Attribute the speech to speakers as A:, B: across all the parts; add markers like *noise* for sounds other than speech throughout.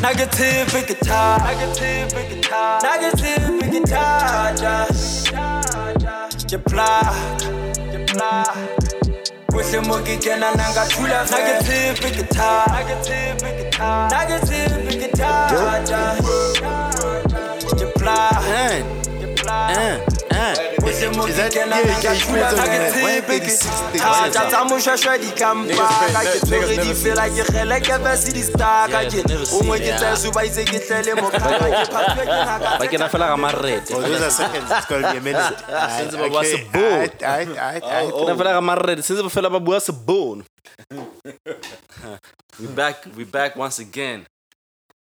A: Negative, we get tired. Negative, we get tired. Negative, we get tired. Just you block, you block. Kuhle mo ngingena nangathula vele. Negative, we get tired. Negative, we get tired. Negative, we get tired. Just you block,
B: Eh,
A: you block. Kuhle mo
C: Is that-
A: ngingena
C: yeah, yeah,
A: nangathula
C: you spent on
A: vele.
C: that.
A: Negative, we get
C: 186
A: tired.
C: things.
A: Tata moshwashwa di kampa.
B: Niggas spent-
A: Ka ke
B: niggas
A: tshwere di
B: never
A: fela ke kgeleke bese di star. Ka
B: Yeah,
A: ke-
B: never seen
A: ongwe
B: it.
A: ke tsaya suba itse ke tlele
D: *laughs*
A: mokgala, ke phatswe ke naka tse
B: ba kena fela ga marrete
C: Oh, those are seconds. It's gonna be a minute.
E: *laughs*
C: Alright,
B: Sensible was a
C: okay.
B: bull.
C: Alright, alright, alright,
E: Uh,
C: alright.
E: oh.
B: kena fela ga marrete setse ba fela ba bua sebono *laughs* we back we back once again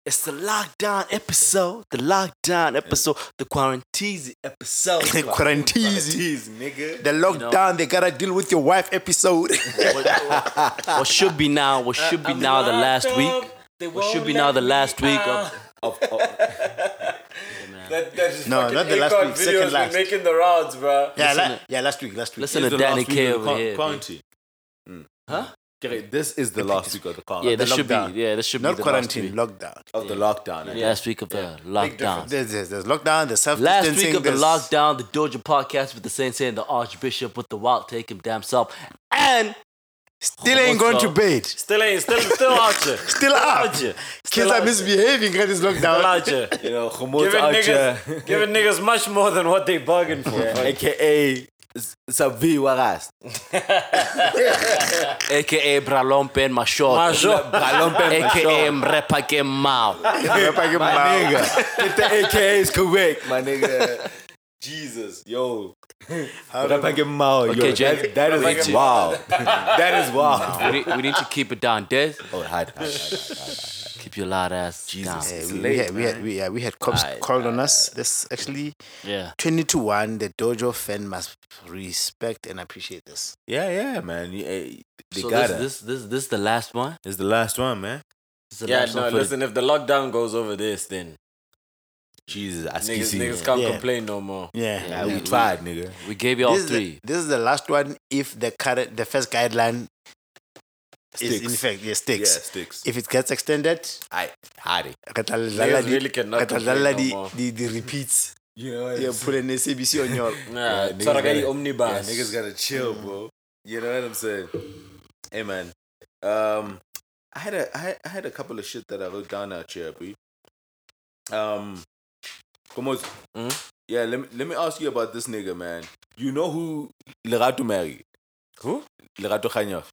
B: It's the lockdown episode, the lockdown episode, the quarantine *laughs* episode.
C: The quarantine.
B: nigga.
C: The lockdown, they gotta deal with your wife
E: *laughs*
C: episode.
B: what should be now, what should be now the last week, what should be now the last week of
D: That, that is
C: No,
D: fucking
C: not the last
D: Akon
C: week,
D: videos
C: second
D: been
C: last.
D: making the rounds, bro.
C: yeah, la- yeah, last week, last week.
B: Listen
E: This
B: to
E: is the
B: Danny
E: last week of
B: K
E: the
B: over
E: qu-
B: here. bro. Hmm.
E: Quarantine. Okay, this is the last week of the
B: Yeah,
E: quarantine.
B: this should
C: lockdown.
B: be. Yeah, this should
C: Not
B: be the
C: quarantine,
B: Last
C: lockdown.
E: of the lockdown. eh?
B: week, last week of the lockdown.
C: There's, there's, there's lockdown, there's self
B: Last
C: distancing.
B: week of the
C: there's-
B: lockdown, the Doja podcast with the Saint saying the Archbishop with the wild take him damn self, and
C: Still ain't going to bed.
E: Still ain't, still, still out *laughs* here.
C: Still up.
E: Still
C: Kids are
E: out.
C: misbehaving at this
E: Still
C: lockdown.
E: out here. *laughs* You know, Khumut
D: Giving
E: out here.
D: niggas, giving niggas much more than what they bargained for. Like,
E: AKA Savi Waras.
B: aka Bralompe and Mashot,
E: *laughs* Balompe
B: aka Mrepa Game Mao.
E: My nigga. Get the AKAs correct, my nigga. Jesus, yo. Rapage Mao, Oh, yo.
B: Okay, Jay.
E: that, that is wow. that is wow.
B: We need, we need to keep it down, Des.
E: Oh, hide, hide, hide.
B: Keep your loud ass Jesus.
C: Yeah, Ah, we, we had, we had, we, yeah, we had cops called on us. This actually
B: Yeah.
C: 20 to 1. The dojo fan must respect and appreciate this.
E: Yeah, yeah, man. You, eh, They
B: So
E: got
B: this,
E: it.
B: this this this is the last one.
E: It's the last one, man.
B: This is the
D: yeah,
B: last
D: no,
B: one for the-
D: listen, if the lockdown goes over this, then
E: Jesus, I see.
D: niggas,
E: see.
D: niggas can't
C: Yeah.
D: complain no more.
C: Yeah.
E: Nah, we tried, nigga.
B: We gave you all
C: this, is
B: three.
C: the, this is the last one if the current, the first guideline is in
E: Sticks.
C: effect, yeah,
E: Yeah,
C: sticks.
E: sticks.
C: If it gets extended,
E: I hide it.
C: Katalala
D: really cannot complain no more.
C: the, the repeats.
E: You know,
C: Yeah, put an SABC on your.
D: Nah,
E: Yeah, niggas
D: so I got
E: gotta-
D: the omnibus. Mm.
E: Yeah, niggas gotta chill, bro. You know what I'm saying? Hey, man. Um, I had a I had, I had a couple of shit that I wrote down out here, bro. Um, come on.
D: Mm.
E: Yeah, let me let me ask you about this nigga, man. You know who Lerato married?
D: Who?
E: Lerato Khanyaf.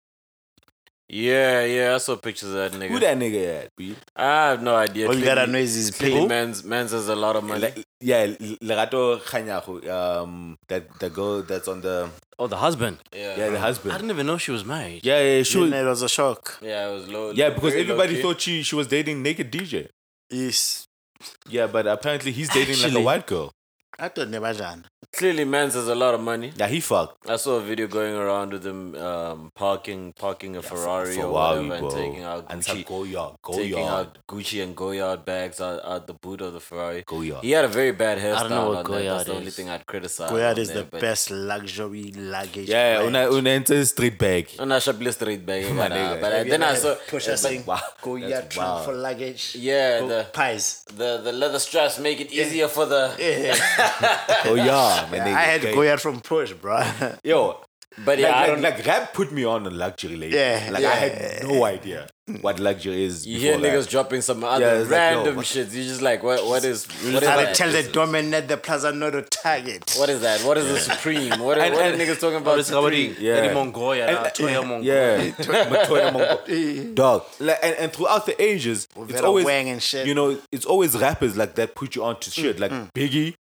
D: yeah, yeah, I saw pictures of that nigga.
E: Who that nigga had, bro?
D: I have no idea.
C: All you gotta
D: Clearly-
C: know is his pain.
D: clearly Man's, man's has a lot of money.
E: Le- yeah, Lerato Khanyaf. Um, that the girl that's on the
B: Oh, the husband.
E: yeah the
B: I
E: husband.
B: didn't even know she was married.
E: Yeah, yeah, she was,
C: Then it was a shock.
D: Yeah, it was low.
E: yeah because
D: very
E: everybody
D: low-key.
E: thought she she was dating naked DJ.
C: Yes.
E: Yeah, but apparently he's dating like
B: Actually-
E: a white girl.
C: I thought never done.
D: Clearly, man's has a lot of money.
E: Yeah, he fucked.
D: I saw a video going around with them um, parking parking a Ferrari or
E: Ferrari,
D: whatever
E: bro.
D: and taking out
E: And
D: Gucci,
E: some go yard, go
D: taking
E: yard,
D: out Gucci and Goyard bags out, out the boot of the Ferrari.
E: go yard.
D: He had a very bad hairstyle.
B: I don't know what
D: on that. That's
B: Goyard
D: the only
B: is.
D: thing I'd criticize.
C: Goyard
D: on
C: is
D: there,
C: the
D: but-
C: best luxury luggage.
E: Yeah,
C: brand.
E: una una entire street
D: *laughs*
E: bag.
D: No, no, Shapley Street bag.
E: My
D: nah,
E: nigga.
D: But
E: Have
D: then
C: *laughs*
D: I saw
C: Pusha Sing.
E: wow,
C: Goyard
E: that's
C: trunk
E: wild.
C: for luggage. *laughs*
D: yeah
C: Go-
D: the,
C: pies.
D: the the leather straps make it easier for the
E: Go yard, my
C: Yeah,
E: nigga.
C: I had
E: Okay.
C: Goyard from Porsche, *laughs* bruh.
E: Yo,
D: but yeah
E: like,
D: I
E: like,
D: don't
E: like that put me on a luxury lane.
C: Yeah,
E: like
C: yeah.
E: I had no idea what luxury is.
D: you hear
E: before
D: niggas
E: that.
D: dropping some other
E: Yeah, it's like, yo,
D: random
E: what-
D: shits you're just like what what is what is
C: I
D: that?
C: had to tell the doorman at the plaza not to target.
D: What is that? What is the Supreme? What,
B: And-
D: what
B: and-
D: are niggas talking
B: Oh,
D: about?
B: this is already
D: Supreme?
E: Yeah.
B: yeah. Mongolia.
E: And-
B: nah, Toya Mongolia.
E: Yeah, Matoya Mongo- dog. Like, and, and throughout the ages, it's
C: Vera
E: always
C: Wang and shit.
E: You know, it's always rappers like that put you onto
D: Mm.
E: shit. Like Biggie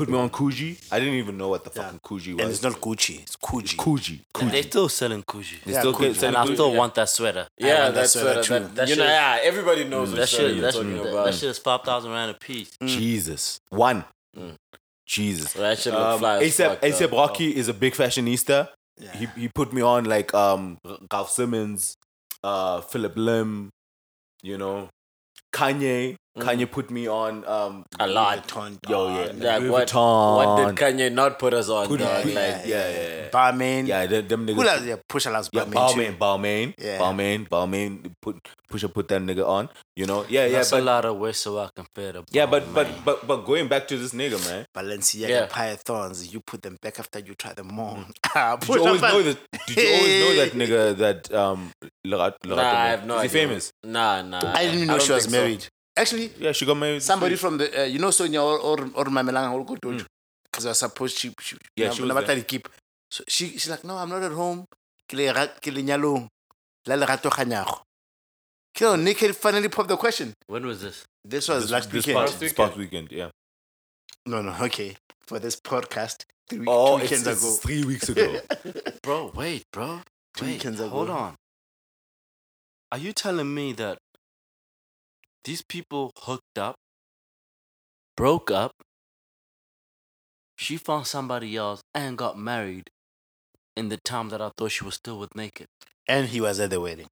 E: put me on Coogee. I didn't even know what the fucking Coogee was.
C: And it's not Gucci, it's Gucci.
E: Coogee. Coogee.
B: They're still selling Kuji.
E: They still
C: Coogee.
E: get-
B: And I still want that sweater.
D: Yeah,
C: want that
D: that's
C: sweater
D: what
C: too.
D: that,
B: That
D: you know.
B: shit-
D: Yeah, everybody knows what
B: That
D: sweater
B: shit,
D: you're
B: that,
D: talking
B: shit,
D: about.
B: that shit is 5,000 rand a piece.
E: Mm. Jesus. One. Jesus.
D: Well, Mm. that shit look
E: Um,
D: fly as
E: ASAP
D: fuck,
E: ASAP
D: though.
E: Rocky is a big fashionista. He he put me on like um Ralph Simmons, uh Philip Lim, you know, Kanye.
D: Mm.
E: Kanye put me on. Um,
B: a lot.
C: Ton-
E: yo, yeah,
B: Like
E: Louis
B: what? What
E: Vuitton.
B: did Kanye not put us on?
E: Put-
B: dog?
E: yeah,
B: Like
E: yeah, yeah, yeah.
C: Barman.
E: Yeah, them, them niggas.
C: Who loves yeah, push alas
E: yeah,
C: Barman?
E: Balmain, Balmain,
C: Yeah.
E: Balmain, Balmain. Put Pusha put that nigga on. You know, yeah, yeah,
B: that's a
E: but
B: lot of ways so I can fit up.
E: yeah, but but but but going back to this nigga, man.
C: Balenciaga
B: Yeah.
C: pythons. You put them back after you try them on. *laughs* Ah,
E: Did Mm. you always know that? Did you always know that nigga that um? Legat,
B: nah, I have no
E: Is he
B: idea.
E: famous?
B: Nah, nah.
C: I didn't even know
B: don't
C: she was
B: think so.
C: married. Actually,
E: Yeah, she got married.
C: somebody from the uh, you know Sonia or or, or Mamelanga or Godoju because I suppose she, she
E: Hmm. Yeah,
C: na-
E: she was
C: na
E: there.
C: batla dikipa. So she she's like no I'm not at home. Ke le ra- ke lenyalong la lerato kganyago." Ke yona Nick had finally popped the question.
B: When was this?
C: This was
E: this,
C: last
E: this
C: weekend.
E: Past, this past weekend, yeah.
C: No no okay for this podcast three, week-
E: Oh,
C: two
E: it's,
C: weekends
E: it's
C: ago.
E: three weeks ago.
B: Bro, wait, bro.
C: Two
B: Wait,
C: weekends ago.
B: hold on. Are you telling me that these people hooked up, broke up, she found somebody else, and got married in the time that I thought she was still with Naked?
C: And he was at the wedding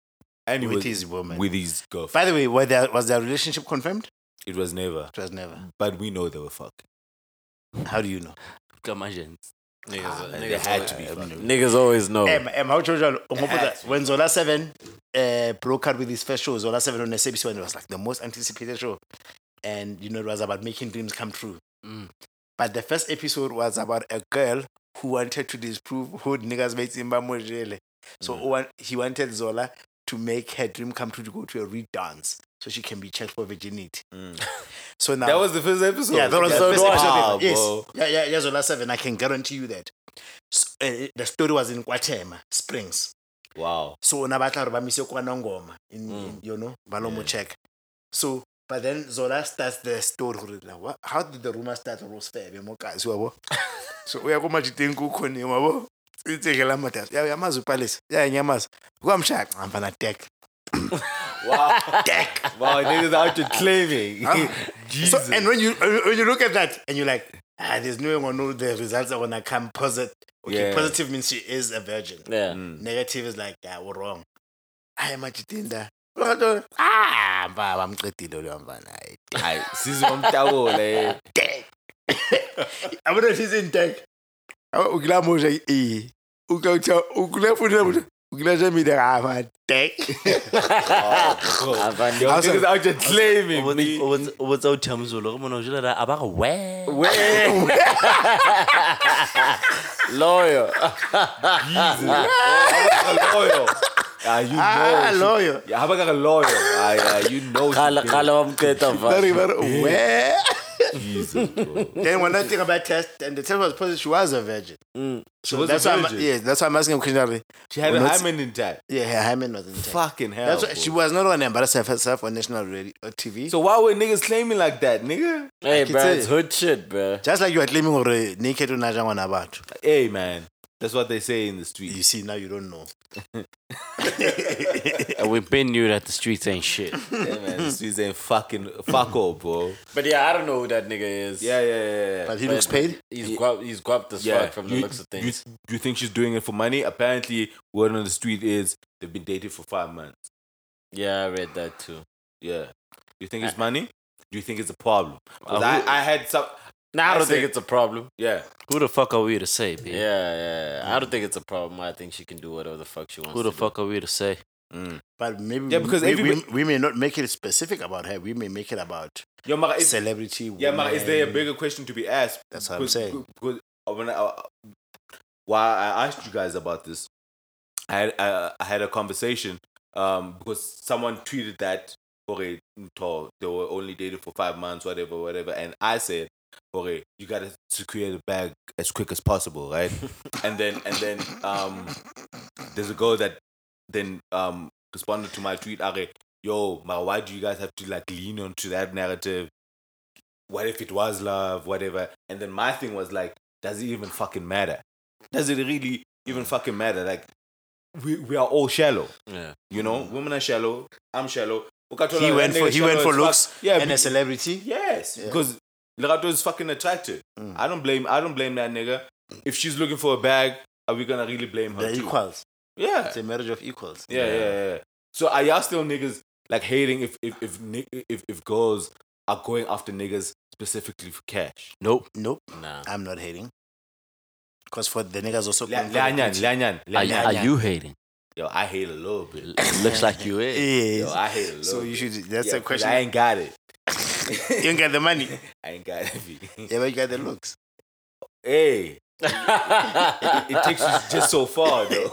E: and he
C: with
E: was
C: his woman.
E: with his girlfriend.
C: By the way, were there, was their relationship confirmed?
E: It was never,
C: It was never.
E: but we know they were fucking.
C: How do you know?
B: Imagine. Niggas,
E: They had to be fucking.
B: niggas always know.
C: em em how children when Zola Seven uh, broke out with his first show, Zola Seven on SABC One it was like the most anticipated show, and you know it was about making dreams come true.
B: Mm.
C: But the first episode was about a girl who wanted to disprove who niggas made Zimbabwe really.
E: Mm.
C: So one, he wanted Zola to make her dream come true to go to a reed dance so she can be checked for virginity. So now
E: Mm. *laughs* That was the first episode.
C: yeah, that was the Ah, first
E: Wow,
C: episode. Yes.
E: bro.
C: Yeah, yeah, yeah, Zola 7. I can guarantee you that. So, uh, the story was in Guatemala Springs.
E: Wow.
C: so ona batla gore ba mise kwa nongoma in, in, you know ba lo mo check so but then zola starts the story gore like, what- how did the rumor start gore o sefebe mo kasi *laughs* wabo so o ya ko majiteng ko kgoneng wabo itsegela matas ya ya mazi palese ya nyamasa kwamshaka amfana tek
E: Wow.
C: tek
E: wow, niggas out here claiming.
C: Huh?
E: *laughs*
C: so,
E: Jesus.
C: and when you when you look at that and you're like ah there's no way gonna know the results are gonna come positive okay
E: Yeah.
C: positive means she is a virgin
B: yeah.
E: Mm.
C: negative is like yeah, we're wrong hayi majitinda ah mba bamqedile loyo mfana hayi
E: Aye, *laughs* Sizwe Mtawola, eh.
C: dang *laughs* i wonder if he's in dang ukila mosha e ukila ukila funa ukila jamida ama
E: *laughs*
C: dang
E: Wow,
B: Avandi-
E: bro. Yo,
C: Also-
E: niggas out here claiming.
B: What's
E: me.
B: what's what's old Tim Zulu? Come on, Zulu, that about a way.
E: Where?
B: lawyer.
E: Jesus. Oh, how about
C: *laughs*
E: a lawyer? Ah,
C: ah
E: you know.
C: loyo
E: Yeah, how about a lawyer? Ah, yeah, you know. she
B: Khala
E: been-
B: khala wamqeda
C: very
B: va.
C: very
E: *laughs*
C: where
E: Jesus, bro.
C: *laughs* then when I think about test and the test was positive she was a virgin
E: She
C: so
E: was a
C: that's why I'm,
E: virgin.
C: yeah that's why I'm asking him
E: She had a
C: Well, that's-
E: hymen intact.
C: yeah her hymen was intact
E: Fucking hell.
C: that's why
E: bro.
C: she was not going to embarrass herself on national radio uh, or TV
E: So why were niggas claiming like that, nigga?
B: Hey,
C: can
B: bro,
C: tell
B: it's
C: you.
B: hood shit, bro.
C: just like you are claiming gore naked o na jang ngwana batho
E: Hey, man. That's what they say in the street.
C: you *laughs* see now you don't know
B: And we've been knew that the streets ain't *laughs* shit.
E: yeah, man. The streets ain't fucking fuck all, bro.
B: but yeah, I don't know who that nigga is.
E: Yeah, yeah, yeah. yeah.
C: but he looks paid
B: He's guap, he's guapped as fuck from the looks of
E: you-
B: things.
E: You, think she's doing it for money? Apparently, word on the street is they've been dating for five months.
B: yeah, I read that too.
E: Yeah. You think
B: Eh.
E: it's money? Do you think it's a problem? 'Cause
B: Uh, who-
E: I, I had some.
B: Nah, I don't
E: I
B: think
E: said-
B: it's a problem.
E: Yeah.
F: Who the fuck are we to say,
B: Yeah,
F: B?
B: yeah, yeah. I don't think it's a problem. I think she can do whatever the fuck she wants.
F: Who the
B: to
F: fuck are we to
B: *laughs*
F: say?
E: Mm.
C: but maybe
E: Yeah, because
C: we, we,
E: everybody-
C: we may not make it specific about her we may make it about
E: Yo, Mara, is,
C: celebrity
E: yeah, Mara, is there a
C: woman.
E: bigger question to be asked?
C: That's what I'm
E: Because-
C: saying.
E: Because Uh, when I, why I asked you guys about this, I had, I, I had a conversation um, because someone tweeted that okay, Ntho, they were only dating for five months, whatever, whatever, and I said, okay, you gotta secure the bag as quick as
C: *laughs*
E: possible, right? and then and then um, there's a girl that then um responded to my tweet, okay, yo, ma, why do you guys have to like lean onto that narrative? What if it was love, whatever? And then my thing was like, does it even fucking matter? Does it really even fucking matter? Like, we, we are all shallow.
B: Yeah.
E: You know, women are shallow. I'm shallow.
C: he
E: Ukathola
C: went
E: that
C: for
E: nigga
C: he went
E: shallow
C: for
E: as
C: looks
E: fuck. Yeah,
C: and a
E: be-
C: celebrity
E: yes, because Lerato is fucking attractive. I don't blame. I don't blame that nigga. If she's looking for a bag, are we gonna really blame her?
C: they're
E: too?
C: equals
E: Yeah.
C: it's a marriage of equals
E: Yeah, yeah, yeah. So are y'all still niggas like hating if if if ni- if, if girls are going after niggas specifically for cash.
B: Nope.
C: Nope,
E: Nah.
C: I'm not hating. Because for the niggas also.
E: La-
C: come for the
E: Lanyan,
C: bitch.
E: Lanyan,
B: Are, you-
E: Lanyan.
B: are you hating?
E: Yo, I hate a little bit.
B: Looks like you eh? is.
E: Yo,
C: Yes.
E: I hate a
C: *laughs*
E: little
C: So
E: bit.
C: you should. That's a
E: Yeah, 'cause
C: question.
E: I ain't got it.
C: You don't get the money.
E: I ain't got it. *laughs* B.
C: *laughs* Yeah, but you got the looks.
E: hey, it, it takes you just so far, though.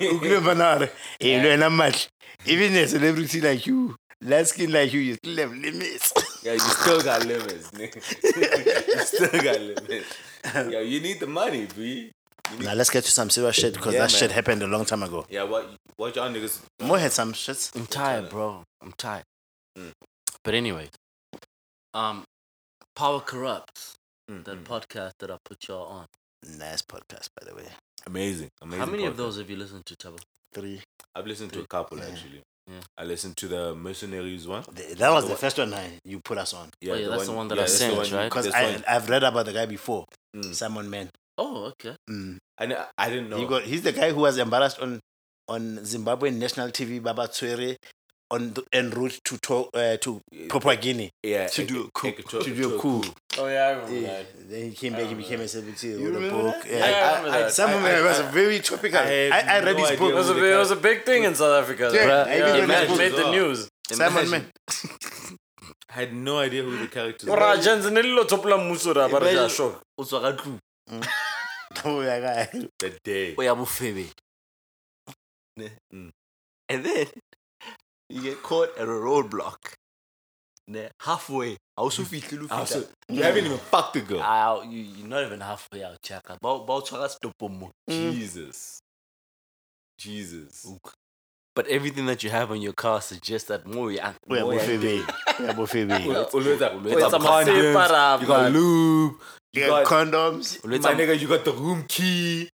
C: Ukulemba nawe, eh, lo wena manje. Even a celebrity like you, light skin like you, you still have limits.
E: *laughs* yeah, you still got limits, *laughs* nigga. you still got limits. Yo, you need the money, B.
C: *coughs* now let's get to some serious shit because
E: Yeah,
C: that
E: man.
C: shit happened a long time ago.
E: Yeah, what what y'all niggas?
C: Mo had some shits.
B: I'm tired, bro. I'm tired.
E: Mm.
B: But anyway, um, Power Corrupts,
E: Mm,
B: that
E: mm.
B: podcast that I put y'all on.
C: Nice podcast, by the way.
E: Amazing, amazing.
B: How many
E: podcast.
B: of those have you listened to, Tabo?
C: Three.
E: I've listened to a couple actually.
B: Yeah.
E: I listened to the Mercenaries one.
C: The- that was the first one I, you put us on.
E: Yeah,
B: Oh, yeah, that's the one that I
E: that's the
B: sent,
E: one you-
B: right?
C: Because
E: that's
C: I,
E: one-
C: I've read about the guy before,
E: Mm.
C: Simon Man.
B: Oh, okay.
C: Mm.
E: I, kn- I didn't know.
C: He got, he's the guy who was embarrassed on, on Zimbabwean national TV, Baba Tswere, on the, en route to, to, uh, to Papua Guinea.
E: yeah,
C: to
E: it-
C: do a coup.
E: it- it- it-
C: To do a coup.
F: Oh yeah, I remember
C: Yeah. Then he came back,
E: Um,
C: he became a celebrity with a
F: remember
C: book.
F: that?
C: Yeah.
F: Yeah, I remember that.
C: Some of
E: I-
C: it was
E: I-
C: very topical.
E: I
C: I,
E: had
C: I, read
E: no
C: his
E: idea
C: book.
F: It was, a, it was a big thing in South Africa.
C: Yeah,
F: though.
C: I even
F: yeah,
C: read
F: made,
C: his
F: made the
E: book.
F: news.
C: Simon Man. *laughs*
E: I had no idea who the characters were.
F: Ora Jansen nililo topola mmuso ra ba re tla
B: Imagine-
F: shock.
B: Utswa ka tlung.
C: Oh my God.
E: the day.
B: O ya bofebe.
E: Mm.
B: And then you get caught at a roadblock. Ne, halfway. I also feel
E: I was so- you haven't even
C: Mm.
E: fucked the girl.
B: Ah, you, you're not even halfway out, Chaka. But
C: Mm.
E: Jesus. Jesus.
B: But everything that you have on your car suggests that more yeah.
C: We are both away. We are both away.
E: *laughs* Ul- Ulweza-
B: it's
E: Ulweza
B: a massive
E: condoms,
B: para,
E: You got
B: man.
E: lube.
C: You
E: You
C: got
E: got
C: condoms.
E: my nigga. You got the room key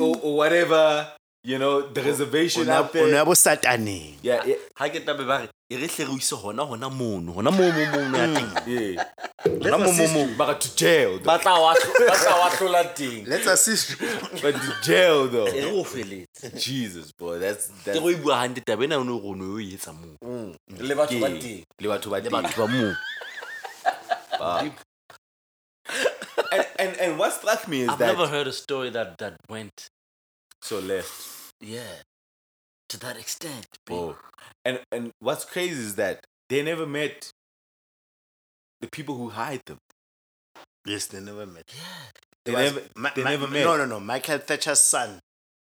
E: or, or whatever. You know
C: Oh,
E: the reservation out there.
C: Unabo satani.
E: Yeah, yeah,
B: Ha ke tabe ba re e re hle re o ise hona hona mono, hona moo moo mono ya
C: *laughs*
B: teng.
E: yeah.
C: Let's assist you.
E: But to jail, though.
F: Ba tla wa ba tla wa
B: *laughs*
F: hlola teng.
C: Let's assist you.
E: but to jail
B: E
C: *laughs*
E: though.
B: re o feletse.
E: Jesus, boy, that's
B: Ke
E: that's.
B: go e bua hantle taba ena o no go no o e etsa moo.
F: Le batho ba
E: gay.
F: teng.
E: Le batho ba
B: Le
E: teng.
B: batho ba moo.
E: and, and and what struck me is
B: I've
E: that
B: never heard a story that that went
E: so left.
B: yeah to that extent. babe.
E: Bro. Oh. And and what's crazy is that they never met the people who hide them.
C: Yes, they never met.
E: They
C: Was-
E: never
C: Ma-
E: they
C: Ma-
E: never met.
C: No, no, no. Michael Thatcher's son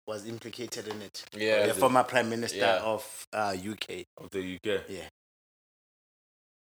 C: was implicated in it.
F: Yeah.
C: the former prime minister
F: Yeah.
C: of uh, UK.
E: Of the UK.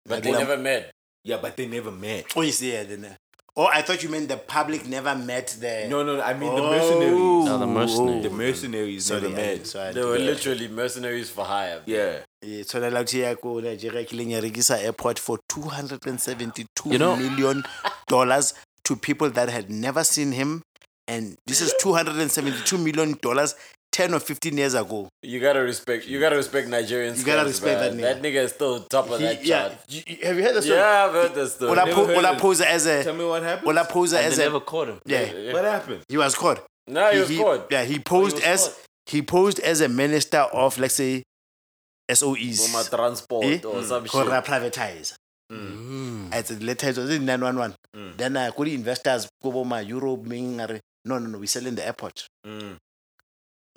F: But they never met.
E: Yeah, but they never met.
C: Oh, yes, yeah, they ne- Oh, I thought you meant the public never met the.
E: No, no, I mean the
C: Oh.
E: mercenaries.
B: No, the mercenaries.
E: The mercenaries
C: Sorry,
E: never
C: I,
E: met.
C: sorry, I
F: They
C: did
F: were
C: that.
F: literally mercenaries for hire.
E: yeah.
C: e tshwanela go ya ko nigeria kileng ya rekisa airport for 272
B: You know-
C: million dollars to people that had never seen him and this is 272 million dollars 10 or 15 years ago
F: You gotta respect. You gotta respect Nigerians.
C: You gotta respect that nigga.
F: That nigga is still top of
C: He-
F: that
C: yeah,
F: chart.
C: you- you- have you heard the story
F: Yeah, I've heard that story.
C: Ola
E: never
C: Po-
E: heard
C: Ola
E: it.
C: Posa as
E: Tell
C: a
E: me what happened.
C: Ola Posa
B: They
C: as
B: never
C: a
B: caught him.
C: yeah
E: what happened?
C: he was caught
F: Now
C: he,
F: you're
C: he-
F: caught.
C: yeah he posed
B: was
C: as
B: caught.
C: he posed as a minister of let's say
F: From a
C: SOEs
F: transport
C: Eh?
D: Mm.
F: or some shit.
C: Kora privatize
B: Mm.
C: I said, let's have it 911. Then I could investors go over my Europe, meaning, no, no, no, we're selling the airport.
E: Mm.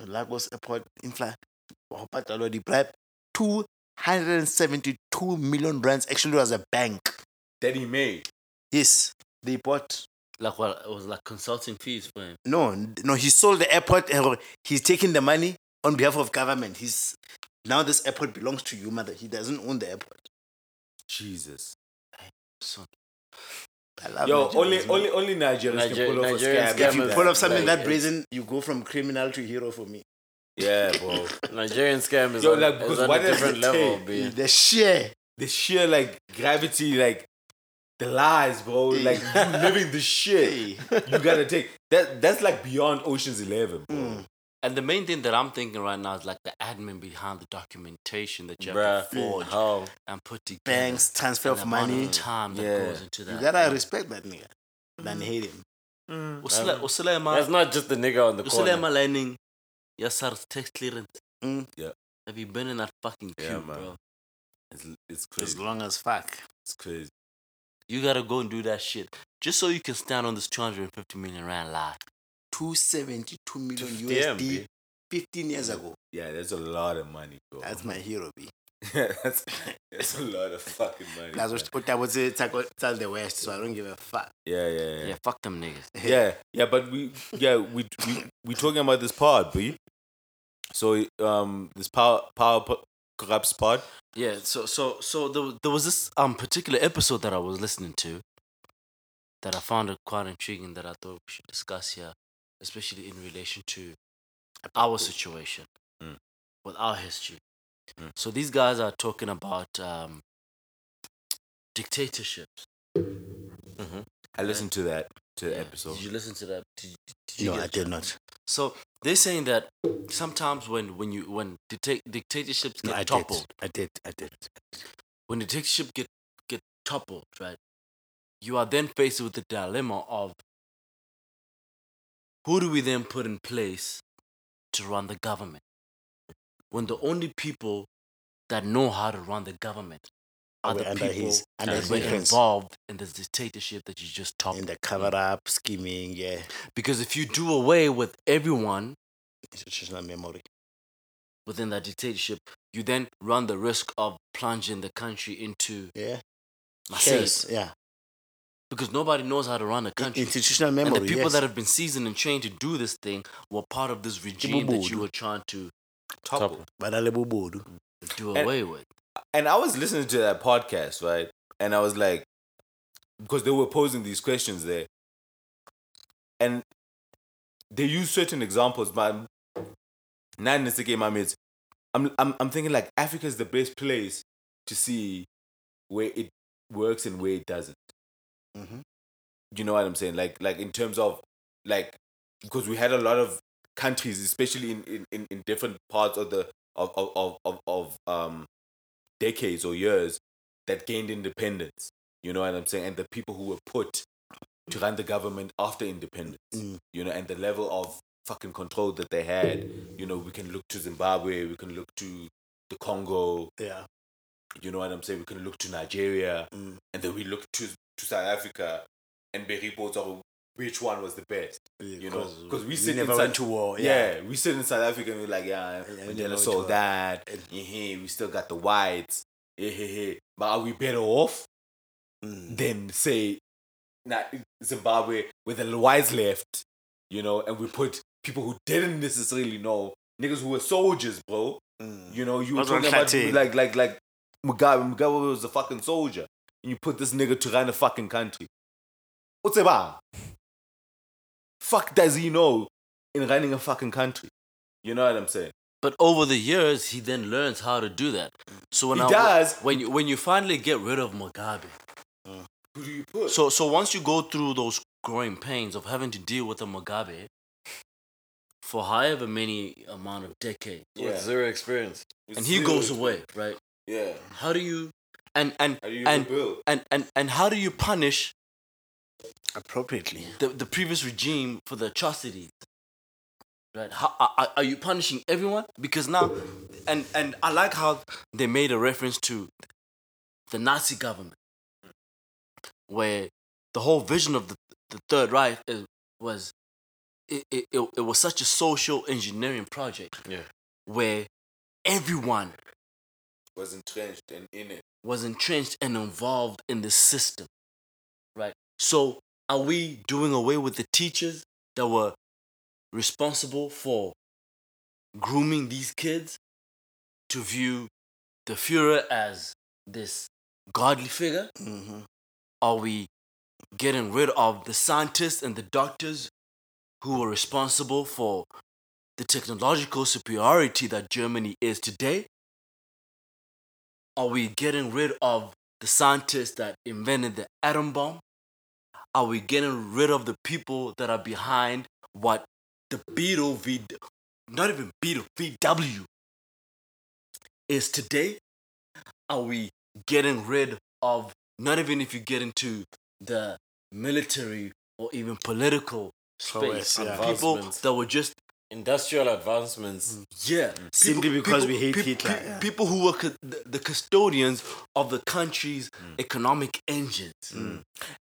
C: Lagos airport, infla, but already bribe. 272 million rands actually was a bank.
E: That he made.
C: Yes, they bought.
B: Like what it was like consulting fees for him.
C: No, no, he sold the airport. uh, He's taking the money on behalf of government. He's now this airport belongs to you, mother. He doesn't own the airport.
E: Jesus.
C: I love
E: Yo,
C: Nigerians,
E: only
C: man.
E: only only Nigerians
F: Niger-
E: can pull off
F: Nigerians
E: a scam.
C: if you
F: scammers,
C: *laughs* pull off something
F: like-
C: that brazen, you go from criminal to hero for me.
E: Yeah, bro.
F: Nigerian scam is
E: Yo,
F: on,
E: like,
F: is
E: because
F: on
E: why
F: a
E: does
F: different
E: it
F: level,
E: take-
F: B.
C: The sheer
E: the sheer like gravity, like the lies, bro. Like you living the shit. You gotta take that. That's like beyond Ocean's Eleven, bro.
B: And the main thing that I'm thinking right now is like the admin behind the documentation that you have to
F: Bruh.
B: forge
F: How?
B: and put together.
C: banks, transfer
B: and the
C: of
B: amount
C: money.
B: time that
E: Yeah.
B: goes into that.
C: You gotta respect that nigga than hate him.
B: Usule-
F: That's
B: Usulema,
F: not just the nigga on the corner.
B: Usulema Lining, your SARS text clearance.
C: Mm.
E: Yeah.
B: Have you been in that fucking queue,
E: Yeah, man.
B: bro?
E: It's, it's crazy.
C: As long as fuck.
E: It's crazy.
B: You gotta go and do that shit just so you can stand on this 250 million rand lie.
C: 272 million
E: Damn,
C: USD
E: B.
C: 15 years ago.
E: Yeah, that's a lot of money, bro.
C: That's my hero, B.
E: *laughs* that's, that's a lot of fucking money.
C: *laughs* That's
E: bro.
C: what what I would say. It's, like, it's all the West, so I don't give a fuck.
E: yeah, yeah, yeah.
B: Yeah, fuck them niggas.
E: yeah, yeah, but we, yeah, we, we, we talking about this pod, B. So, um, this power, power p- corrupts pod.
B: Yeah, so so so there, wa- there was this um particular episode that I was listening to that I found it quite intriguing that I thought we should discuss here, especially in relation to our situation
E: Mm.
B: with our history.
E: Mm.
B: So these guys are talking about um dictatorships.
E: I listened to that to the
B: Yeah.
E: episode.
B: Did you listen to that? Did, did you
C: No,
B: get
C: I
B: a
C: did
B: chance?
C: not.
B: So they're saying that sometimes when when you when dicta- dictatorships
C: No,
B: get
C: I
B: toppled,
C: did. I did. I did.
B: when the dictatorship get get toppled, right? You are then faced with the dilemma of who do we then put in place to run the government? When the only people that know how to run the government are
C: Were
B: the
C: under
B: people
C: his- under
B: that
C: his
B: were
C: influence.
B: involved in this dictatorship that you just
C: In
B: toppled.
C: the cover up, scheming, yeah.
B: Because if you do away with everyone
C: Institutional memory.
B: within that dictatorship, you then run the risk of plunging the country into
C: Yeah.
B: Marseilles.
C: Yeah.
B: Because nobody knows how to run a country.
C: Institutional memory.
B: and the people
C: yes.
B: that have been seasoned and trained to do this thing were part of this regime that you were trying to
E: Topple.
C: Badale bubudu.
B: do
E: And-
B: away with.
E: And I was listening to that podcast, right? And I was like, because they were posing these questions there, and they use certain examples, but nine is the game I'm it's I'm I'm I'm thinking like Africa's the best place to see where it works and where it doesn't.
C: Mhm.
E: You know what I'm saying? Like like in terms of like because we had a lot of countries, especially in, in, in, in different parts of the of of, of, of, of um decades or years that gained independence. You know what I'm saying? And the people who were put to run the government after independence.
C: Mm.
E: You know, and the level of fucking control that they had. You know, we can look to Zimbabwe, we can look to the Congo,
C: Yeah.
E: you know what I'm saying? We can look to Nigeria
C: Mm.
E: and then we look to, to South Africa and be reports on which one was the best. You know, because we sit
C: never
E: inside-
C: went to war. Yeah.
E: Yeah. we sit in South Africa and we're like, yeah,
C: Yeah, we never
E: Mandela
C: went
E: saw
C: to-
E: that. Yeah, we still got the whites. Yeah, But are we better off
C: Mm.
E: than, say, nah, Zimbabwe with the whites left, you know, and we put people who didn't necessarily know, niggas who were soldiers, bro.
C: Mm.
E: You know, you were
C: That's what
E: talking
C: I'm
E: about
C: saying.
E: like like like Mugabe. Mugabe was a fucking soldier, and you put this nigga to run a fucking country. What's about? Fuck does he know in running a fucking country? You know what I'm saying?
B: But over the years, he then learns how to do that. So when
E: He
B: I,
E: does.
B: when you when you finally get rid of Mugabe,
E: Who do you put?
B: so so once you go through those growing pains of having to deal with a Mugabe for however many amount of decades,
E: Yeah.
F: Zero experience.
B: and he goes away, right?
E: Yeah.
B: How do you, and and
E: How do you
B: and,
E: rebuild?
B: and and and how do you punish
C: Appropriately.
B: the, the previous regime for the atrocities. Right? How, are, are- are you punishing everyone? Because now, and and I like how they made a reference to the Nazi government, where the whole vision of the, the Third Reich is, was it, it, it, it was such a social engineering project.
F: Yeah.
B: Where everyone
E: Was entrenched and in it.
B: was entrenched and involved in the system. Right. So are we doing away with the teachers that were responsible for grooming these kids to view the Fuhrer as this godly figure?
C: Mm-hmm.
B: Are we getting rid of the scientists and the doctors who were responsible for the technological superiority that Germany is today? Are we getting rid of the scientists that invented the atom bomb? Are we getting rid of the people that are behind what the Beetle V, not even Beetle, VW is today? Are we getting rid of, not even if you get into the military or even political space,
C: yeah.
B: people
F: Advancement.
B: that were just Mm,
D: Industrial advancements.
B: Yeah,
F: Mm. Simply because we hate
B: peop-
F: Hitler,
B: peop-
F: yeah.
B: People who were cu- the, the custodians of the country's
F: Mm.
B: economic engines.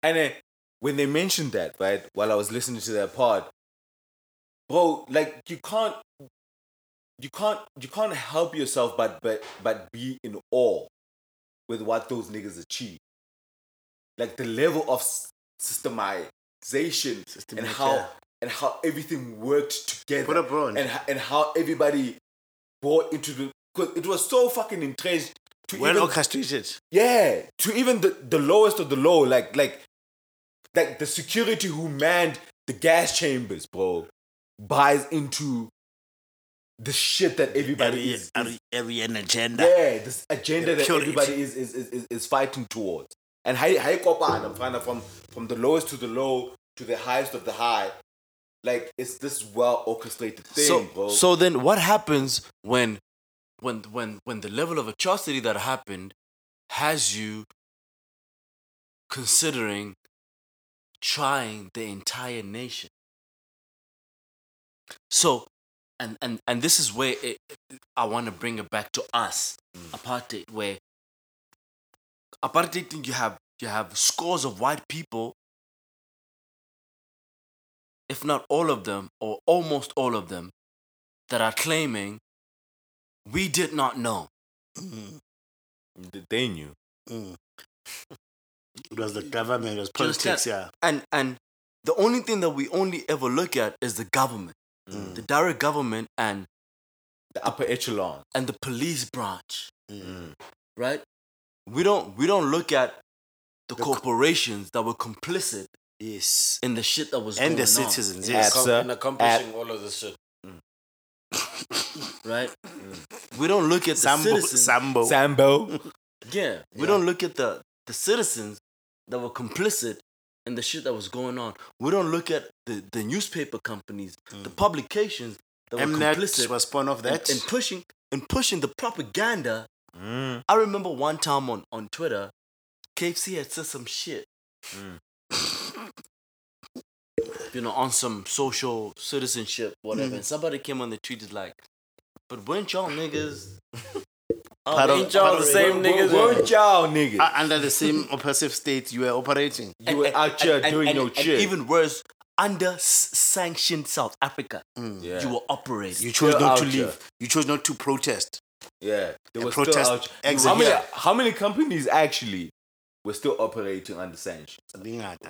E: And then when they mentioned that, right, while I was listening to that part, bro, like you can't you can't you can't help yourself but but but be in awe with what those niggas achieved. Like the level of s- systemization and how and how everything worked together.
C: What a bro.
E: and h- and how everybody bought into the because it was so fucking entrenched to
C: Well
E: even
C: orchestrated.
E: yeah, to even the, the lowest of the low, like like like the security who manned the gas chambers, bro, buys into the shit that everybody
C: Every,
E: is,
C: every, every an agenda.
E: yeah, this agenda that
C: Purity.
E: everybody is is, is, is is fighting towards. And high high kopana, kinda from from the lowest to the low to the highest of the high, like it's this well orchestrated thing,
B: so,
E: bro.
B: so then what happens when when when when the level of atrocity that happened has you considering trying the entire nation so and and and this is where it, i want to bring it back to us
E: Mm.
B: apartheid where apartheid thing, you have you have scores of white people if not all of them, or almost all of them, that are claiming we did not know.
E: they knew.
C: Mm. It was the government, it was
B: you understand?
C: politics, yeah.
B: And and the only thing that we only ever look at is the government,
C: Mm.
B: the direct government, and
E: The upper echelon.
B: and the police branch,
C: Mm.
B: right? We don't we don't look at the, corporations that were complicit
C: Yes.
B: in the shit that was
C: And the
B: going on,
C: citizens, yes.
E: Abs-
D: Com-
E: Sir,
D: and accomplishing all of this shit.
B: right?
C: Mm.
B: We don't look at the
C: Sambo,
B: citizens.
C: Sambo.
E: Sambo.
B: Yeah, we don't look at the the citizens that were complicit in the shit that was going on. We don't look at the, the newspaper companies, the publications that were
C: Mnet
B: complicit
C: was spawn of
B: in,
C: that.
B: in pushing in pushing the propaganda. I remember one time on on Twitter, KFC had said some shit. *laughs* you know, on some social citizenship, whatever. And somebody came on the tweet is like, "But weren't y'all niggas?" Oh,
C: Part of-
D: Ain't y'all
C: part
D: the
C: of-
D: same niggas?
E: Won't y'all niggas?
C: Uh, under the *laughs* same oppressive state you were operating.
E: you were out here doing
B: and,
E: your
B: and
E: shit.
B: even worse, under s- sanctioned South Africa,
E: Mm. Yeah.
B: you were operating.
C: You chose not to
E: out
C: leave.
E: here.
C: You chose not to protest.
E: Yeah, they
C: A
E: were
C: protest
E: still out.
C: exit,
E: How many?
C: yeah.
E: How many companies actually were still operating under sanctions?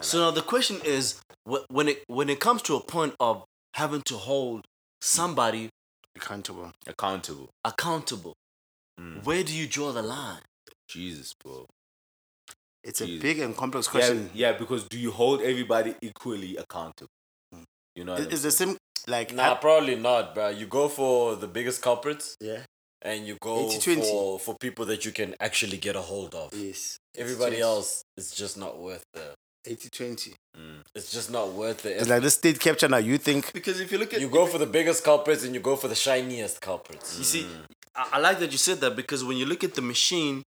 B: so now the question is, wh- when it when it comes to a point of having to hold somebody
C: Accountable.
E: Accountable. Mm.
B: accountable, where do you draw the line?
E: Jesus, bro.
C: It's a
E: Jeez.
C: big and complex
E: Yeah,
C: question.
E: yeah, because do you hold everybody equally accountable? You know, what
C: Mm. It-
E: I'm
C: It's the same, like,
D: Nah,
C: I-
D: probably not, bro. You go for the biggest culprits
C: yeah.
D: and you go
C: 80-20.
D: for, for people that you can actually get a hold of.
C: Yes.
D: Everybody
C: 80-20.
D: else is just not worth the.
C: 80 20.
D: It's just not worth the
C: It's
D: effort.
C: like this state capture now. You think
B: Because if you look at
D: You go for the biggest culprits and you go for the shiniest culprits.
B: You see,
E: Mm.
B: I, I like that you said that because when you look at the machine,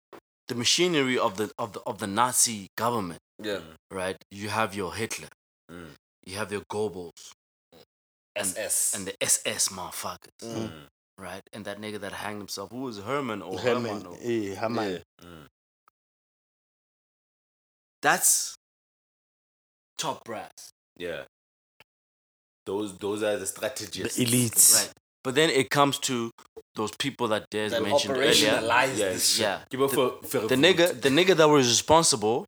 B: the machinery of the of the of the Nazi government,
D: Yeah.
B: right? You have your Hitler,
E: Mm.
B: you have your Goebbels,
D: SS.
B: and the SS motherfuckers,
E: Mm.
B: right? And that nigga that hanged himself, who was Herman or Herman?
C: Herman,
B: or-
C: eh, Herman.
B: that's top brass,
E: yeah. Those those are the strategists.
C: elites.
B: right? But then it comes to those people that Des
D: that
B: mentioned earlier.
D: operationalized
E: Yeah,
D: this shit.
B: Yeah,
E: Give up for, for
B: the nigga, the nigga that was responsible,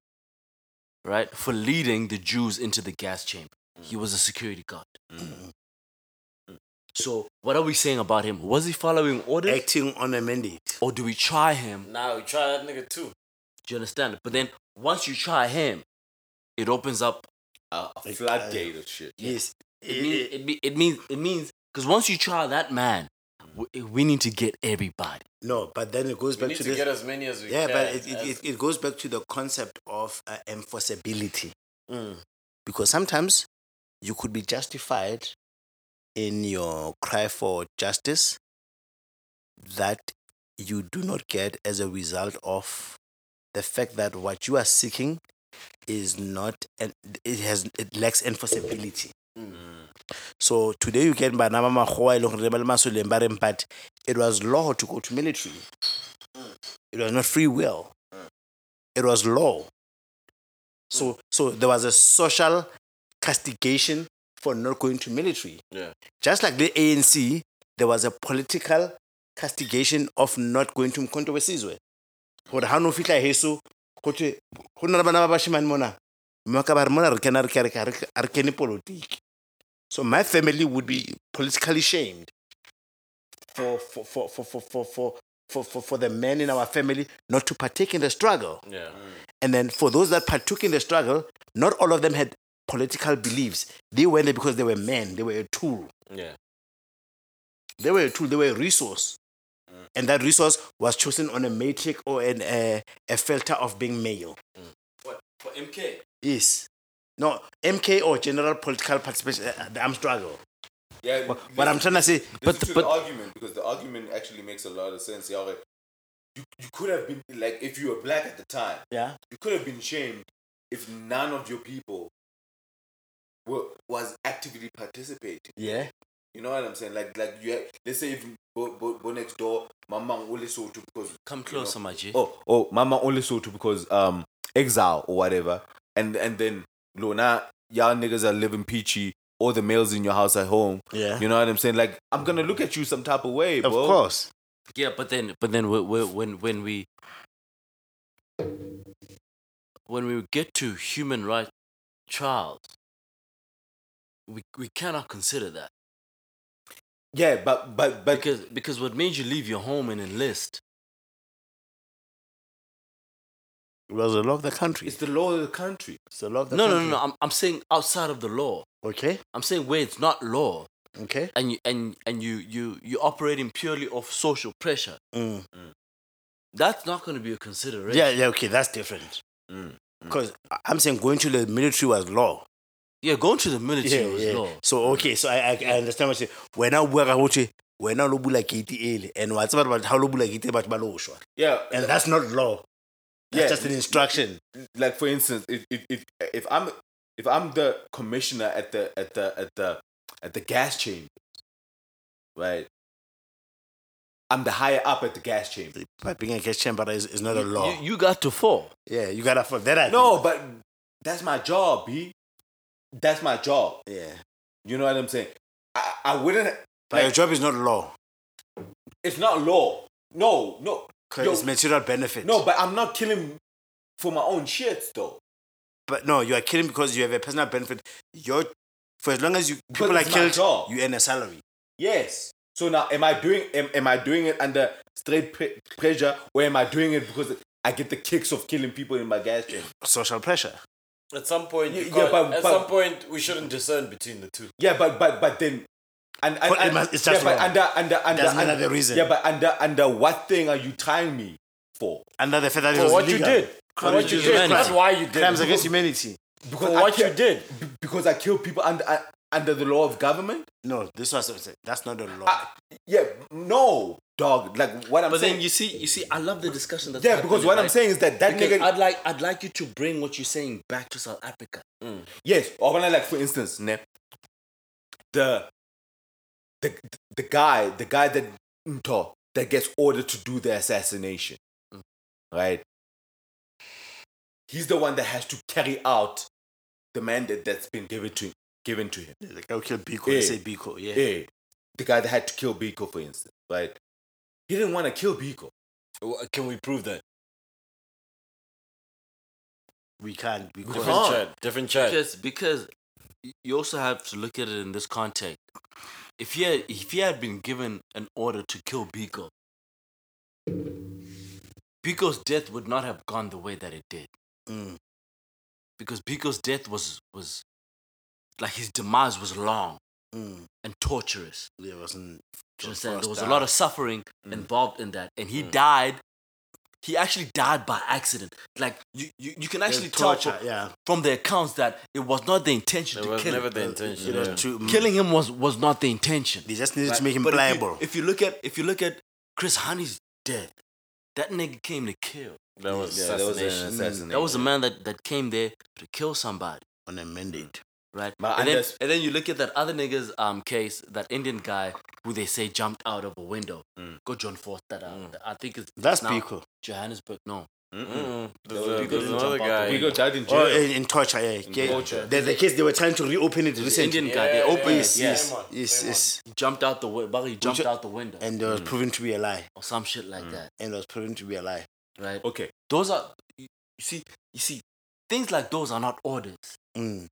B: right, for leading the Jews into the gas chamber.
D: Mm.
B: He was a security guard. Mm. So what are we saying about him? Was he following orders,
C: Acting on a mandate.
B: or do we try him?
D: Now you try that nigga too.
B: Do you understand? But then once you try him, it opens up.
E: a, a floodgate of shit.
C: Yes. Eh,
B: It, mean, it, be, it means it means because once you try that man, we, we need to get everybody.
C: No, but then it goes
D: We
C: back
D: need
C: to
D: to
C: this.
D: get as many as we
C: yeah,
D: can.
C: but it, it,
D: as-
C: it, it goes back to the concept of uh, enforceability. Because sometimes you could be justified in your cry for justice that you do not get as a result of the fact that what you are seeking is not and it has it lacks enforceability So today you can buy Nama e Mahoa along Remalmasu Lembarem, but it was law to go to military. It was not free will. It was law. So so there was a social castigation for not going to military.
E: Yeah.
C: Just like the ANC, there was a political castigation of not going to Mkhonto Wesizwe. Gore ha no fitla heso go thwe go na le bana ba bashimane mona mme ka ba re mona re kena re ke- re ke- re ke- re kene politiki. So my family would be politically shamed for for for for for for for for, for, for the men in our family not to partake in the struggle.
E: Yeah.
D: Mm.
C: And then for those that partook in the struggle, not all of them had political beliefs. They went there because they were men, they were a tool.
E: Yeah.
C: They were a tool, they were a resource.
B: Mm.
C: And that resource was chosen on a matrix or an, uh, a filter of being male.
B: For MK.
C: Yes. No, MK or general political participation, uh, the arm struggle.
E: Yeah.
C: But, but I'm trying to say,
E: but,
F: But-
E: to
F: but-
E: the argument because the argument actually makes a lot of sense. Yeah, like, you, you could have been like if you were black at the time,
C: yeah,
E: you could have been shamed if none of your people were was actively participating.
C: yeah,
E: You know what I'm saying? Like like you had, let's say if bo, bo, bo next door, mama only sold to because
B: Come closer, my G.
E: oh oh mama only sold to because um exile or whatever, and and then Lona y'all niggas are living peachy. All the males in your house at home.
C: Yeah.
E: You know what I'm saying? Like I'm gonna look at you some type of way,
C: of
E: bro.
C: course.
B: Yeah, but then, but then, we- we- when when we when we get to human rights trials, we we cannot consider that
E: Yeah, but but but
B: because because what made you leave your home and enlist?
C: It was the law of the country.
E: it's the law of the country.
C: It's the law of the
B: no, no,
C: country.
B: no, no. I'm I'm saying outside of the law.
C: Okay,
B: I'm saying where it's not law,
C: okay.
B: and you and and you you you operating purely off social pressure.
C: Mm.
B: That's not going to be a consideration.
C: Yeah, yeah, okay, that's different. Because I'm saying going to the military was law.
B: yeah. Going to the military was law.
C: So okay, so I I, I understand what you when I work I want you when I bula kiti ele and what's about how bula kiti but baloshwa.
E: Yeah,
C: And that's not law. That's
E: Yeah.
C: just an instruction.
E: like for instance, if if if, if I'm if I'm the commissioner at the at the at the at the gas chamber, right? I'm the higher up at the gas chamber.
C: But being a guest chamber is, is not a law.
B: You, you got to fall.
C: yeah, you gotta for that. I
E: No, but that's my job, B. That's my job.
C: think. yeah,
E: You know what I'm saying? I, I wouldn't.
C: but your job is not law
E: It's not law. No, no,
C: because
E: Yo.
C: it's material benefit.
E: no. But I'm not killing for my own shit, though.
C: but no, you are killing because you have a personal benefit. Your for as long as you
E: But
C: people are
E: it's my
C: killed,
E: job.
C: you earn a salary.
E: Yes. So now, am I doing am, am I doing it under straight pre- pressure, or am I doing it because I get the kicks of killing people in my gas chamber?
C: Social pressure.
D: At some point, you
E: Yeah,
D: can't-
E: but-
D: at
E: but-
D: some point, we shouldn't discern between the two.
E: Yeah, but but but then, and, and,
C: But it
E: and-
C: must- it's just
E: yeah, but
C: wrong.
E: under under under
C: doesn't matter
E: under-
C: the reason.
E: Yeah, but under under what thing are you tying me for?
C: Under the fact that it
D: For
C: was
D: what you
C: illegal.
D: did. For what you did. That's why you did.
C: Crimes
D: it.
C: against humanity.
E: Because
D: For
E: I
D: what
E: kill-
D: you did.
E: b- Because I kill people under uh, under the law of government.
C: No, this was that's not a law.
E: I, yeah, no, dog. Like what I'm
B: But
E: saying.
B: then you see, you see, I love the discussion. That's
E: yeah, because
B: happening,
E: what I'm
B: right?
E: saying is that that
B: Because
E: nigga.
B: I'd like, I'd like you to bring what you're saying back to South Africa.
E: Mm. Yes, or when I like for instance, ne, the the the guy, the guy that Nto, that gets ordered to do the assassination,
B: Mm.
E: right? He's the one that has to carry out the mandate that's been given to given to him.
C: The guy who killed Biko,
E: Yeah.
C: they say Biko, yeah.
E: Yeah, the guy that had to kill Biko, for instance, right? He didn't want to kill Biko.
D: Wh- Can we prove that?
C: We can't because
D: Different chat. Different chat.
B: Because, because y- you also have to look at it in this context. If he had, if he had been given an order to kill Biko, Biko's death would not have gone the way that it did.
C: Mm.
B: Because Biko's death was was like his demise was long
C: Mm,
B: and torturous.
C: there wasn't.
B: Do you understand? There was a lot of suffering
D: Mm.
B: involved in that, and he died. He actually died by accident. Like you, you, you can actually tell
C: torture,
B: from,
C: yeah.
B: from the accounts that it was not the intention
D: It
B: to
D: was
B: kill.
D: never
B: him. Uh,
D: the intention.
C: It was
D: yeah.
C: too, mm.
B: Killing him was was not the intention.
C: They just needed to make him
B: But if you,
C: pliable.
B: if you look at if you look at Chris Honey's death, that nigga came to kill.
D: That was
E: Yeah, that was an
D: assassination.
E: assassination.
B: That was a man that, that came there to kill somebody.
C: on a mandate.
B: right?
E: My
B: and, then,
E: unders-
B: and then you look at that other nigga's um case, that Indian guy who they say jumped out of a window.
D: Mm.
B: Go John Foster. uh, I think it's
C: That's
B: now
C: Biko.
B: Johannesburg. No,
D: Mm. There's,
E: Because
D: a, there's
E: it's
D: another guy.
E: We go died in jail.
C: Oh, in, in torture, yeah. yeah.
E: torture.
C: There's a case they were trying to reopen it
B: the
C: recently. Oh,
B: Indian guy. They opened
C: Yes,
B: it.
C: yes,
D: Same one,
C: yes,
D: same
C: yes.
B: He jumped out the window. He jumped
C: Which-
B: out the window
C: And it was
E: Mm.
C: proven to be a lie.
B: or some shit
D: Mm.
B: like that,
C: And it was proven to be a lie.
B: right?
E: Okay.
B: Those are you you see you see things like those are not orders.
C: Mm.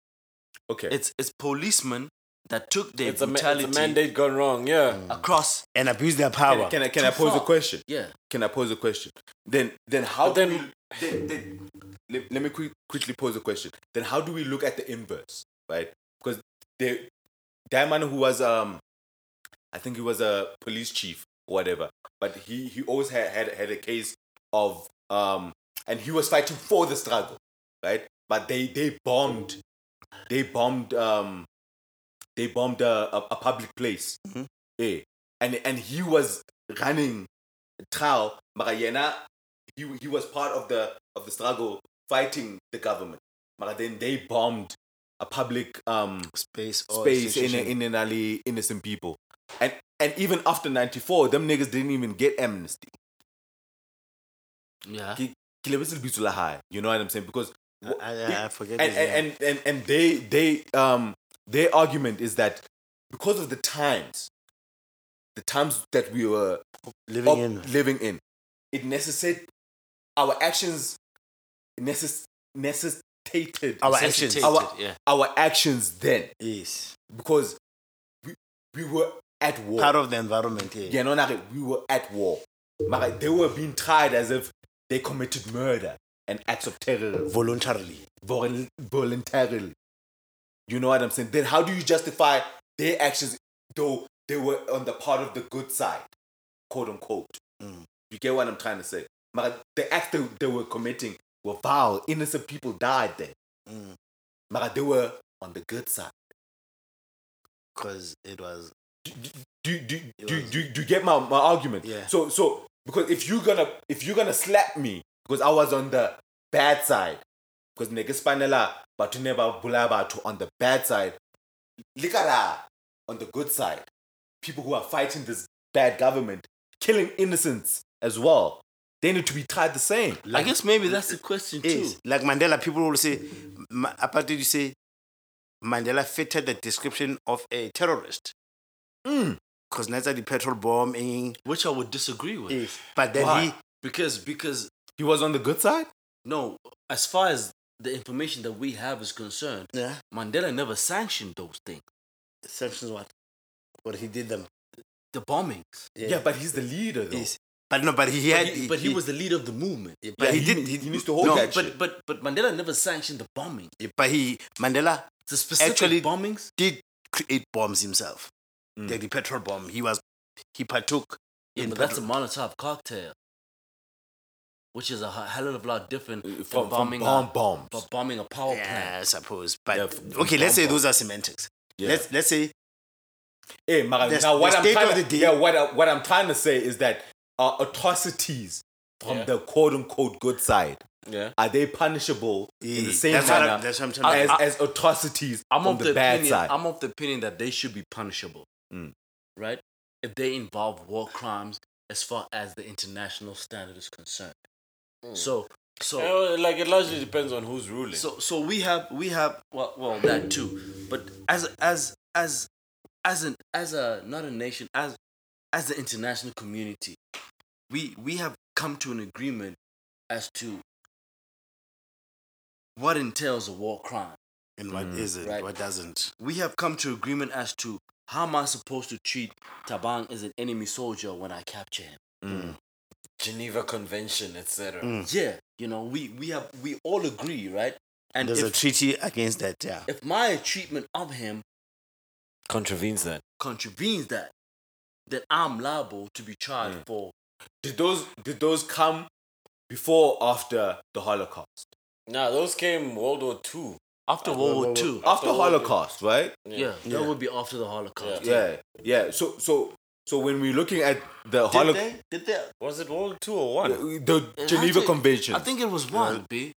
E: Okay.
B: It's it's policemen that took their
D: it's, a, ma-
B: brutality Mm.
D: it's a mandate gone wrong. Yeah.
B: across.
C: And abuse their
E: can,
C: power.
E: can I can I pose a
B: far.
E: question?
B: Yeah.
E: Can I pose a question? Then then how
D: But then-
E: do we, then, then, let, let me quick, quickly pose a question. Then how do we look at the inverse, right? Because they that man who was um I think he was a police chief or whatever, but he he always had had, had a case of um and he was fighting for the struggle, right? But they they bombed they bombed um they bombed a, a, a public place. Yeah. And and he was running trial, mara yena he he was part of the of the struggle fighting the government. Mara then they bombed a public um
C: Space or
E: space in
C: institution.
E: in an alley innocent people. And and even after 94 them niggas didn't even get amnesty.
B: Yeah.
E: Ke- ke lebetse lebitso la hae, You know what I'm saying? Because wh-
C: I- I-
E: yeah.
C: I forget
E: and,
C: his
E: and, and, and and they they um their argument is that because of the times the times that we were
C: Living
E: of
C: in.
E: living in. It necessitated our actions necess- necessitated
C: Our actions.
E: our,
B: yeah.
E: our actions then
C: Yes.
E: because we, we were at war.
C: Part of the environment, yeah.
E: yeah, no, no, we were at war. But they were being tried as if they committed murder and acts of terror
C: Voluntarily.
E: vol- voluntarily. You know what I'm saying? Then how do you justify their actions though they were on the part of the good side, quote unquote?
C: Mm.
E: You get what I'm trying to say? But the acts they, they were committing were vile. Innocent people died there.
C: Mm.
E: But they were on the good side.
C: Because it was.
E: Do, do, do, do, do you get my, my argument?
C: Yeah.
E: So so because if you're gonna if you're gonna slap me because I was on the bad side because niggas spanela but never bulabatu on the bad side, likara on the good side, people who are fighting this bad government, killing innocents as well, they need to be tried the same.
B: I guess maybe that's the question too.
C: Yes. Like Mandela, people will say, Ma- apparently you say, Mandela fitted the description of a terrorist. Because mm. the petrol bomb in.
B: Which I would disagree with.
C: But then he.
B: Because because
E: He was on the good side.
B: no, as far as the information that we have is concerned,
C: Yeah.
B: Mandela never sanctioned those things.
C: Sanctions what? But he did them.
B: The bombings.
E: Yeah, but he's the leader though.
C: Yes. But no, but he
B: But
C: had.
B: he, but he was the leader of the movement.
C: But he,
E: he
C: didn't.
E: need- he needs to hold
C: no,
E: that
C: but,
E: shit.
B: But but but Mandela never sanctioned the bombing.
C: But he Mandela
B: The specific
C: Actually-
B: bombings.
C: did create bombs himself. Like the petrol bomb. He was. He partook
B: Yeah,
C: in.
B: but that's a
C: petrol-
B: Molotov cocktail, which is a h- hell of a lot different from,
E: Uh, from
B: bombing
E: bomb
B: a,
E: bombs.
B: but bombing a power
C: yeah,
B: plant.
C: I suppose. But
E: Yeah, f-
C: okay, let's say
E: bomb
C: those are semantics. Let's let's say
E: Hey, Mara,
C: The-
E: Eh, now what
C: the
E: I'm
C: state
E: trying
C: of
E: to,
C: the day-
E: yeah, what, I, what I'm trying to say is that uh, atrocities from the quote unquote good side
D: Yeah.
E: are they punishable in
C: Yeah,
E: the same
C: that's what
E: manner
C: I'm- that's what I'm trying to-
E: as,
B: I-
E: as atrocities
B: I'm
E: from
B: of
E: the,
B: the,
E: bad
B: opinion,
E: side? Mm.
B: I'm of the opinion that they should be punishable, right? If they involve war crimes, as far as the international standard is concerned. So so
D: Uh, like it largely depends on who's ruling.
B: So so we have we have well, well that too, but as as as as an as a not a nation as as the international community, we we have come to an agreement as to what entails a war crime.
C: and what is it?
B: right.
C: What doesn't?
B: We have come to agreement as to how am I supposed to treat Tabang as an enemy soldier when I capture him.
D: Mm. Geneva Convention, etc.
C: Mm.
B: Yeah, you know we we have we all agree, right? And
C: There's a
B: if,
C: treaty against that. Yeah.
B: if my treatment of him
D: Contravenes that.
B: contravenes that, then I'm liable to be charged for.
E: did those did those come before or after the Holocaust?
D: Nah, those came World War Two.
B: After World War Two.
E: After,
D: World War
E: Holocaust, right?
B: Yeah, that would be after the Holocaust.
E: Yeah, yeah. So so so when we're looking at the Holocaust,
B: Did they? Did they?
D: Was it World War Two or one?
E: the Geneva
B: Actually,
E: Convention,
B: I think it was one, B. I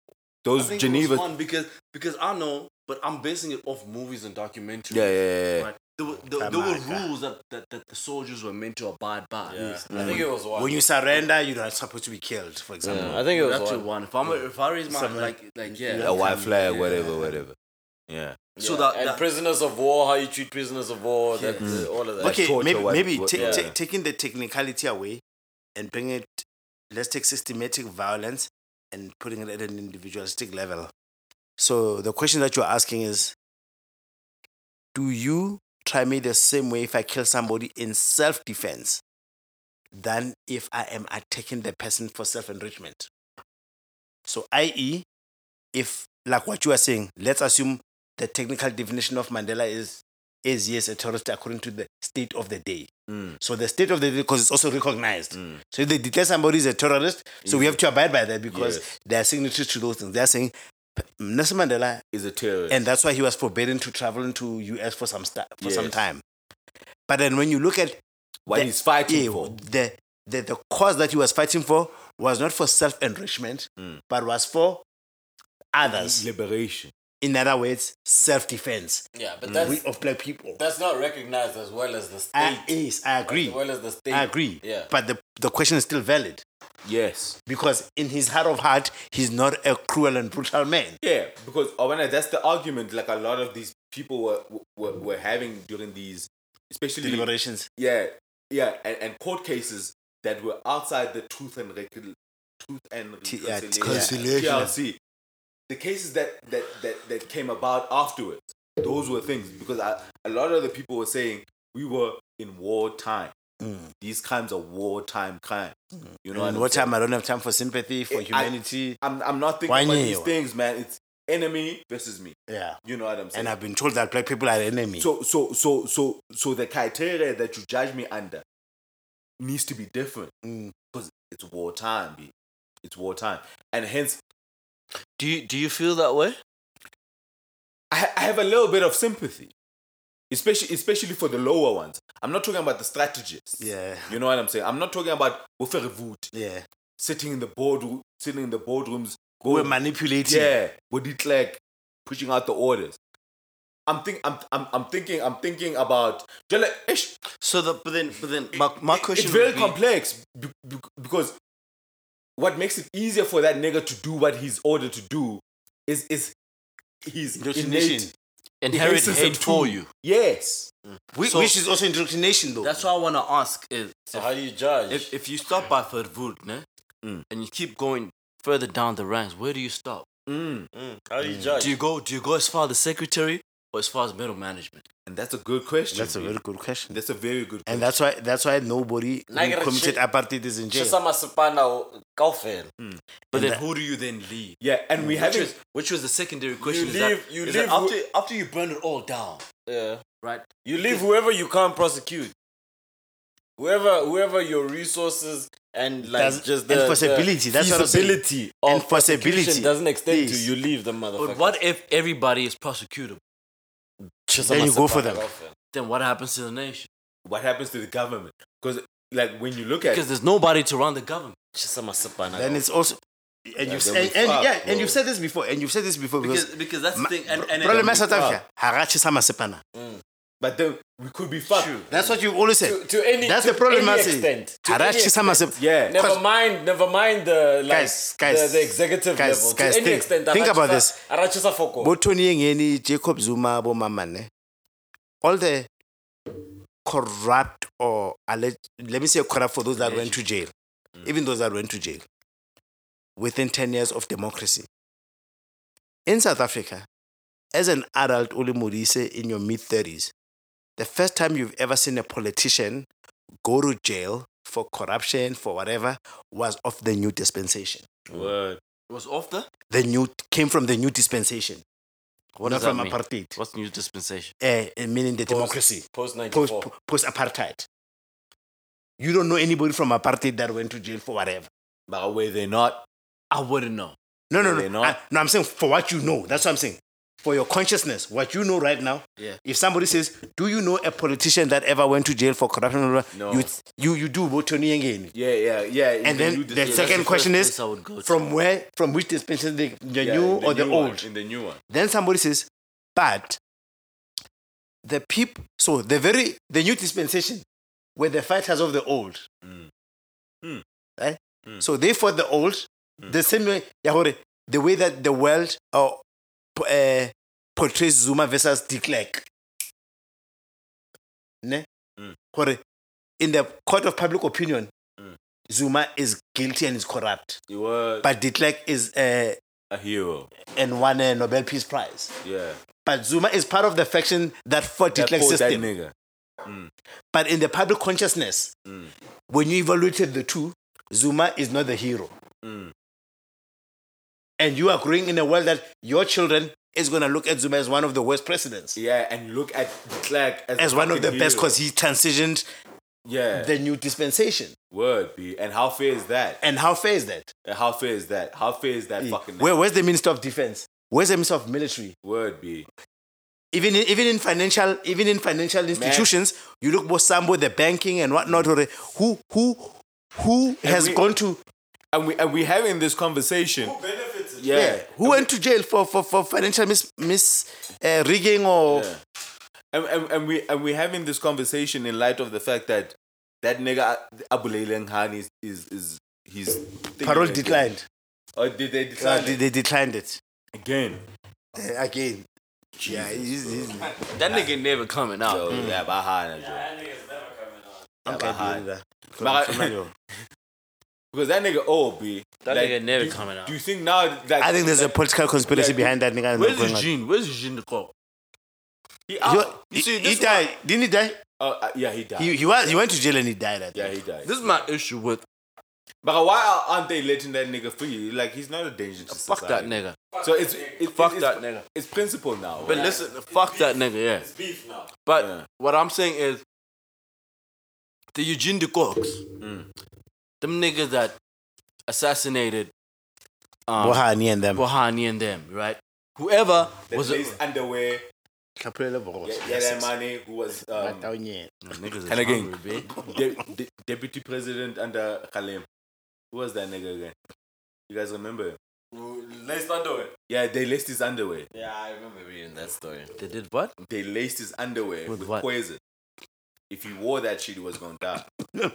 E: those
B: think it was
E: Geneva
B: one because because I know, but I'm basing it off movies and documentaries.
E: Yeah, yeah, yeah.
B: Right? There were, there, there were rules that, that, that the soldiers were meant to abide by.
D: I think it was one.
C: When you surrender, you're not supposed to be killed, for example.
D: I think it was
B: That's a
D: one.
B: one. If, I'm, if I raise my
C: Something
B: like, like yeah.
E: A white flag, whatever, whatever. Yeah.
B: So that,
D: and
B: that
D: prisoners of war, how you treat prisoners of war, that, uh, all of that.
C: okay,
E: torture,
C: maybe,
E: what-
C: maybe
E: what-
C: ta-
E: yeah.
C: ta- taking the technicality away and bring it, let's take systematic violence and putting it at an individualistic level. So the question that you're asking is, do you try me the same way if I kill somebody in self-defense than if I am attacking the person for self-enrichment? So, i.e., if like what you are saying, let's assume the technical definition of Mandela is is yes a terrorist according to the state of the day. So the state of the day because it's also recognized. So if they declare somebody is a terrorist, so we have to abide by that because they are signatories to those things. They are saying "P- Nelson Mandela,
E: Is a terrorist.
C: and that's why he was forbidden to travel into US for some sta- for some
E: Yes.
C: time. But then when you look at
E: what
C: the-
E: he's fighting
C: yeah,
E: for.
C: The, the, the cause that he was fighting for was not for self enrichment, but was for others.
E: Liberation.
C: In other words, self defense
D: yeah, but that's
C: of black people.
D: that's not recognized as well as the state.
C: I, yes, I agree.
D: As well as the state.
C: I agree.
D: Yeah.
C: But the, the question is still valid
E: Yes.
C: because in his heart of heart, he's not a cruel and brutal man.
E: Yeah, because Obana, that's the argument like a lot of these people were were, were having during these, especially
C: Deliberations.
E: yeah, yeah, and, and court cases that were outside the truth and recon, truth and
C: T- yeah,
E: reconciliation.
C: conciliation.
E: TRC. The cases that, that that that came about afterwards, those were things because I, a lot of the people were saying we were in wartime. These crimes are wartime crimes. You know,
C: Mm. And
E: I'm
C: what
E: saying?
C: time? I don't have time for sympathy, for
E: I-
C: humanity.
E: I'm I'm not thinking
C: Why
E: about
C: you?
E: these things, man. It's enemy versus me.
C: yeah.
E: You know what I'm saying?
C: And I've been told that black people are the enemy.
E: so so so so so the criteria that you judge me under needs to be different
C: Mm.
E: because it's wartime, B. It's wartime, and hence
B: do you do you feel that way?
E: I, ha- I have a little bit of sympathy, especially especially for the lower ones. I'm not talking about the strategists.
C: Yeah.
E: you know what I'm saying. I'm not talking about Boferevut
C: yeah.
E: sitting in the boardroom, sitting in the boardrooms,
C: We're
E: go-
C: manipulating.
E: Yeah, with it like pushing out the orders. I'm think I'm I'm, I'm thinking I'm thinking about just like, ish,
B: So the but then but then my, my question
E: it's very
B: would be,
E: complex be- be- because what makes it easier for that nigga to do what he's ordered to do is is his innate
C: Indoctrination.
B: inherit
E: racism
B: hate for
E: too.
B: you.
E: yes
C: Whi-
B: So-
C: which is also indoctrination, though.
B: That's what I want to ask is
D: So how do you judge?
B: if, if you stop by Fervud, ne, and you keep going further down the ranks, where do you stop?
D: Mm, how do you judge?
B: Do you go do you go as far as the secretary or as far as middle management?
E: and that's a good question
C: That's a
E: dude.
C: very good question.
E: that's a very good
C: And that's why that's why nobody who
D: Like,
C: committed
D: shit-
C: apartheid is in jail.
D: Shisa Masipana o- kaofela.
B: But then who do you then leave?
E: yeah and we
B: Which
E: haven't
B: was, which was the secondary question. is
D: leave-
B: that,
D: you
B: is
D: leave
B: that
D: who-
B: after after you burn it all down,
D: Yeah.
B: right?
D: You leave whoever you can't prosecute. Whoever, whoever your resources and like
C: Does-
D: just
C: and
D: the
C: possibility,
D: the
C: that's what I'm saying.
D: feasibility
C: And
D: of oh, prosecution
C: possibility.
D: doesn't extend to
C: Yes.
D: you leave the
B: But
D: motherfucker.
B: what if everybody is prosecutable?
C: Then you go for them.
B: Then what happens to the nation?
E: what happens to the government because like when you look at
B: Because there's nobody to run the government.
C: Then it's also and you've
E: then
C: said
E: we
C: and, and-
E: fuck,
C: yeah,
E: bro.
C: and you've said this before, and you've said this before because,
B: Because, because that's the thing. And, and
C: problem in South Africa, harachi sama sepana.
E: but then we could be fucked
C: That's what you've always said.
D: To, to any
C: that's
D: to
C: the problem.
D: any
C: I say.
D: extent. To any
C: Harachi sama
D: extent.
C: sepana.
E: yeah
D: Never mind, never mind the like
C: Guys, guys,
D: the, the executive
C: guys,
D: level.
C: guys,
D: to any
C: think-
D: extent,
C: think about this.
D: Arachisa Foko.
C: Bo Tony Ngeni, Jacob Zuma, Bo Mamane, all the corrupt or alleged, let me say corrupt for those that went to jail,
B: Mm.
C: even those that went to jail within 10 years of democracy. In South Africa, as an adult, Uli Murise, in your mid 30s, the first time you've ever seen a politician go to jail for corruption, for whatever, was of the new dispensation
E: word
B: was off the
C: the new came from the new dispensation. What not
B: does that
C: from
B: mean?
C: apartheid,
B: what's new dispensation?
C: Eh, eh, meaning the democracy
D: Post ninety
C: post
D: four.
C: post apartheid. You don't know anybody from apartheid that went to jail for whatever.
E: but were they not
B: I wouldn't know.
C: No, no,
E: They
C: no.
E: not?
C: I- no, I'm saying for what you know. That's what I'm saying. for your consciousness, what you know right now.
B: Yeah.
C: If somebody says, "Do you know a politician that ever went to jail for corruption?"
E: No.
C: You you you do what Tony again.
E: Yeah, yeah, yeah.
C: And
E: new
C: then
E: dis-
C: the
E: yeah,
C: second question is
B: place I would go to.
C: from where, from which dispensation, the, the
E: yeah,
C: new
E: in
C: or the
E: new one,
C: old?
E: in the new one.
C: Then somebody says, but the people, so the very, the new dispensation were the fighters of the old.
E: Mm.
C: Right? So they fought the old the same way, Yahore, the way that the world uh, p- uh, portrays Zuma versus de Klerk. Ne? Hore, in the court of public opinion, Zuma is guilty and is corrupt.
E: You were
C: But de Klerk is uh,
E: a hero.
C: and won a Nobel Peace Prize.
E: Yeah.
C: But Zuma is part of the faction that fought the
E: That
C: Klerk
E: old, that
C: system.
E: nigga.
C: But in the public consciousness, when you evaluated the two, Zuma is not the hero. And you are growing in a world that your children is going to look at Zuma as one of the worst presidents.
E: Yeah, and look at Clark as,
C: As
E: a
C: one of the
E: fucking
C: best
E: hero.
C: because he transitioned
E: Yeah.
C: the new dispensation.
E: Word be. And how fair is that?
C: And how fair is that?
E: And how fair is that? How fair is that fucking
C: Where, where's the Minister of Defense? Where's the Minister of Military?
E: word be?
C: even in, even in financial even in financial institutions, you look Bosambo, the banking and whatnot, or the- who who who has
E: we-
C: gone to
E: And we and we having this conversation. Who benefits? Yeah.
C: who went to jail for for, for financial mis mis uh, rigging or
E: Yeah. And, and, and we and we having this conversation in light of the fact that that nigga Abuleleng Han is is is he's
C: parole declined?
E: Or did they
C: Uh,
E: decline
C: they,
E: it?
C: they declined it
E: again?
C: Uh, again. yeah, he's, he's,
B: that nigga never coming out.
E: So, Oh,
C: Hmm.
E: yeah, Bahana, Joe.
C: I'm
E: high.
C: that.
E: But- Because that nigga old B.
B: That
E: Like,
B: nigga never
E: do-
B: coming out.
E: Do you think now that
C: I think there's a political conspiracy
E: Yeah,
C: behind that nigga.
B: Where's
C: going on.
B: Eugene? Where's Eugene Nicole?
E: he
C: He,
E: out? Ah, You see,
C: he
E: this one-
C: died. Didn't he die?
E: Oh, uh, yeah, he died.
C: He, he, was, he went to jail and he died. I think.
E: yeah, he died.
B: This is my issue with
E: But why aren't they letting that nigga free? Like he's not a danger to
B: fuck
E: society.
B: that nigga.
E: So it's it,
B: Fuck
E: it's,
B: that nigga.
E: It's principle now.
B: But listen, fuck that nigga, yeah. It's beef now. But
E: Yeah.
B: what I'm saying is the Eugene de Cox, them niggas that assassinated um,
C: Bohani and them.
B: Bohani and them, right? Whoever was
E: was
B: it?
E: his underwear?
C: Kapela Bohani.
E: Yeah, yeah, that money who was um,
C: Bataunye.
B: Niggas is
E: And again-
B: hungry, babe.
E: *laughs* de- de- deputy president under Khalem. Who was that nigga again? You guys remember? him?
D: Let's not do it.
E: Yeah, they laced his underwear.
D: Yeah, I remember reading that story.
B: They did what?
E: They laced his underwear
B: With
E: with,
B: what?
E: poison. If he wore that shit, he was gonna die. *laughs*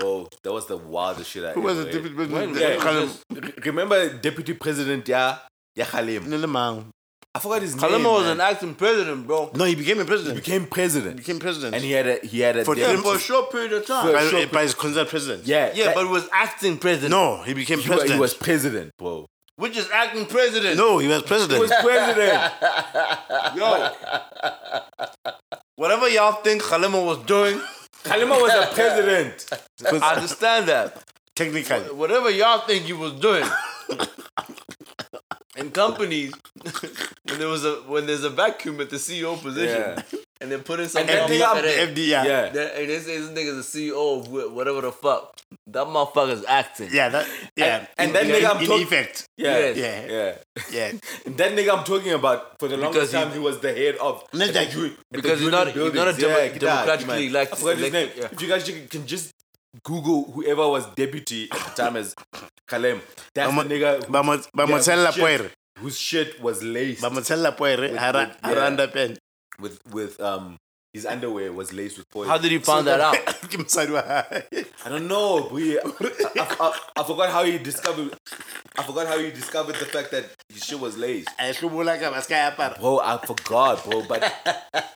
E: Whoa, that was the wildest shit I
C: Who
E: ever
C: was the
E: heard.
C: deputy president?
E: Yeah,
C: Khalem.
E: Remember Deputy President Ya Ya Khalem?
C: No, no, man.
E: I forgot his name.
B: Kalema was
E: man.
B: an acting president, bro.
C: No, he became a
E: He
C: president.
E: became president,
C: became president.
E: and he had a he had a
C: For
E: deputy-
C: them, for
B: Short period of time.
C: by,
E: sure.
C: by his considered president.
E: yeah
B: Yeah,
E: that-
B: but it was acting president.
C: No, he became
E: he was,
C: president.
E: he was president, bro.
B: Which is acting president.
C: no, he was president.
E: president.
B: Yo. Whatever y'all think Kalema was doing,
E: Khalema *laughs* was a president.
B: I understand that.
C: technically.
B: Whatever y'all think you was doing in companies, when there was a when there's a vacuum at the CEO position,
E: Yeah.
B: and they put in some
E: then they up
B: motherfucker
C: FDR. Yeah,
E: Yeah,
B: there, and they say this nigga's a CEO of wh- whatever the fuck. That motherfucker's acting.
C: that, yeah.
E: and
C: in,
E: that
C: in,
E: nigga I'm
C: in,
E: talk-
C: effect.
E: yeah,
B: Yes.
E: yeah.
C: Yeah, yeah.
E: And that nigga I'm talking about for the
B: Because
E: longest
B: he-
E: time he was the head of
C: Not that you-
B: Because he's not- he's not a demo-
E: get
B: democratically
E: that, man.
B: elect-
E: I forgot his name.
B: elected, yeah.
E: If you guys ju- can just Google whoever was deputy at the time as Kalem, that's
C: Bamo-
E: the nigga who-
C: Bamo- Bamotshela
E: whose shit-
C: Poere.
E: whose shit was laced
C: Bamotshela Poere, hara
E: with- yeah.
C: hara underpants.
E: with with um his underwear was laced with poison.
B: How did he find that out?
C: *laughs* Ke mosadi wa hae.
E: I don't know. but he- I, I- I forgot how he discovered. I forgot how he discovered the fact that his shit was laced.
C: A e hlobolaka, ba se ka e apara.
E: Bro, I forgot, bro. But
C: *laughs*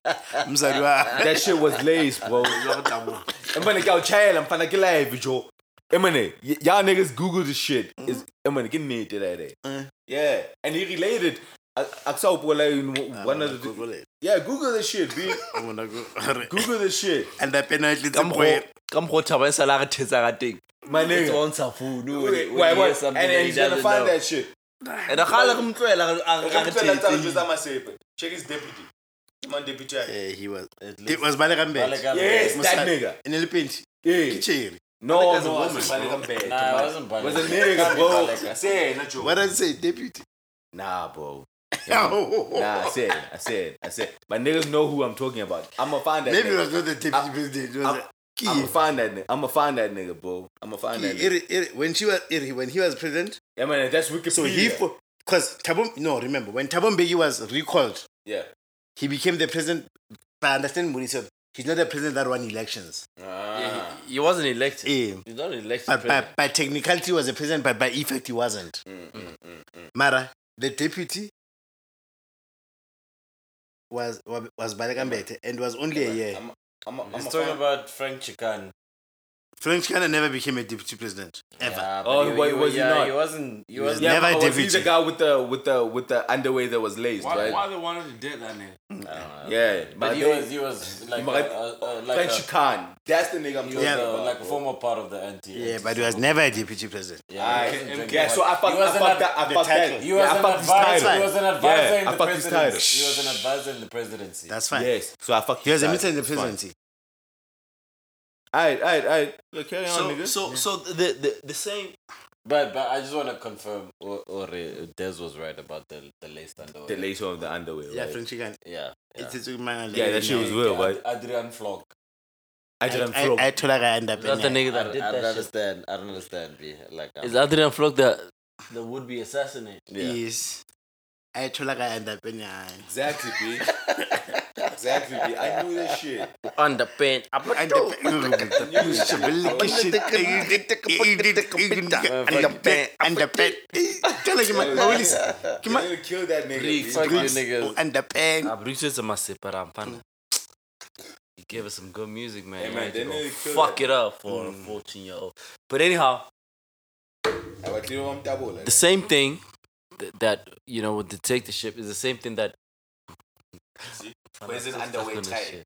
C: Mosadi wa *laughs* hae.
E: that shit was laced, bro. Emane ke a o tjhaela, mfana ke live jo. Emane, y- y'all niggas Google this shit.
B: Mm-hmm.
E: Is emane ke nnete that eh. Yeah, and he related. I I saw
B: Ah,
E: one of the
C: Google it.
E: yeah. Google this shit, B.
C: I'm gonna go- hore.
E: Google this shit,
C: Underpants a e tletse
B: Ka mokgo-
C: poere.
B: ka mokgo thaba e sala re thetsa ka teng.
E: my
B: It's
E: nigga.
B: on Safu, no, when he-
E: Wait,
B: when
E: wait,
B: he hears
E: wait. And
B: something that
E: then
B: he
E: he's gonna
B: doesn't
E: find
B: know.
E: that shit.
B: And akhala ke motlohela a re- a re- a re
E: Repeat that
B: thetse.
E: just on my safe. Check his deputy. Come on, deputy.
C: Eh, he was- it was Balekambete.
E: Yes, that
C: Mosadi.
E: nigga.
C: E ne le penti. Ke
E: Yeah.
C: cherry.
E: No,
B: a
E: no,
B: woman,
E: wasn't Baleka Mbete,
D: Nah, it
E: man.
D: wasn't Baleka.
C: e
E: was a nigga, bro. Say, not you.
C: What did I say? Deputy.
E: Nah, bro.
C: *laughs* Oh.
E: Nah, I said, I said, I said. My niggas know who I'm talking about. I'm gonna find that.
C: Maybe it
E: nigga.
C: was not the deputy
E: I-
C: president. It was
E: I'm,
C: a-
E: gonna
C: ah,
E: find that. Nigga. I'm gonna find that nigga, bro. I'm gonna find that.
C: He-
E: Nigga.
C: Iri- Iri- when she was Iri- when he was president,
E: Yeah, man, that's Wikipedia.
C: so he because Thabo no remember when Thabo Mbeki was recalled,
E: yeah.
C: he became the president. But I understand what he said. He's not the president that won elections.
B: *laughs*
E: Ah.
B: He, he wasn't elected.
C: Eh,
B: He's not elected.
C: but by,
B: president.
C: by technicality he was a president, but by effect he wasn't. Mara, the deputy was wa- was Balekambete and was only a year.
E: I'm, I'm, I'm,
D: He's
E: I'm
D: talking about Frank Chikan.
C: French Kana never became a deputy president ever.
D: Yeah,
E: Oh,
D: Ah, but
E: wait, was he
D: yeah,
E: not?
D: He wasn't. He wasn't.
E: yeah,
C: never
E: but was he
C: deputy.
E: the guy with the with the with the underwear that was laced,
B: why,
E: right? Uh,
B: why they wanted to date that nigga?
E: Yeah,
D: But
E: but
D: he was. He was like a,
E: Marat-
D: a, a, like uh,
E: French
D: a,
E: Khan. That's the nigga I'm
D: he
E: talking
D: was a,
E: about.
D: like a
E: bro.
D: former part of the anti.
C: Yeah, but he was never a deputy president.
D: yeah,
E: Aye.
D: he wasn't
E: Yeah,
D: drinking
E: so I
D: water.
E: fucked,
D: He
E: I
D: was
E: fucked
D: an
E: that. I
C: the
E: fucked
C: title.
E: that.
D: He was,
E: yeah, I
D: an
E: fucked his
D: advisor.
E: title.
D: he was an advisor
E: Yeah,
D: in
E: I
D: the
E: fucked his
D: presidency.
E: title.
D: He was an advisor in the presidency.
C: That's fine.
E: Yes, so I fucked.
C: He was a
E: his
C: minister in the
E: title. It's fine.
C: presidency.
E: Alright, alright, alright. Look, carry on,
B: So,
E: nigga.
B: so, so the, the the same.
D: But but I just want to confirm, or, or uh, Des was right about the the laced underwear.
E: the lace on the underwear.
C: Yeah,
E: right?
C: French Kana.
D: yeah, yeah.
C: It is my
E: Yeah, that shit was real, right?
D: Ad- Adrian Flock.
E: I didn't
C: I, I, I told her I end up
B: That's the
C: in
B: nigga
D: I,
B: that
D: don't-
B: did
D: I don't
B: that shit.
D: understand. I don't understand. B. Like, um, I'm-
B: Is Adrian Flock the the would be assassinate?
D: yeah.
C: Yes. I told her I end up in
E: Exactly, B. exactly, B. I knew that shit.
B: Underpaint.
C: And *laughs* the and the pen telling him my police
E: You're gonna kill that nigga. B.
D: Fuck you niggas.
C: and the pen
B: Abruzzes a masiparampana. He gave us some good music, man.
E: Hey,
B: You
E: man,
B: had to
E: they
B: go
E: nearly killed
B: fuck
E: that.
B: it up for a 14 year old. But anyhow,
E: But you know, I'm double, like,
B: the same thing th- that, you know, with dictatorship is the same thing that.
E: poison
B: That's
E: underwear
B: gonna
E: tight.
B: shit.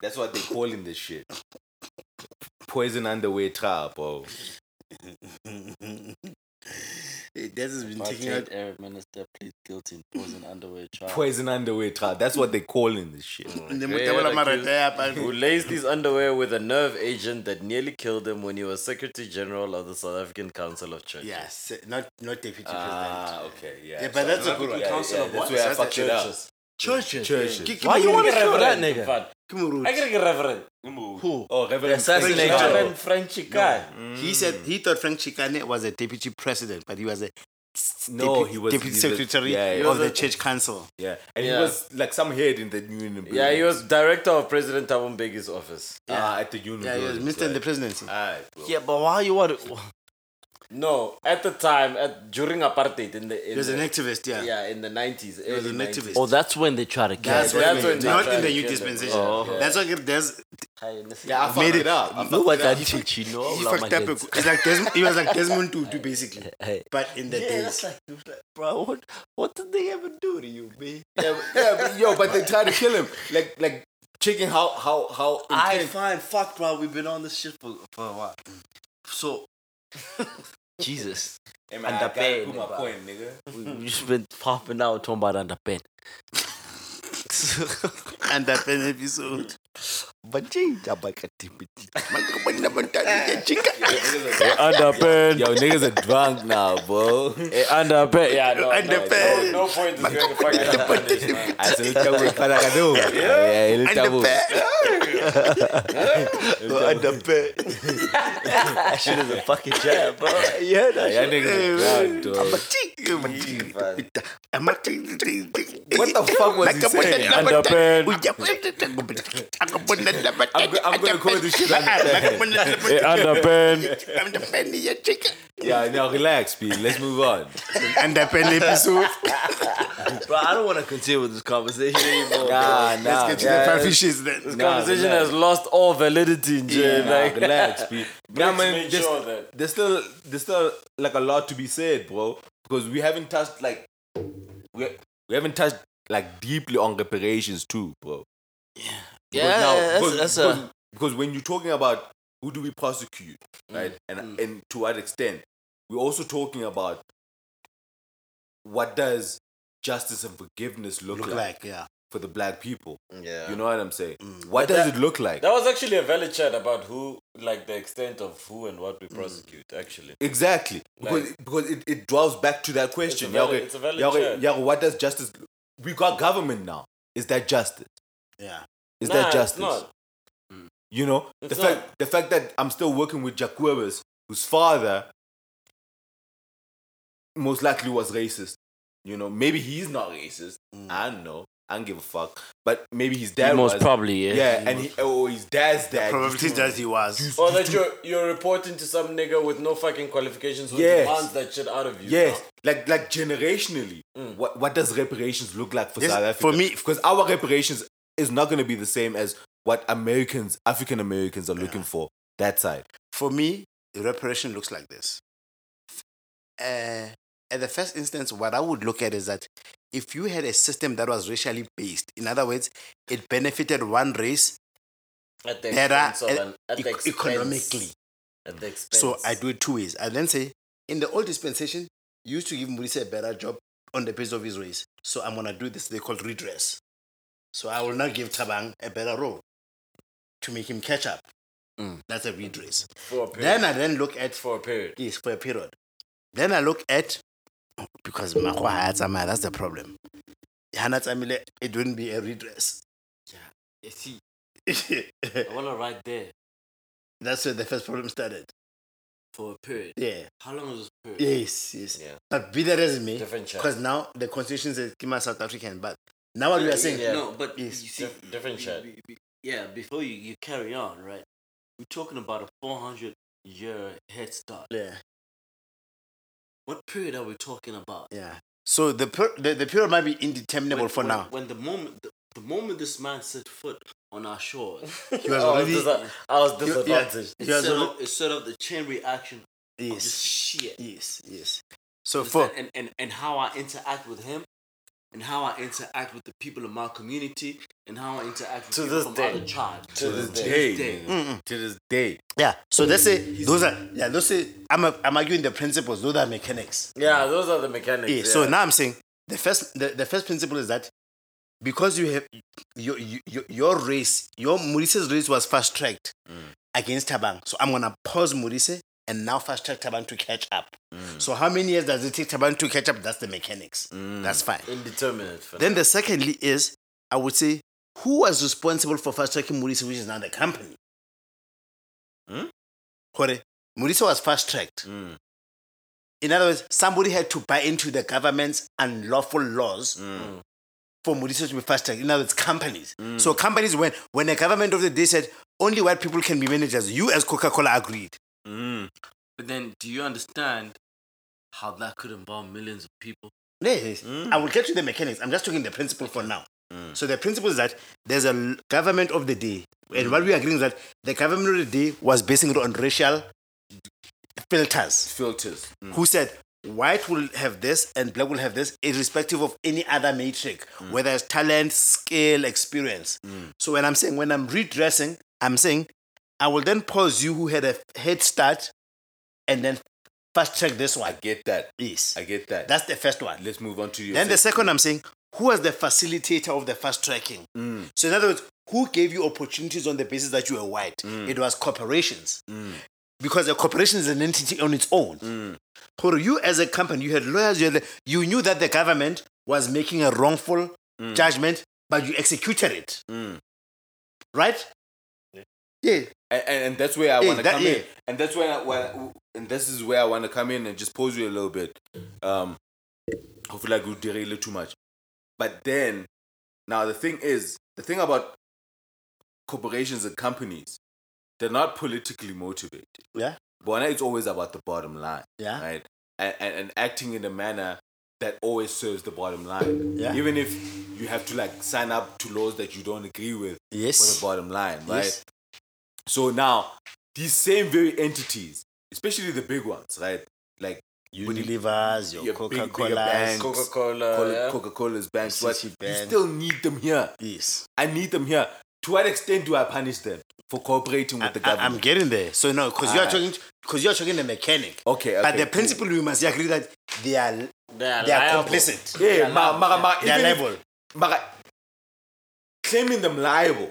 E: That's what they call him this shit. Poison underwear trap, oh. bro.
C: This has been taking out
D: Apartheid Arab minister plead guilty in poison underwear trial.
E: Poison underwear trap. That's what they call him this shit.
C: the mutabala
D: Who
C: marata
D: laced his underwear with a nerve agent that nearly killed him when he was Secretary General of the South African Council of Churches.
C: yes not not deputy president
E: Ah, okay, yeah.
C: Yeah, but that's a good one.
E: Council of what? That's where I fucked it up.
D: Churches.
C: churches
E: Churches.
B: Why you want to kill that
D: Reverend,
B: nigga?
D: compadre. I gotta get Reverend.
C: who
E: Oh, Reverend
B: assassination.
E: Frank Chicano.
D: Reverend Frenchy guy.
C: he said he thought Frank Chikane was a deputy president but he was a
E: No,
C: deputy,
E: he was-
C: deputy
E: he's a-
C: secretary
E: yeah, he
C: of
E: was
C: the church council.
E: Yeah, and
D: Yeah.
E: he was like some head in the union.
D: Yeah, he
E: building.
D: was director of President Thabo Mbeki's office.
E: Ah, at the union.
C: Yeah, he was
E: buildings,
C: Mr. in the
E: right.
C: presidency.
E: Alright, bro.
B: Yeah, but why you want to.
D: No, at the time, at during apartheid in the in
C: He was
D: the,
C: an activist, yeah.
D: yeah in the nineties.
C: He was an activist.
B: Oh, that's when they try to kill
C: that's
B: him.
C: what I
D: that's
C: mean.
D: when they
C: Not
D: tried
C: in the
D: to
C: youth
D: kill him.
C: dispensation.
B: Oh.
C: That's what it- there's
E: Yeah, I fucked
C: Made
E: it,
C: it.
E: up. I
B: Look what
E: fucked it
B: that
E: up.
B: did, you know?
C: he
B: Love my
C: fucked up.
B: kids.
C: It's like Desmond, he was like Desmond
E: *laughs*
C: Tutu basically, but in the days.
B: Bro, what, what did they ever do to you, man?
E: Yeah, but- yeah, but, yo, but they tried to kill him. Like, like checking how how how.
B: I
E: intense-
B: fine, fuck, bro. We've been on this shit for, for a while. So, Mm. *laughs* Jesus,
E: Hey, man, I
B: under
E: gotta
B: bed,
E: prove my
B: bro.
E: point, *laughs* nigga.
B: we, we just been popping out talking about *laughs* underpin.
C: And that an episode.
E: Underpants. Yo, niggas are drunk now, bro.
D: Underpay, yeah, no,
C: And
D: no,
C: the pen.
D: no point is going to fuck it up on this, man.
E: I said, "Little boy, pana kadu." Yeah, yeah,
C: And
E: little boy. *laughs*
C: the Oh,
B: that shit is a fucking jab, bro. Yeah, that
E: Yeah, niggas are drunk, dog. What the fuck was he saying? I'm, go- I'm gonna call this shit underpants. Yeah, now relax, B. Let's move on.
C: And the pen episode.
B: Bro, I don't want to continue with this conversation anymore.
E: Nah, nah.
C: Let's get to
E: yeah.
C: the five fishes then.
E: Nah,
D: Conversation
E: relax.
D: has lost all validity in jail.
E: Nah,
D: like,
E: relax, *laughs* B. Nah, man,
D: made
E: there's,
D: sure that-
E: there's still there's still like a lot to be said, bro. Because we haven't touched like we we haven't touched like deeply on reparations too, bro.
B: yeah,
E: Because now-
B: that's,
E: because,
B: that's
E: because,
B: a.
E: because when you're talking about who do we prosecute, right, and and to what extent, we're also talking about what does justice and forgiveness look,
C: Look
E: like.
C: like, yeah.
E: for the black people.
D: Yeah.
E: You know what I'm saying? What does it look like?
D: That was actually a valid chat about who, like the extent of who and what we prosecute, actually.
E: Exactly. Because, because it, it dwells back to that question.
D: valid-
E: Yahweh,
D: it's a valid
E: Yahweh,
D: check.
E: Yahweh, what does justice we got government now. Is that justice?
C: Yeah. Mm.
E: Is
D: Nah,
E: that
D: it's
E: justice?
D: not.
E: You know?
D: It's
E: the fact the fact that I'm still working with Jack Webers, whose father most likely was racist. You know, maybe he's not racist.
C: Mm.
E: I don't know. I don't give a fuck. But maybe his dad
B: most
E: was.
B: probably, yeah.
E: Yeah, and he, or his dad's dad. *laughs*
C: Probably that he was.
D: Or that you're you're reporting to some nigga with no fucking qualifications who
E: Yes.
D: demands that shit out of you.
E: Yes, like like generationally, what what does reparations look like Mm. for
C: Yes,
E: South Africa?
C: for me-
E: because our reparations is not going to be the same as what Americans, African Americans, are looking for that side.
C: For me, the reparation looks like this. Uh, at the first instance, what I would look at is that if you had a system that was racially based, in other words, it benefited one race
D: At the
C: better
D: expense of
C: e-
D: an, at the
C: ec-
D: expense,
C: economically.
D: At the expense.
C: So I do it two ways. I then say, in the old dispensation, you used to give Mulisa a better job on the basis of his race. So I'm gonna do this. They call redress. So I will not give Tabang a better role to make him catch up. That's a redress.
D: for a period.
C: Then I then look at
D: for a period.
C: this for a period. Then I look at because Makwa had Tsamaya, that's the problem. Hana Tsamile, it wouldn't be a redress. *laughs*
B: You see,
C: that's
B: I wanna write there
C: where the first problem started.
B: for a period.
C: Yeah.
B: How long was this period?
C: Yes, yes.
D: Yeah.
C: But be that as it may,
D: Different chat.
C: because now the constitution says Kima South African, but now what we are saying,
D: Yeah.
B: No, but
C: Yes.
B: you see,
D: Dif- different
B: be-
D: shit.
B: be- be- yeah, before you, you carry on, right? We're talking about a 400 year head start.
C: yeah,
B: What period are we talking about?
C: yeah. So the per- the, the period might be indeterminable for
B: when,
C: now.
B: When the moment, the, the moment this man set foot on our shores,
C: He was
D: I was,
C: already
D: disa- I was disadvantaged.
B: it,
C: he has
B: set
C: already-
B: up, it set up the chain reaction of just
C: yes,
B: shit.
C: yes, yes. So for
B: understand? and, and and how I interact with him, and how I interact with the people in my community, and how I interact with
D: To
B: people
D: this
B: from
D: day.
B: other tribes.
D: To this day.
B: day.
E: nigga. to this day,
C: yeah, so let's say those are yeah, let's say I'm a, I'm arguing the principles. Those are mechanics.
D: Yeah, those are the mechanics.
C: Yeah, Eh, So now I'm saying the first the, the first principle is that because you have your your, your race, your Maurice's race was fast tracked
D: Mm.
C: against Tabang. So I'm gonna pause Maurice and now fast track Tabang to catch up.
D: Mm.
C: So how many years does it take Tabang to catch up? That's the mechanics. That's fine.
D: Mm. indeterminate. For
C: Then the secondly is I would say who was responsible for fast tracking Maurice, which is now the company.
D: Hmm?
C: Hore, Maurice was fast tracked. In other words, somebody had to buy into the government's unlawful laws for Maurice to be fast tracked. In other words, companies. So companies when when the government of the day said only white people can be managers, you as Coca Cola agreed.
B: But then, do you understand how that could involve millions of people?
C: Yes,
E: Mm.
C: I will get to the mechanics. I'm just talking the principle for now. So the principle is that there's a l- government of the day, and
E: Mm.
C: what we are agreeing is that the government of the day was basing it on racial filters.
E: filters. Mm.
C: Who said white will have this and black will have this, irrespective of any other matrix,
E: Mm.
C: whether it's talent, skill, experience. So when I'm saying when I'm redressing, I'm saying I will then pause you who had a head start, and then fast track this
E: I
C: one.
E: get that.
C: Yes,
E: I get that.
C: that's the first one.
E: Let's move on to your.
C: Then the second, I'm saying, who was the facilitator of the fast tracking? So in other words, who gave you opportunities on the basis that you were white? It was corporations, because a corporation is an entity on its own. For you as a company, you had lawyers. You, had, you knew that the government was making a wrongful judgment, but you executed it,
E: Mm.
C: right? Yeah.
E: and, and, and that's where I
C: Yeah,
E: want to
C: that-
E: come
C: yeah.
E: in, and that's where, I, where I- and this is where I want to come in and just pose you a little bit. Um, hopefully, I go derail it too much. But then, now the thing is, the thing about corporations and companies, they're not politically motivated.
C: Yeah.
E: But it's always about the bottom line.
C: Yeah.
E: Right. And, and, and acting in a manner that always serves the bottom line.
C: Yeah.
E: Even if you have to like sign up to laws that you don't agree with for the
C: Yes.
E: bottom line, right?
C: Yes.
E: So now these same very entities, especially the big ones, right? Like
C: Unilevers, your
E: Your big, bigger
C: Coca Cola.
E: banks.
D: Coca Cola. Yeah.
E: Coca Cola's banks,
C: The
E: what
C: city
E: you
C: bank.
E: still need them here.
C: Yes.
E: I need them here. To what extent do I punish them for cooperating with the
C: I, am
E: government?
C: getting there. So no, because you are
E: Ah.
C: talking, because you are talking the mechanic.
E: okay, okay,
C: but the
E: cool.
C: principle we must agree that they are
D: They are,
C: they are
D: liable.
C: complicit.
E: Yeah, ma, ma, ma,
C: They are
E: even if-
C: liable.
E: Mara, claiming them liable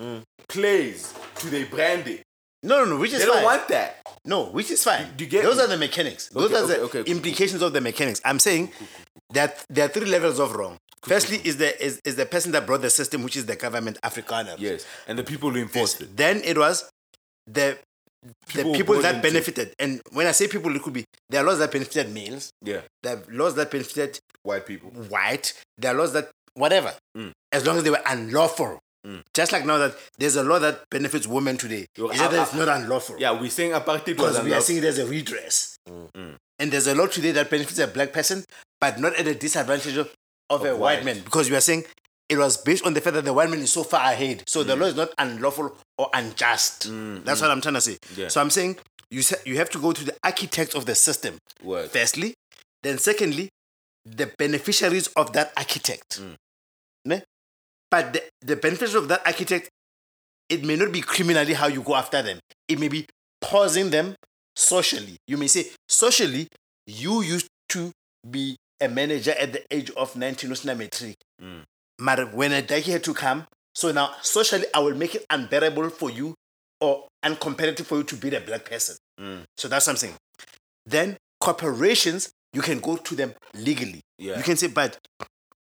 C: Mm.
E: plays to their branding.
C: No, no, no. Which is
E: They don't
C: fine.
E: want that.
C: No, which is fine.
E: Do you get
C: Those
E: me?
C: are the mechanics. Those
E: Okay,
C: are the
E: okay, okay, cool,
C: implications of the mechanics. I'm saying that there are three levels of wrong. Firstly, is the is, is the person that brought the system, which is the government Afrikaner.
E: Yes, and the people who enforce it.
C: Then it was the
E: People
C: the people
E: brought
C: that
E: into-
C: benefited. And when I say people, it could be there are laws that benefited males,
E: Yeah,
C: there are laws that benefited
E: white people.
C: white, there are laws that whatever.
E: Mm.
C: As long as they were unlawful. Just like now that there's a law that benefits women today.
E: Yo,
C: Is that
E: I- I-
C: it's not unlawful?
E: Yeah, we're saying apartheid
C: because
E: was
C: we are
E: unlawful.
C: seeing there's a redress. And there's a law today that benefits a black person, but not at the disadvantage of, of a white,
E: white.
C: man. Because we are saying it was based on the fact that the white man is so far ahead. So the law is not unlawful or unjust. That's what I'm trying to say.
E: Yeah.
C: So I'm saying you, sa- you have to go to the architect of the system,
E: Word.
C: firstly. Then, secondly, the beneficiaries of that architect. Ne? But the, the beneficiaries of that architect, it may not be criminally how you go after them. It may be pausing them socially. You may say, socially, you used to be a manager at the age of 19 Usna Matric.
E: Mm.
C: But when a daki had to come, so now socially, I will make it unbearable for you or uncompetitive for you to be a black person.
E: Mm.
C: So that's something. Then corporations, you can go to them legally.
E: Yeah.
C: You can say, but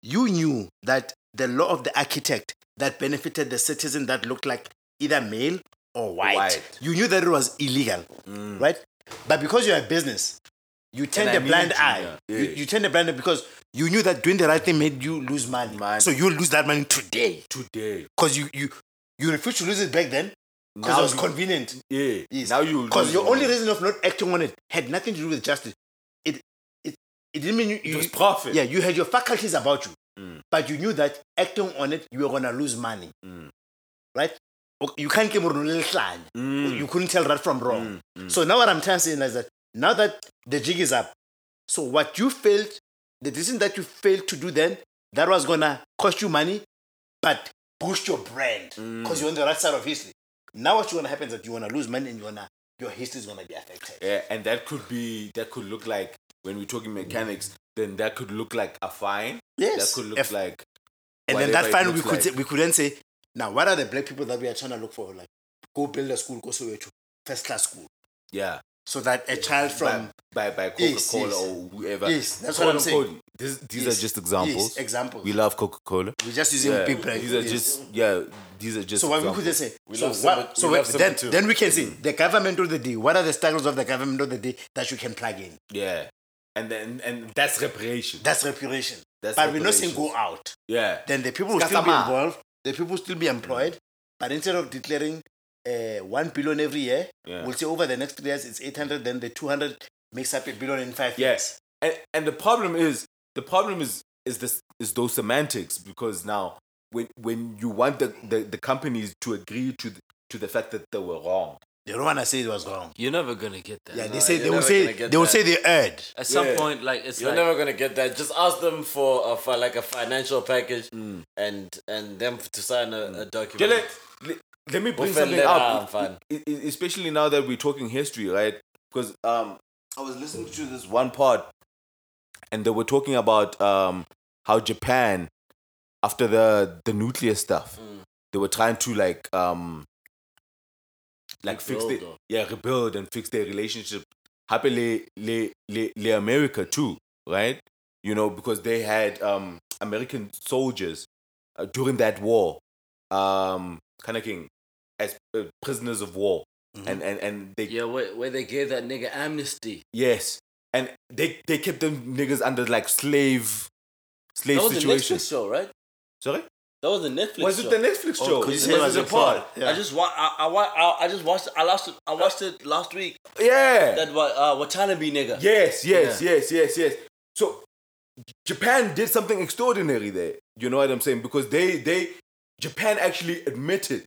C: you knew that the law of the architect that benefited the citizen that looked like either male or white,
E: White. Mm.
C: you knew that it was illegal, right? But because you're a business, you turn
E: And I
C: a blind
E: need you,
C: eye.
E: yeah.
C: You,
E: Yeah.
C: you turn a blind eye because you knew that doing the right thing made you lose money.
E: Money.
C: So you lose that money today
E: Today,
C: because you, you, you refused to lose it back then because
E: Now
C: it was
E: you-
C: convenient.
E: yeah.
C: Yes.
E: Now you
C: Because
E: lose
C: your only
E: money.
C: reason of not acting on it had nothing to do with justice. It it, it didn't mean you, you
E: was Mm. profit.
C: Yeah, you had your faculties about you, but you knew that acting on it you were gonna lose money,
E: Mm.
C: right? Ok- You can't give mm. You couldn't tell right from wrong.
E: Mm,
C: So now what I'm trying to say is that now that the jig is up, so what you failed, the decision that you failed to do then, that was gonna cost you money, but boost your brand
E: Mm.
C: because you're on the right side of history. Now what's gonna happen is that you wanna lose money and you wanna your history is gonna be affected.
E: Yeah, and that could be that could look like when we're talking mechanics, then that could look like a fine.
C: Yes.
E: That could look
C: If-
E: like
C: and then that
E: whatever it
C: final we
E: looks
C: could say,
E: like.
C: we could then say, now what are the black people that we are trying to look for? Like go build a school, go Soweto, first class school,
E: yeah.
C: so that a child from
E: by by Coca Cola
C: Yes, yes.
E: or whoever.
C: Yes, that's what I'm saying.
E: unquote, This, these
C: Yes,
E: are just examples.
C: yes, examples.
E: We love Coca Cola.
C: we're just using big brand.
E: These are
C: yes.
E: just yeah. These are just.
C: So what we
E: examples.
C: could just say,
D: We
C: so,
D: love
C: what,
D: Soweto-
C: so
D: we
C: what-
D: love Soweto
C: then,
D: too.
C: then we can say the government of the day. What are the struggles of the government of the day that you can plug in?
E: Yeah, and then and that's reparation.
C: That's reparation.
E: That's
C: but we're not saying
E: reparations.
C: go out.
E: Yeah,
C: Then the people will still be involved. The people will still be employed. But instead of declaring uh, one billion every year,
E: Yeah.
C: we'll say over the next three years it's eight hundred. Then the two hundred makes up a billion in five years.
E: yes. And and the problem is the problem is is this is those semantics because now when when you want the the, the companies to agree to the, to the fact that they were wrong.
C: They don't want to say it was wrong.
B: You're never gonna get that.
C: Yeah, they say they will
D: never
C: say
D: gonna get
C: they will
D: that.
C: say they erred.
B: At some
E: Yeah.
B: point, like it's
D: You're
B: like
D: never gonna get that. Just ask them for, a, for like a financial package and and them to sign a, a document.
E: Jelle, le- let me bring
D: Offend
E: something
D: letter,
E: up,
D: I'm fine.
E: e- e- especially now that we're talking history, right? Because um, I was listening to this one part, and they were talking about um how Japan, after the the nuclear stuff,
D: Mm.
E: they were trying to like um like fix
D: Rebuild
E: the
D: or-
E: yeah rebuild and fix their relationship. Happily, le, le, le America too, right? You know because they had um American soldiers uh, during that war, um, kind of king, as uh, prisoners of war,
D: Mm-hmm.
E: and and and they
B: yeah, where, where they gave that nigga amnesty.
E: yes, and they they kept them niggas under like slave, slave
D: That was
E: situation.
D: the Netflix show, right?
E: Sorry,
D: That was the Netflix
E: was
D: show. Oh,
E: it the Netflix show?
C: Because
E: Was it the pod?
D: I just wa- I, I, wa- I, I just watched I last I watched it last week.
E: Yeah.
D: That wa- uh, Watanabe nigga.
E: Yes, yes, yes, yes, yes. So J- Japan did something extraordinary there. You know what I'm saying? Because they they Japan actually admitted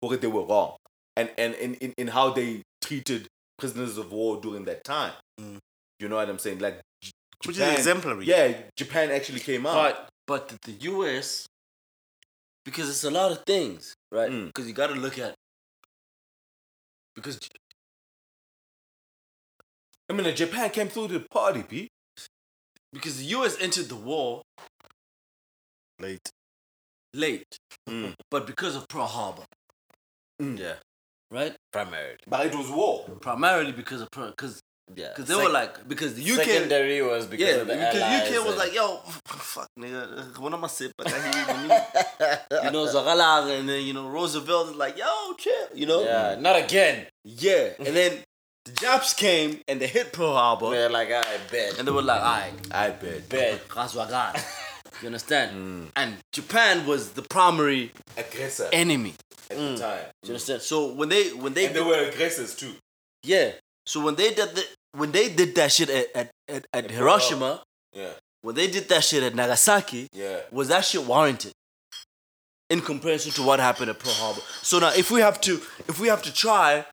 E: what they were wrong and and in, in, in how they treated prisoners of war during that time. You know what I'm saying? Like J-
C: Which is
E: Japan-
C: exemplary.
E: Yeah, Japan actually came out.
B: But but the, the U.S. because it's a lot of things, right?
E: Mm.
B: Because you got to look at because J-
E: I mean, Japan came through the party, P.
B: because the U.S. entered the war
C: Late.
B: late,
D: Hmm.
B: but because of Pearl Harbor,
D: Yeah.
B: right?
D: Primarily.
E: But it was war.
B: Primarily because of Pearl, because
D: Yeah.
B: because they were like because the UK.
D: secondary was because
B: yeah,
D: of the
B: because
D: allies
B: UK was
D: and-
B: like, yo, *laughs* fuck, nigga, when am I sit back here?
D: *laughs*
B: You know, Zagala, and then, you know, Roosevelt is like, yo, chill, you know?
D: yeah, not again.
B: Yeah, and then the Japs came and they hit Pearl Harbor,
D: They're like, I bet,
B: and they were like, all right,
E: I bet.
D: bet.
B: that's what I got. You understand?
D: Hmm.
B: And Japan was the primary
E: Aggressor
B: enemy.
E: at the time.
B: You understand? So when they when they,
E: And they were aggressors too.
B: yeah, so when they did the, when they did that shit at at, at, at Hiroshima,
E: Yeah.
B: when they did that shit at Nagasaki,
E: Yeah.
B: was that shit warranted? In comparison to what happened at Pearl Harbor. So now if we have to if we have to try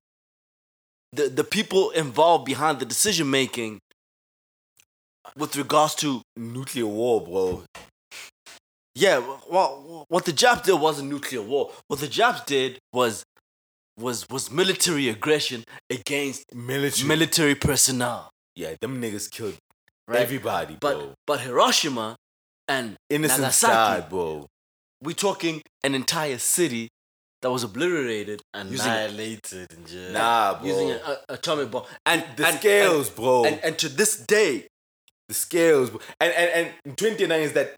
B: the the people involved behind the decision making with regards to
E: Nuclear war, bro.
B: Yeah, well, what the Japs did wasn't nuclear war. What the Japs did was was was military aggression against
E: Military.
B: military personnel.
E: yeah, them niggas killed
B: Right.
E: everybody,
B: But
E: bro.
B: but Hiroshima and
E: Innocent
B: Nagasaki,
E: died, bro.
B: we talking an entire city that was obliterated using,
D: Annihilated in jail.
E: Nah, bro.
B: using an a- atomic bomb. And
E: the
B: and-
E: scales,
B: and-
E: bro.
B: And, and to this day,
E: the scales. bro. And and and 29 is that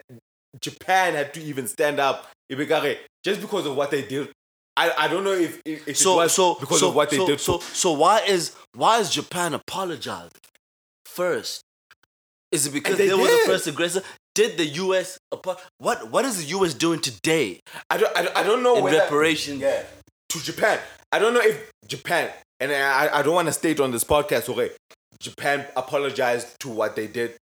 E: Japan had to even stand up. Ibikare, just because of what they did. I, I don't know if, if, if it
B: so
E: was
B: so
E: because
B: so,
E: of what they
B: so,
E: did.
B: So so why is why is Japan apologized first? Is it because
E: they
B: they, were the
E: did.
B: first aggressor? Did the U.S. apo- what what is the U.S. doing today
E: I don't, I don't, I don't know
B: in
E: whether-
B: reparations?
E: Yeah. To Japan. I don't know if Japan, and I, I don't want to state on this podcast, okay, Japan apologized to what they did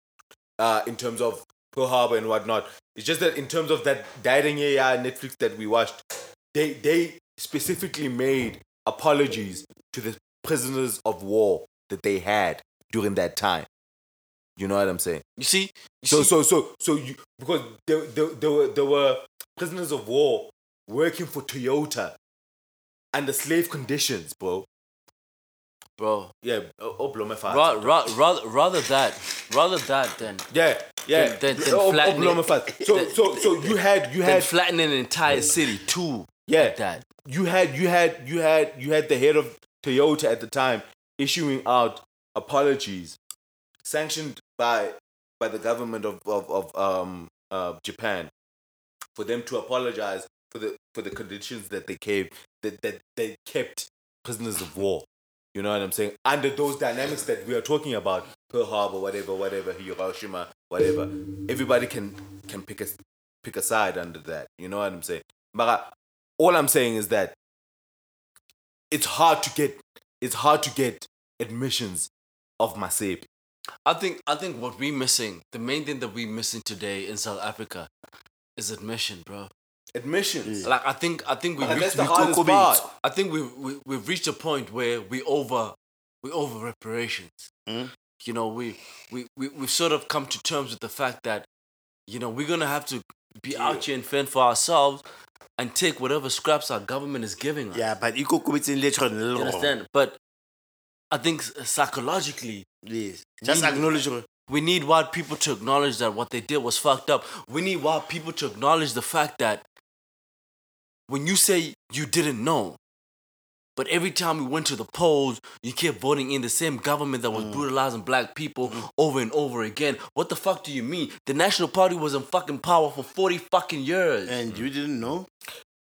E: uh, in terms of Pearl Harbor and whatnot. It's just that in terms of that Daring AI Netflix that we watched, they, they specifically made apologies to the prisoners of war that they had during that time. You know what I'm saying?
B: You see, you
E: So
B: see-
E: so so so you because there, there, there were there were prisoners of war working for Toyota under slave conditions, bro.
B: bro.
E: Yeah, oh, oh blow my fire.
B: Ra- ra- rather, rather that, rather that than
E: Yeah, yeah.
B: Then- then- then
E: oh, oh,
B: flatten
E: blow
B: it. *laughs*
E: my fire. So
B: Then-
E: so so you had you
B: than
E: had
B: flattening an entire city too.
E: yeah
B: Like that
E: you had you had you had you had the head of Toyota at the time issuing out apologies sanctioned by by the government of of, of um uh, Japan for them to apologize for the for the conditions that they gave that, that they kept prisoners of war. You know what I'm saying? Under those dynamics that we are talking about, Pearl Harbor, whatever, whatever, Hiroshima, whatever, everybody can can pick a pick a side under that. You know what I'm saying? But I- all I'm saying is that it's hard to get it's hard to get admissions of Masip.
B: I think I think what we missing, the main thing that we missing today in South Africa, is admission, bro.
E: Admissions.
B: Like I think I think we
E: Like, that's
B: reached, we
E: the hardest
B: talk-
E: part.
B: I think we, we we've reached a point where we over we over reparations. You know, we we we we've sort of come to terms with the fact that you know we're gonna have to be out here and fend for ourselves and take whatever scraps our government is giving us.
C: yeah but ikokobetseng le tshwane le
B: You
C: le
B: understand? But I think s- psychologically
C: Yes. just acknowledge gore
B: we need white people to acknowledge that what they did was fucked up. We need white people to acknowledge the fact that when you say you didn't know, but every time we went to the polls, you kept voting in the same government that was brutalizing black people over and over again. What the fuck do you mean? The National Party was in fucking power for 40 fucking years.
C: and you didn't know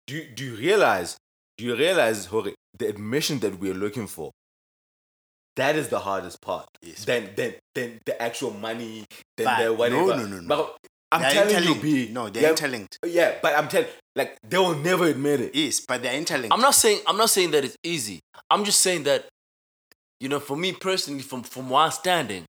E: Do you, do you realize do you realize Hori, the admission that we're looking for? That is the hardest part.
C: Yes.
E: Then then then the actual money, then
C: But
E: the
C: no,
E: whatever.
C: no, no, no.
E: But I'm
C: They are
E: telling you,
C: interlinked.
E: B.
C: no they're
E: yeah,
C: interlinked
E: yeah, but I'm telling like they will never admit it.
C: yes but they're interlinked
B: I'm not saying I'm not saying that it's easy. I'm just saying that, you know, for me personally, from from where I'm standing,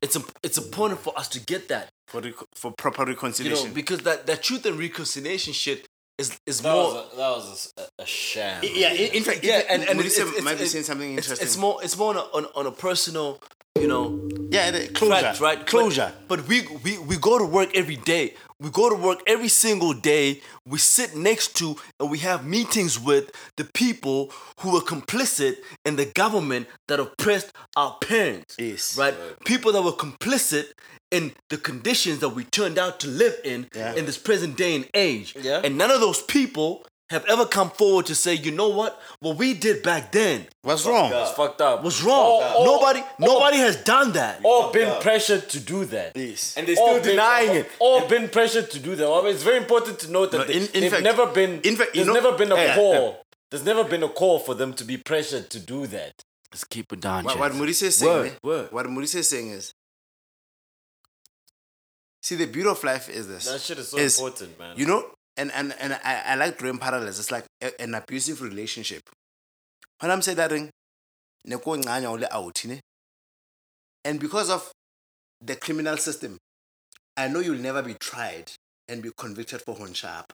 B: it's a, it's important for us to get that.
C: for, rec- for proper
B: you know,
C: reconciliation
B: because that, that truth and reconciliation shit is is
D: That
B: more.
D: was a, that was a, s- a- a sham.
C: yeah in in fact
B: yeah, and, and
C: Modise might be
B: it's-
C: saying something
B: it's-
C: interesting
B: It's, more it's more on a, on, on a personal, you know,
C: yeah the closure
B: fact, right? But-
C: closure
B: But, we, we we go to work every day. We go to work every single day. We sit next to and we have meetings with the people who were complicit in the government that oppressed our parents.
C: Yes.
B: Right? People that were complicit in the conditions that we turned out to live in
C: Yeah.
B: in this present day and age.
D: Yeah.
B: And none of those people have ever come forward to say, you know what? What we did back then
C: What's wrong?
D: It's fucked up.
B: was wrong.
D: Or- or-
B: nobody, nobody has done that.
D: Or been pressured to do that.
C: Yes.
E: And they're still
D: Or been-
E: denying it.
D: Or been pressured to do that. Well, It's very important to note
C: No,
D: that they-
C: in- in
D: they've
C: fact-
D: never been.
C: in fact, you
D: there's
C: know-
D: never been a
C: Eh,
D: call. There's never been a call for them to be pressured to do that.
B: Let's keep it down,
C: What,
B: Jay.
C: what Maurice is saying,
E: Word,
C: eh?
E: word.
C: what Maurice is saying is, see, the beauty of life is this.
D: That shit is so
C: Is-
D: important, man.
C: You know, and and and I, I like drawing parallels. It's like a, an abusive relationship. When I'm saying that thing, nekonganya ule out, ne? and because of the criminal system, I know you'll never be tried and be convicted for honsharp.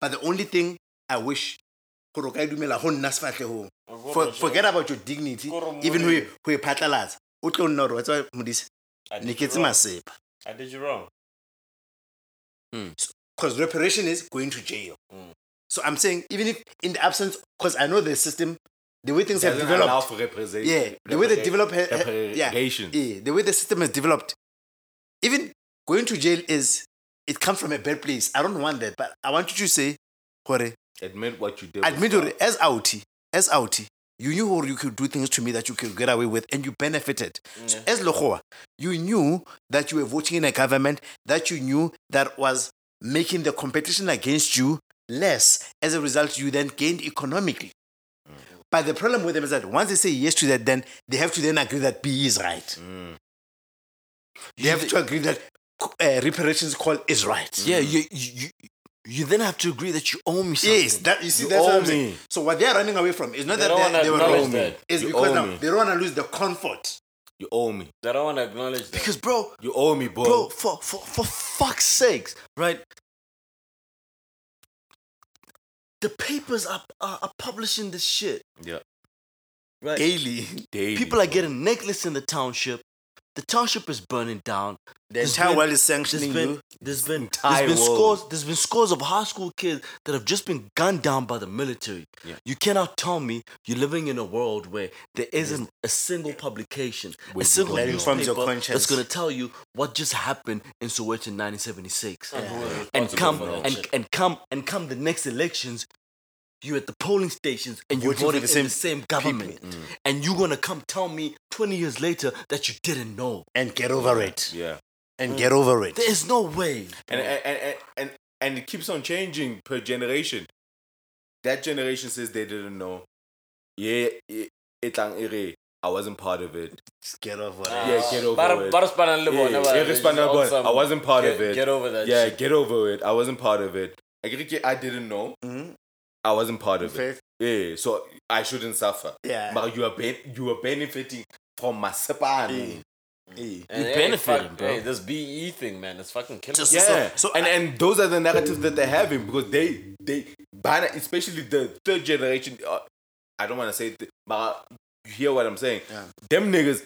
C: But the only thing I wish gore o ka e dumela go nna sefatlhegong. For- forget about your dignity
D: Gore
C: even
D: mo-
E: e
C: who you who you e phatlalatsa o tlo nna gore wa tseba modise
D: I
C: ne
D: did
C: ke
D: you
C: tse
D: wrong.
C: masepa Hmm.
D: I did you wrong.
C: because reparation is going to jail.
E: Hmm.
C: So I'm saying, even if in the absence, because I know the system, the way things have
E: Doesn't allow
C: developed,
E: for representation.
C: yeah, the way they develop, ha- ha- yeah,
E: Reparations.
C: yeah, the way the system has developed, even going to jail is it comes from a bad place. I don't want that, but I want you to say, Hore,
E: Admit what you did. was
C: admit
E: wrong.
C: it as outie, as outie. You knew Hore, you could do things to me that you could get away with, and you benefited. So as Lohoa, you knew that you were voting in a government that you knew that was making the competition against you less. As a result, you then gained economically. But the problem with them is that once they say yes to that, then they have to then agree that B is right. They have to agree that uh, reparations call is right.
B: Yeah, you, you, you, you then have to agree that you owe me something.
C: Yes, that you see,
E: You
C: that's what
E: owe
C: I'm saying.
E: me.
C: So what they are running away from is not that
D: They don't
C: they,
D: wanna
C: they were
D: acknowledge
C: wrong.
D: that.
C: It's
E: You
C: because
E: owe
C: now
E: me.
C: they don't want to lose the comfort.
E: You owe me.
D: They don't want to acknowledge that.
B: Because, bro,
E: You owe me, bro.
B: bro, for, for, for fuck's sakes, right? The papers are, are, are publishing this shit.
E: Yeah.
B: Right?
C: Daily,
E: Daily.
B: People are getting necklaces in the township. The township is burning down.
C: the
B: There's
C: entire
B: been-
C: world is
B: There's
C: sanctioning
B: been,
C: you.
B: there's been, there's
E: Entire
B: been
E: world.
B: scores there's been scores of high school kids that have just been gunned down by the military.
E: Yeah.
B: You cannot tell me you're living in a world where there isn't a single publication, a single
C: that informs your
B: newspaper
C: conscience.
B: that's going to tell you what just happened in Soweto in 1976. And
D: responsible
B: come
D: for that
B: and,
D: shit.
B: and come and come the next elections, you're at the polling stations and you
C: Voting for
B: voted
C: the
B: in
C: same Mm.
B: the same government, and you're gonna come tell me 20 years later that you didn't know.
C: and get over it
E: Yeah.
C: and get over it
B: There is no way.
E: And, and, and, and, and it keeps on changing per generation. That generation says they didn't know. Yeah, it- etlang e re, I wasn't part of it.
C: Just get over it
D: Ah.
E: Yeah, get over
D: Ba re-
E: it.
D: ba re spanang le bona,
E: Yeah,
D: ba-
E: yeah,
D: they
E: re
D: just
E: spanang
D: on
E: bona.
D: some
E: I wasn't part
D: get-
E: of it.
D: Get over that
E: yeah,
D: shit.
E: get over it. I wasn't part of it. I get- get- I didn't know. I wasn't part of it.
C: Fair.
E: Yeah, so I shouldn't suffer.
C: Ah, Yeah.
E: but you are ben- you are benefiting from my sepani.
C: eh.
D: And hey,
B: benefiting,
D: fuck-
B: bro.
D: Hey, this BE thing, man, it's fucking killing.
C: Just-
D: me.
E: Yeah.
C: So- so
E: and
C: I-
E: and those are the narratives that they're having because they they by the- especially the third generation. Uh, I don't want to say, th- but you hear what I'm saying.
C: Yeah.
E: Them niggas,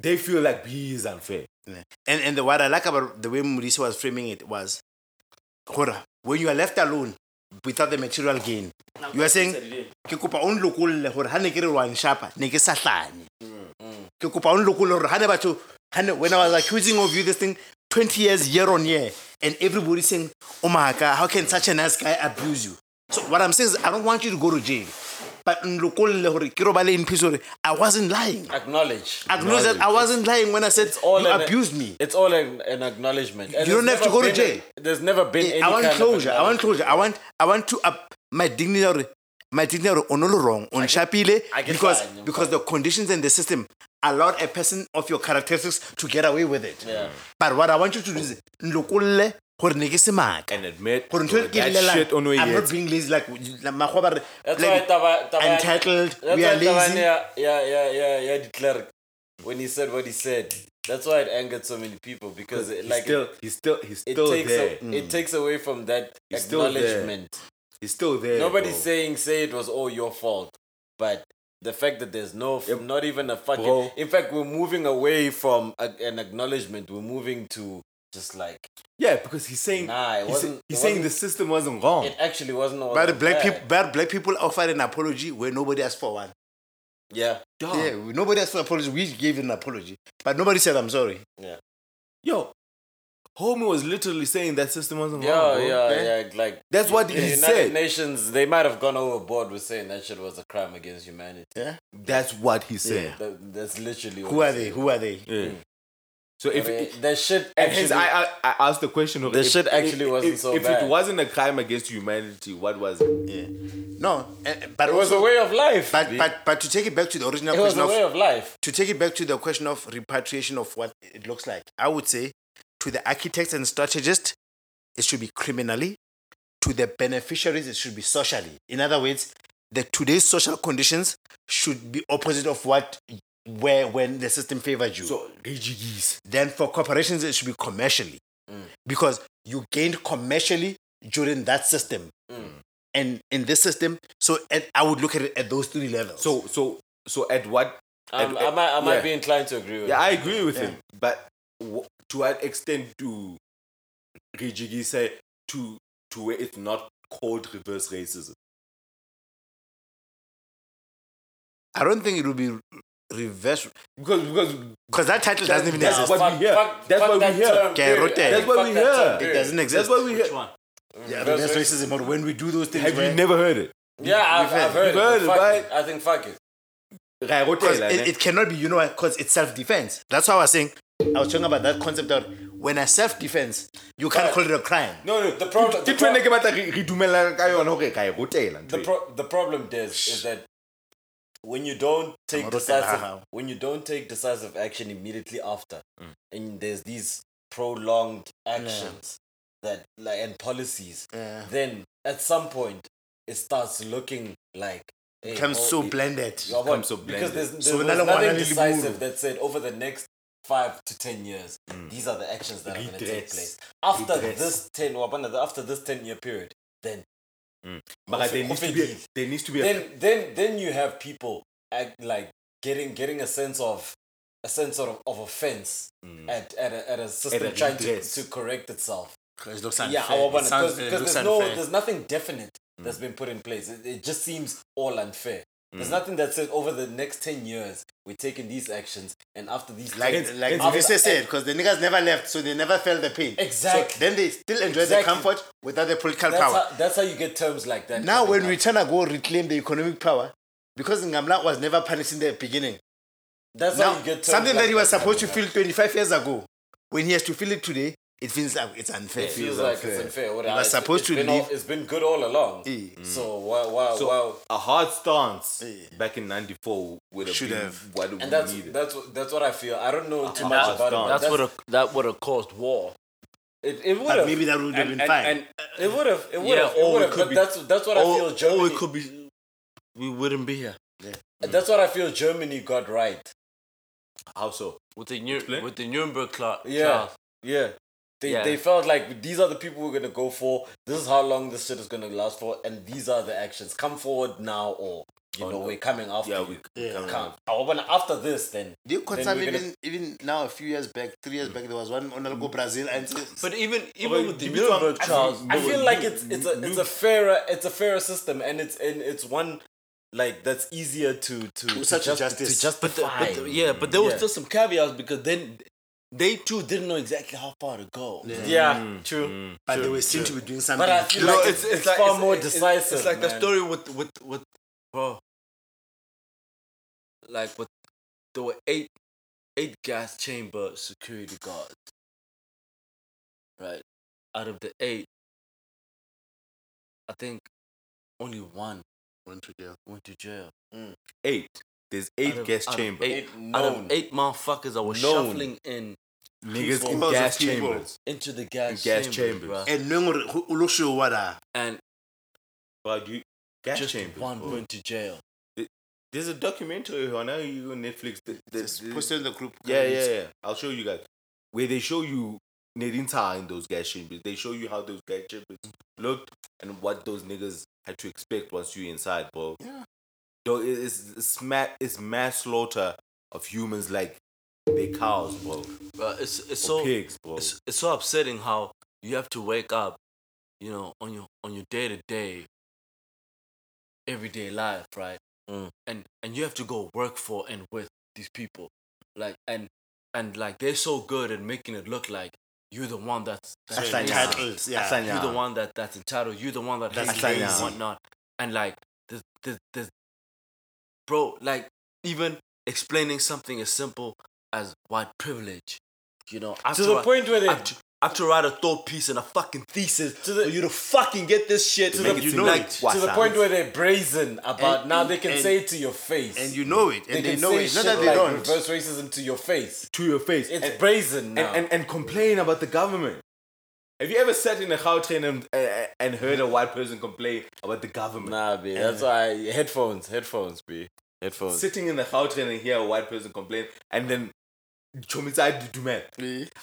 E: they feel like he is unfair.
C: Yeah. and and the, what i like about the way Maurice was framing it was Hora, when you are left alone without the material gain you are saying ke kopa o nlokolle gore ha ne ke re one sharpa ne ke sa hlane
D: Mm,
C: ke kopa o nlokolle gore ha ne batho ha ne- when i was accusing of you this thing 20 years year on year and everybody saying oh my god how can such a nice guy abuse you so what i'm saying is i don't want you to go to jail but nlokolle gore ke robale in peace gore i wasn't lying
D: Acknowledge.
C: acknowledge that I wasn't lying when I said
D: all
C: you
D: an-
C: abused me.
D: It's all an, an acknowledgement. And
C: You don't
D: there's
C: have to go
D: never
C: to
D: been-
C: jail.
D: There's never been any
C: I want
D: kind of
C: closure. I want
D: acknowledgement.
C: closure. I want I want to up my dignity. or- My dignity or onolo wrong on Shapile
D: I get
C: because
D: fine.
C: because the conditions and the system allowed a person of your characteristics to get away with it.
D: Yeah.
C: But what I want you to do is nlokolle gore ne ke se maka.
E: And admit
C: Gore ntho e ke e
E: that
C: llelang,
E: shit on way
C: I'm
E: yet.
C: not being lazy like like makgowa ba re,
D: That's
C: like,
D: why Taba, Taba,
C: entitled,
D: that's
C: we are
D: why
C: lazy.
D: Tabane, yeah, yeah, yeah, yeah, yeah, the clerk, when he said what he said, that's why it angered so many people because it,
E: he's
D: like
E: still,
D: it,
E: he's still, he's
D: it
E: still
D: takes
E: there.
D: a- Mm.
C: Mm.
D: it takes away from that
E: He's still there.
D: acknowledgement.
E: he's still there.
D: Nobody's
E: bro.
D: saying say it was all your fault, but the fact that there's no, f- not even a fucking.
E: Bro.
D: In fact, we're moving away from a, an acknowledgement. We're moving to just like
E: Yeah, because he's saying
D: Nah, it
E: he's,
D: wasn't-
E: he's
D: it
E: saying
D: wasn't-
E: the system wasn't wrong.
D: it actually wasn't all.
C: but
D: that
C: black
D: bad.
C: people but black people offered an apology where nobody asked for one.
D: Yeah.
E: Dog.
C: Yeah, we- nobody asked for an apology. We gave an apology, but nobody said I'm sorry.
E: Yo, homie was literally saying that system wasn't
D: Yeah,
E: wrong. bro.
D: yeah, yeah. Like
E: That's what
D: the
E: he
D: United
E: said.
D: Nations, they might have gone overboard with saying that shit was a crime against humanity.
E: That's what he said.
D: That, that's literally what
C: Who
D: it
C: are
D: said.
C: they? Who are they?
E: Yeah. So if
D: I mean,
E: it-
D: that shit
E: and hence
D: actually,
E: I, I I asked the question of
D: The
E: if-
D: shit actually
E: if-
D: wasn't
E: if,
D: so
E: if
D: bad.
E: it wasn't a crime against humanity, what was it?
C: Yeah. No, eh, eh, but
D: it was
C: also-
D: a way of life.
C: But, but but to take it back to the original
D: it was
C: question
D: a
C: of
D: way of life.
C: to take it back to the question of repatriation of what it looks like, I would say to the architects and strategists, it should be criminally. To the beneficiaries, it should be socially. In other words, the today's social conditions should be opposite of what where when the system favored you.
E: So AGEs.
C: then for corporations, it should be commercially.
E: Mm.
C: Because you gained commercially during that system.
E: Mm.
C: And in this system, so and I would look at it at those three levels.
E: So so so at what?
D: I'm,
E: at-
D: I might, I might
E: yeah.
D: be inclined to agree with
E: Yeah,
D: you.
E: I agree with him. But w- to what extent do Rijigi say to to where it's not called reverse racism?
C: I don't think it will be reverse
E: Because because
C: because that title doesn't even
E: that's
C: exist.
E: what we hear. That's what we hear.
C: Okay, rotate.
E: That's what we hear. It
C: It doesn't exist.
E: that's what we hear.
C: yeah, reverse racism. Or when we do those things,
E: Have you
C: where-
E: never heard it?
D: Yeah, I've,
C: You've heard
D: I've
C: it.
D: heard,
E: You've
D: it.
E: heard it,
D: Fuck
E: right?
D: it. I think fuck it. e
E: Ra-
C: because
E: rotela,
C: it,
E: ne?
C: it cannot be, you know, because it's self defense. That's why I was saying. I was talking about that concept that when I self defense, you can't call it a crime.
E: No, no.
D: The problem-
E: Ke
D: the
E: ntho e
D: pro-
E: ne ke batla re re dumellang ka yona hore ra e rotela ntho
D: The,
E: e.
D: pro- the problem, Des, is that when you don't take
C: Amarote
D: decisive
C: Lahao.
D: when you don't take decisive action immediately after,
E: Mm.
D: and there's these prolonged actions that like and policies,
C: Yeah.
D: then at some point it starts looking like hey,
C: Becomes
D: oh,
C: so
D: it-
C: blended.
D: Yeah, but
E: becomes so
D: because
E: blended.
D: there's, there's
C: So
D: was
C: another one,
D: nothing
C: another
D: decisive
C: Liburu.
D: that said over the next five to ten years, these are the actions that are going to take
E: Mm. Regrets.
D: place after
E: Regrets.
D: this ten wabana, after this ten year period. Then,
E: Mara, Mm. there needs to be a- there needs to be a
D: then, then, then you have people act like getting getting a sense of a sense of, of offense
C: Mm.
D: at, at, a, at a system
E: At a
D: trying to,
E: regress.
D: to correct itself.
C: It looks
D: Yeah,
C: unfair. It
D: because
C: sounds- it
D: there's
C: looks
D: no
C: unfair. Mm.
D: there's nothing definite that's been put in place. It, it just seems all unfair. There's
C: Mm.
D: nothing that says over the next ten years we're taking these actions, and after these
C: like
D: 10
C: like
D: after-
C: Visa said, because the niggas never left, so they never felt the pain.
D: Exactly.
C: So then they still enjoy the
D: Exactly.
C: comfort without the political
D: That's
C: power.
D: how, that's how you get terms like that.
C: Now,
D: coming
C: when we
D: up.
C: tryna go reclaim the economic power, because Ngamla was never punished in the beginning.
D: that's how
C: Now,
D: you get terms
C: something
D: like
C: that he was supposed to
D: coming
C: feel 25 years ago, when he has to feel it today, it feels like it's unfair.
D: up. It feels like it's unfair. What
C: He
D: I-
C: was
D: it's-
C: supposed
D: it's
C: to
D: been all-
C: leave-
D: it's been good all along.
C: Eh.
D: So wow, wow,
E: So
D: Oh, wow.
E: a hard stance
C: Yeah.
E: back in '94 would have
C: Should
E: been
C: have.
E: what we
D: And that's
E: needed.
D: that's what- that's what I feel. I don't know too
E: Uh,
D: much
E: that's
D: about
E: done.
D: it.
E: That's
B: That's what a, that would have caused war.
D: it, it would
C: But
D: have.
C: maybe that would have
D: and,
C: been
D: and-
C: fine.
D: and it would have. It would
B: Yeah,
D: have.
B: or
D: It
B: it
D: would have.
B: could
D: But
B: be-
D: that's that's what I
B: Or,
D: feel. Germany.
B: or it could be, we wouldn't be here
D: That's what I feel. Germany got right.
E: How so?
B: with the Nure- with the Nuremberg cla-
D: Yeah.
B: trials.
D: Yeah. They,
B: Yeah.
D: they felt like these are the people we're gonna go for. This is how long this shit is gonna last for, and these are the actions. Come forward now, or you know we're coming after
E: Yeah,
D: you.
E: we-
C: Yeah.
D: Come. Oh, but after this, then
C: Do you consider
D: we're
C: even,
D: gonna-
C: even now, a few years back, three years back, there was one on Algo Brazil and
B: But even even
E: Okay,
B: with the
E: give me some-
B: Nuremberg
E: I
B: trials,
E: think-
D: I
E: No,
D: feel
E: you-
D: like it's it's a it's a fairer it's a fairer system, and it's and it's one like that's easier to to, to,
C: such a
D: just,
C: justice.
D: to justify.
B: but the- yeah, but there was
D: Yeah.
B: still some caveats because then they too didn't know exactly how far to go.
D: yeah, true.
E: Mm.
C: but they were seen to be doing something.
D: But I feel
C: You know,
D: like
C: it's-
D: it's, it's, far more
B: it's- it's-
D: decisive.
B: It's like
D: man.
B: the story with with with bro. Like with there were eight eight gas chamber security guards. Right? Out of the eight, I think only one
C: went to jail.
B: went to jail.
E: Eight. There's
B: Out
E: eight
B: of-
E: gas
B: out of
E: chamber.
B: Eight,
D: Eight
B: out
D: known.
B: of eight motherfuckers that were
D: Known.
B: shuffling in
E: Niggas in
C: People.
E: gas
C: People.
E: chambers.
B: into the gas,
E: gas
B: chambers,
E: chambers.
B: bruh.
C: And knowing who who looks ah. sure what are.
B: and
E: But you gas
B: just
E: chambers.
B: one
E: bro.
B: went to jail.
E: There's a documentary on how you on Netflix. The, the,
C: Just
E: the-
C: posted in the group.
E: yeah, yeah, yeah. I'll show you guys where they show you Nedinta in those gas chambers. They show you how those gas chambers looked and what those niggas had to expect once you inside, bro.
C: Yeah.
E: Though it- it's it's, ma- it's mass slaughter of humans like they cows, bro, or
B: Bruh, it's it's so
E: pigs, bro.
B: it's, it's so upsetting how you have to wake up, you know, on your on your day to day, everyday life, right?
E: Mm.
B: and and you have to go work for and with these people like and and like they're so good at making it look like you're the one that's that's
C: Asanya.
B: lazy.
C: Titles, yeah.
B: you're the one that that's entitled you're the one that
C: That's
B: has lazy and
C: lazy.
B: whatnot and like the the the bro like even explaining something as simple as white privilege you know I have
D: To the
B: write-
D: point where they-
B: I have to, I have to write a thought piece and a fucking thesis
D: To the-
B: for you to fucking get this shit
D: the-
B: Make it
D: you
B: seem
D: know
B: like-
C: it.
D: to the point where they're brazen about
C: And-
D: now they can
C: and-
D: say it to your face.
C: And you know it, and they,
D: can
C: know
D: say
C: it. Not
D: shit
C: that they
D: like
C: don't.
D: reverse racism to your face.
E: to your face.
D: It's
E: and,
D: brazen now.
E: and, and, and complain about the government. Have you ever sat in a Gautrain and, uh, and heard a white person complain about the government?
D: nah, B. That's why headphones, headphones, B. Headphones.
E: Sitting in the Gautrain and hear a white person complain and then Chomitsai Duduman.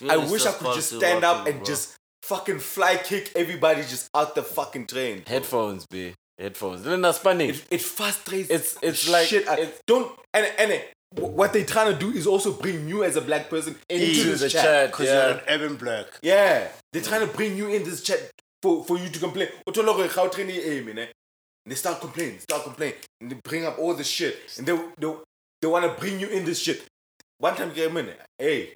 E: I
B: it's
E: wish I
B: just
E: could just
B: positive
E: stand up
B: outlook,
E: and
B: bro.
E: just fucking fly kick everybody just out the fucking train.
D: Headphones, B. Headphones. Then that's funny.
E: It, it frustrates.
D: It's- it's like-
E: shit. I-
D: it's-
E: don't and and uh, what they trying to do is also bring you as a black person into,
D: Into
E: this
D: the
E: chat.
D: chat,
C: Because
D: yeah.
C: you're an urban black.
E: Yeah, they're trying to bring you in this chat for, for you to complain. Uthola gore Gautrain e eme, ne? They start complaining, start complaining, and they bring up all this shit, and they they, they want to bring you in this shit. One time came in, hey,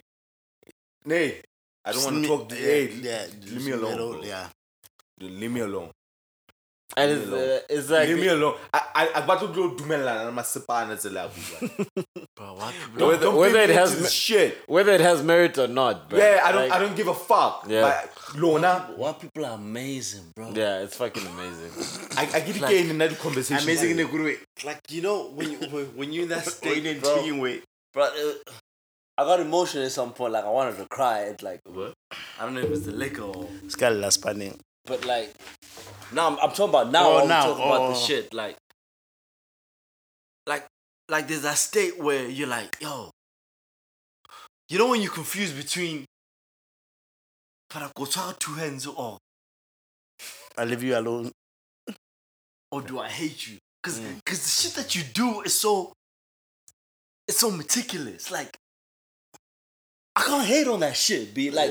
E: nay, I don't want to
C: Sne-
E: talk. to
C: yeah,
E: hey,
C: yeah,
E: leave me alone. bro.
C: Yeah.
E: Leave me alone.
D: And it's, uh, it's like
E: Leave me alone. I I I battle go dumelana masipana *laughs* tsela kuba.
B: Bro, why people-
E: Don't don't
D: whether
E: bring
D: it
E: me
D: has
E: into
D: me-
E: this shit.
D: whether it has merit or not. Bro.
E: Yeah, I don't
D: Like,
E: I don't give a fuck.
D: Yeah.
E: But Lona,
B: White people are amazing, bro.
D: Yeah, it's fucking amazing.
E: I I get again in that conversation.
C: Amazing in a good way.
B: Like you know when you when, when you're in that
C: In
B: state,
C: a
B: bro,
C: intriguing way.
B: bro, uh, I got emotional at some point. Like I wanted to cry. It's like I don't know if it's the liquor, or,
C: Skal last panning.
B: but like now I'm, I'm talking about now.
C: Oh,
B: I'm
C: now,
B: talking about the
C: oh.
B: shit. Like, like, like there's that state where you're like, yo, you know when you confuse between. Can I go to two hands or
C: I leave you alone.
B: or do I hate you? Cause,
C: Mm.
B: cause the shit that you do is so, it's so meticulous. Like, I can't hate on that shit. Be like,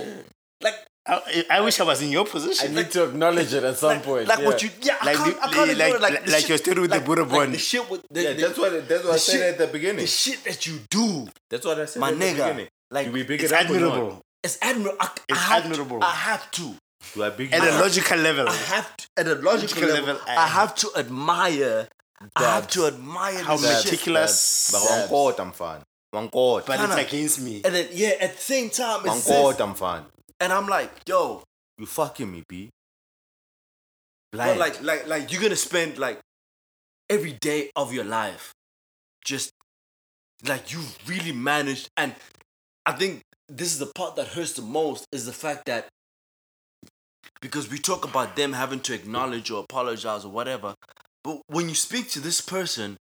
B: like,
C: I, I wish I was in your
D: I
C: position.
D: need to acknowledge it at some
B: like,
D: point.
B: like
D: yeah.
B: what you, yeah, I
C: Like
B: can't,
C: the-
B: I can't
C: like-
B: ignore it. like,
C: like-
B: the
C: like
B: shit-
C: your story with the
B: like-
C: Buddha
B: like
C: bond.
B: The shit with the,
E: Yeah,
B: the-
E: that's what that's what I
B: the
E: said
B: shit-
E: at the beginning.
B: the shit that you do,
E: That's what I said.
B: my
E: at the
B: nigga.
E: beginning.
B: Like,
E: do we big
C: it's
E: it up or not?
C: admirable.
B: it's admirable. I,
C: It's
B: I have
C: admirable.
B: To, I have to.
E: Do I big
C: At
E: it
C: a
E: up?
C: logical level.
B: I have to. At a logical
C: Logical
B: level,
C: level, eh. I-
B: I have to admire. I have to admire
C: How
B: the shit.
C: meticulous.
E: But one court, I'm fine. One court.
C: But
B: Kana.
C: it's against me.
B: And then yeah, at the same time,
E: One
B: it's
E: court,
B: this,
E: I'm fine.
B: and I'm like, yo,
E: You fucking me, B.
B: Bro, like like like you're gonna spend like every day of your life just like you really managed and I think this is the part that hurts the most is the fact that because we talk about them having to acknowledge or apologize or whatever, but when you speak to this person,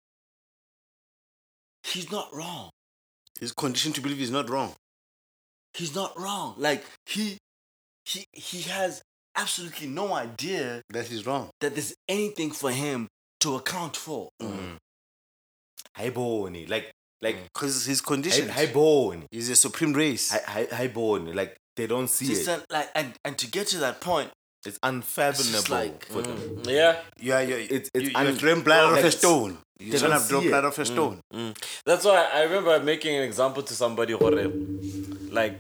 B: he's not wrong.
C: He's conditioned to believe he's not wrong.
B: He's not wrong. Like he he he has absolutely no idea
C: That he's wrong.
B: that there's anything for him to account for.
E: Hi, Bonnie. Like, like,
C: Because he's
E: hi,
C: conditioned.
E: hi, Bonnie.
C: he's a supreme race.
E: Hi, hi, hi, Bonnie. Like, they don't see
B: Just
E: it.
B: that, like, and, and to get to that point,
E: It's unfathomable
B: just like,
E: for them.
D: yeah,
C: you are, you,
E: It's-
C: it's,
E: it's
C: you,
E: un-
C: you drain blood
E: like
C: off a
E: it's-
C: stone.
E: they
C: You're going
E: don't
C: to
E: see
C: draw
E: it.
C: blood off a stone.
D: that's why I remember making an example to somebody, Hore, like,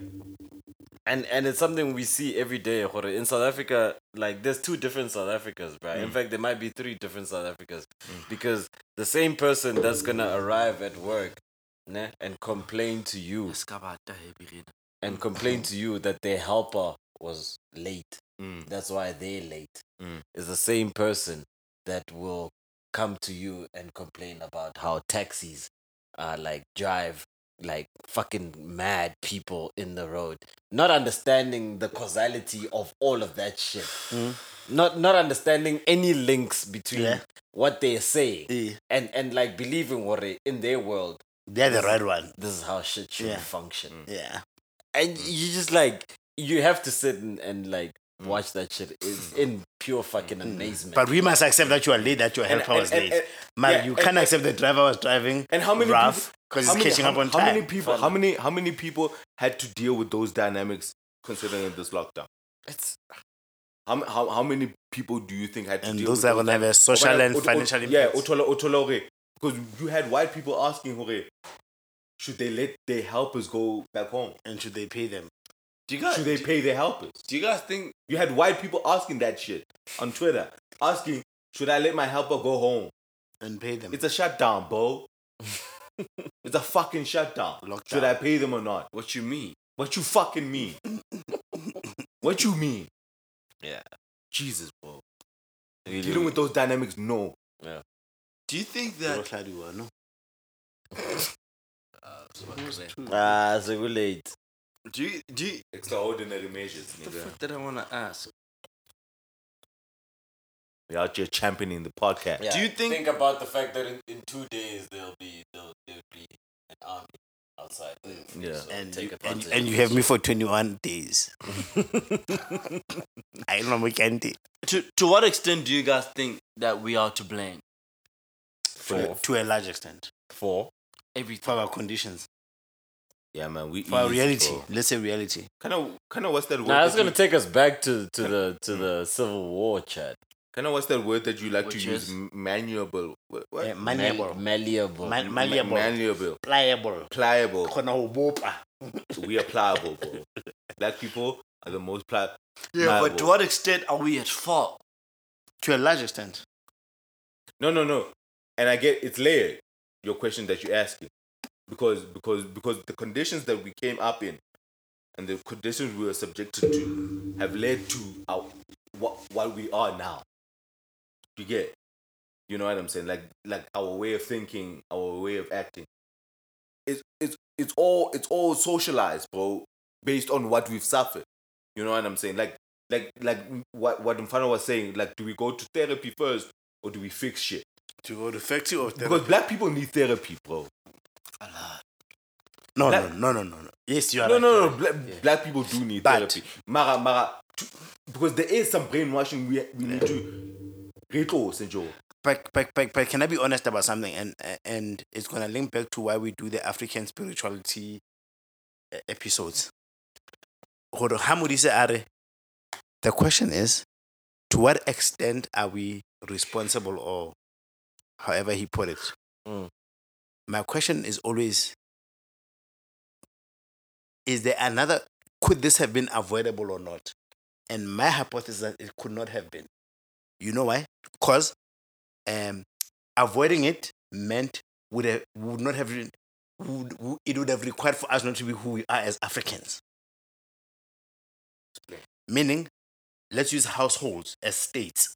D: and and it's something we see every day, Hore. In South Africa, like, there's two different South Africas, bro. In fact, there might be three different South Africas because the same person that's gonna arrive at work, ne, and complain to you and complain to you that their helper was late. That's why they're late. It's the same person that will come to you and complain about how taxis are uh, like drive like fucking mad people in the road, not understanding the causality of all of that shit.
B: Hmm.
D: Not not understanding any links between
C: Yeah.
D: what they're saying
C: Yeah.
D: and and like believing what they- in their world
C: They're the right one.
D: this is how shit should
C: Yeah.
D: function
C: Yeah. Hmm.
D: and you just like you have to sit and, and like watch that shit in, in pure fucking amazement.
C: Hmm. But we must accept that you are late, that your helper
E: and-
C: was
E: and-
C: late.
E: and-
C: Man,
E: yeah,
C: you
E: and-
C: can't accept the driver was driving
E: And how many
C: rough
E: people-
C: because
E: how
C: he's
E: many-
C: catching
E: how,
C: up on
E: how
C: time.
E: many people? How many? How many people had to deal with those dynamics considering this lockdown?
D: it's
E: How, m- how, how many people do you think had to
C: and
E: deal
C: those
E: with
C: are
E: those
C: going to have a social
E: Ubana-
C: and
E: ut- ut-
C: financial
E: Yeah,
C: impact.
E: uthola uthola gore Because you had white people asking, "Hore, should they let their helpers go back home?
C: and should they pay them?
B: Do you guys
E: Should they pay their helpers?"
B: do you guys think
E: You had white people asking that shit on Twitter, asking, "Should I let my helper go home?"
C: And pay them.
E: It's a shutdown, bro. it's a fucking shutdown.
C: Lockdown.
E: Should I pay them or not?
B: what you mean?
E: What you fucking mean? what you mean?
B: Yeah.
E: Jesus, bro.
B: Really?
E: Dealing with those dynamics, no.
B: Do you think
C: Yo
B: that
C: hladiwa, no?
D: Ah, it's too late.
B: do you do you,
E: Extraordinary measures,
B: the fuck did I wanna ask?
E: We're out here championing the podcast.
B: Do you think,
D: Think about the fact that in, in two days there'll be there'll, there'll be an army outside.
E: Yeah.
C: And
D: take
C: you, and,
D: advantage.
C: and you have me for 21 days. I don't know, we can't do-
B: to to what extent do you guys think that we are to blame?
C: to, to a large extent.
E: Four.
C: For our conditions,
E: Yeah, man. We
C: for our reality. Let's say reality.
E: Kind of, kind of. What's that word?
D: Now that's
E: that you-
D: gonna take us back to, to the to the Civil War chat.
E: Kind of what's that word that you like
B: Which
E: to use?
B: is-
E: M- Manuable. What? what?
C: Eh, malleable.
D: malleable.
C: Ma-
E: Ma-
C: malleable.
E: Malleable.
C: Pliable.
E: Pliable.
C: Khona ho bopa.
E: we are pliable, bro. Black people are the most pliable.
B: Yeah, but
E: Liable.
B: to what extent are we at fault?
C: To a large extent.
E: No, no, no. And I get it's layered. Your question that you're asking, because because because the conditions that we came up in, and the conditions we were subjected to, have led to our what what we are now. You get, you know what I'm saying? Like like our way of thinking, our way of acting. It's it's it's all it's all socialized, bro. Based on what we've suffered. You know what I'm saying? Like like like what what Mfano was saying. Like, do we go to therapy first, or do we fix shit?
C: To go to factory or
E: Because black people need therapy, bro.
C: No, no,
E: Black-
C: no, no, no, no. Yes, you are.
E: No,
C: right.
E: no, no. Black, black people do need
C: But-
E: therapy. Mara, Mara, t- because there is some brainwashing we, we need to. Reto, Joe.
C: But, but, but, but can I be honest about something? And and it's gonna link back to why we do the African spirituality eh, episodes. Hold on, Hamudise Are. The question is, to what extent are we responsible, or however he put it?
D: Mm.
C: My question is always: Is there another? Could this have been avoidable or not? And my hypothesis is that it could not have been. You know why? Because um, avoiding it meant would have, would not have re- would, would- it would have required for us not to be who we are as Africans. Meaning, let's use households as states.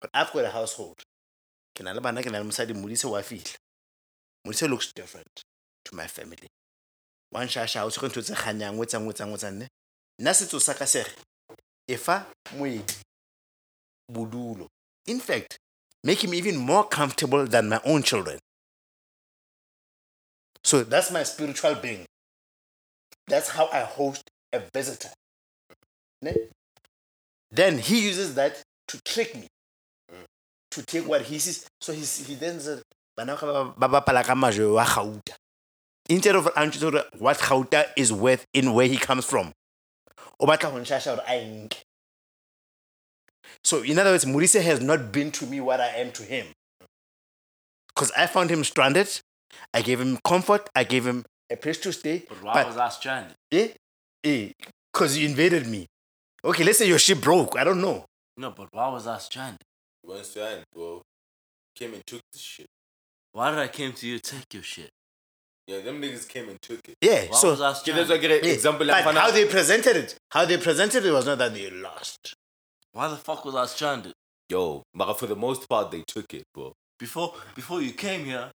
C: But I've got a household. Ke na le bana, ke na le mosadi, Modise wa fihla. Modise looks different to my family. One shasha, o tshwere ntho tse kganyang, o etsang, o etsang, o etsang, ne? Nna setso sa ka se re, e fa moedi bodulo. In fact, make him even more comfortable than my own children. So that's my spiritual being. That's how I host a visitor. Ne? Then he uses that to trick me, to take what he sees. So he, he then says, "Bana ka ba- ba bapala ka majwe wa Gauta." Instead of answering what Gauta is worth in where he comes from. o batla ho nshasha hore a e nke. So, in other words, Murise has not been to me what I am to him. Because I found him stranded. I gave him comfort. I gave him a place to stay.
B: But why was I stranded?
C: Eh? Eh? Because you invaded me. Okay, let's say your ship broke. I don't know.
B: No, but why was I stranded?
E: Once you bro. Came and took this shit.
B: Why did I came to you to take your shit?
E: Yeah, them niggas came and took it.
C: Yeah.
B: Why
C: so
B: was I
E: Yeah, that's
B: stranded?
E: why I get an
C: eh,
E: example. Like
C: but how
E: Fana-
C: they presented it, how they presented it was not that they lost.
B: Why the fuck was I stranded?
E: Yo, but for the most part, they took it, bro.
B: Before before you came here,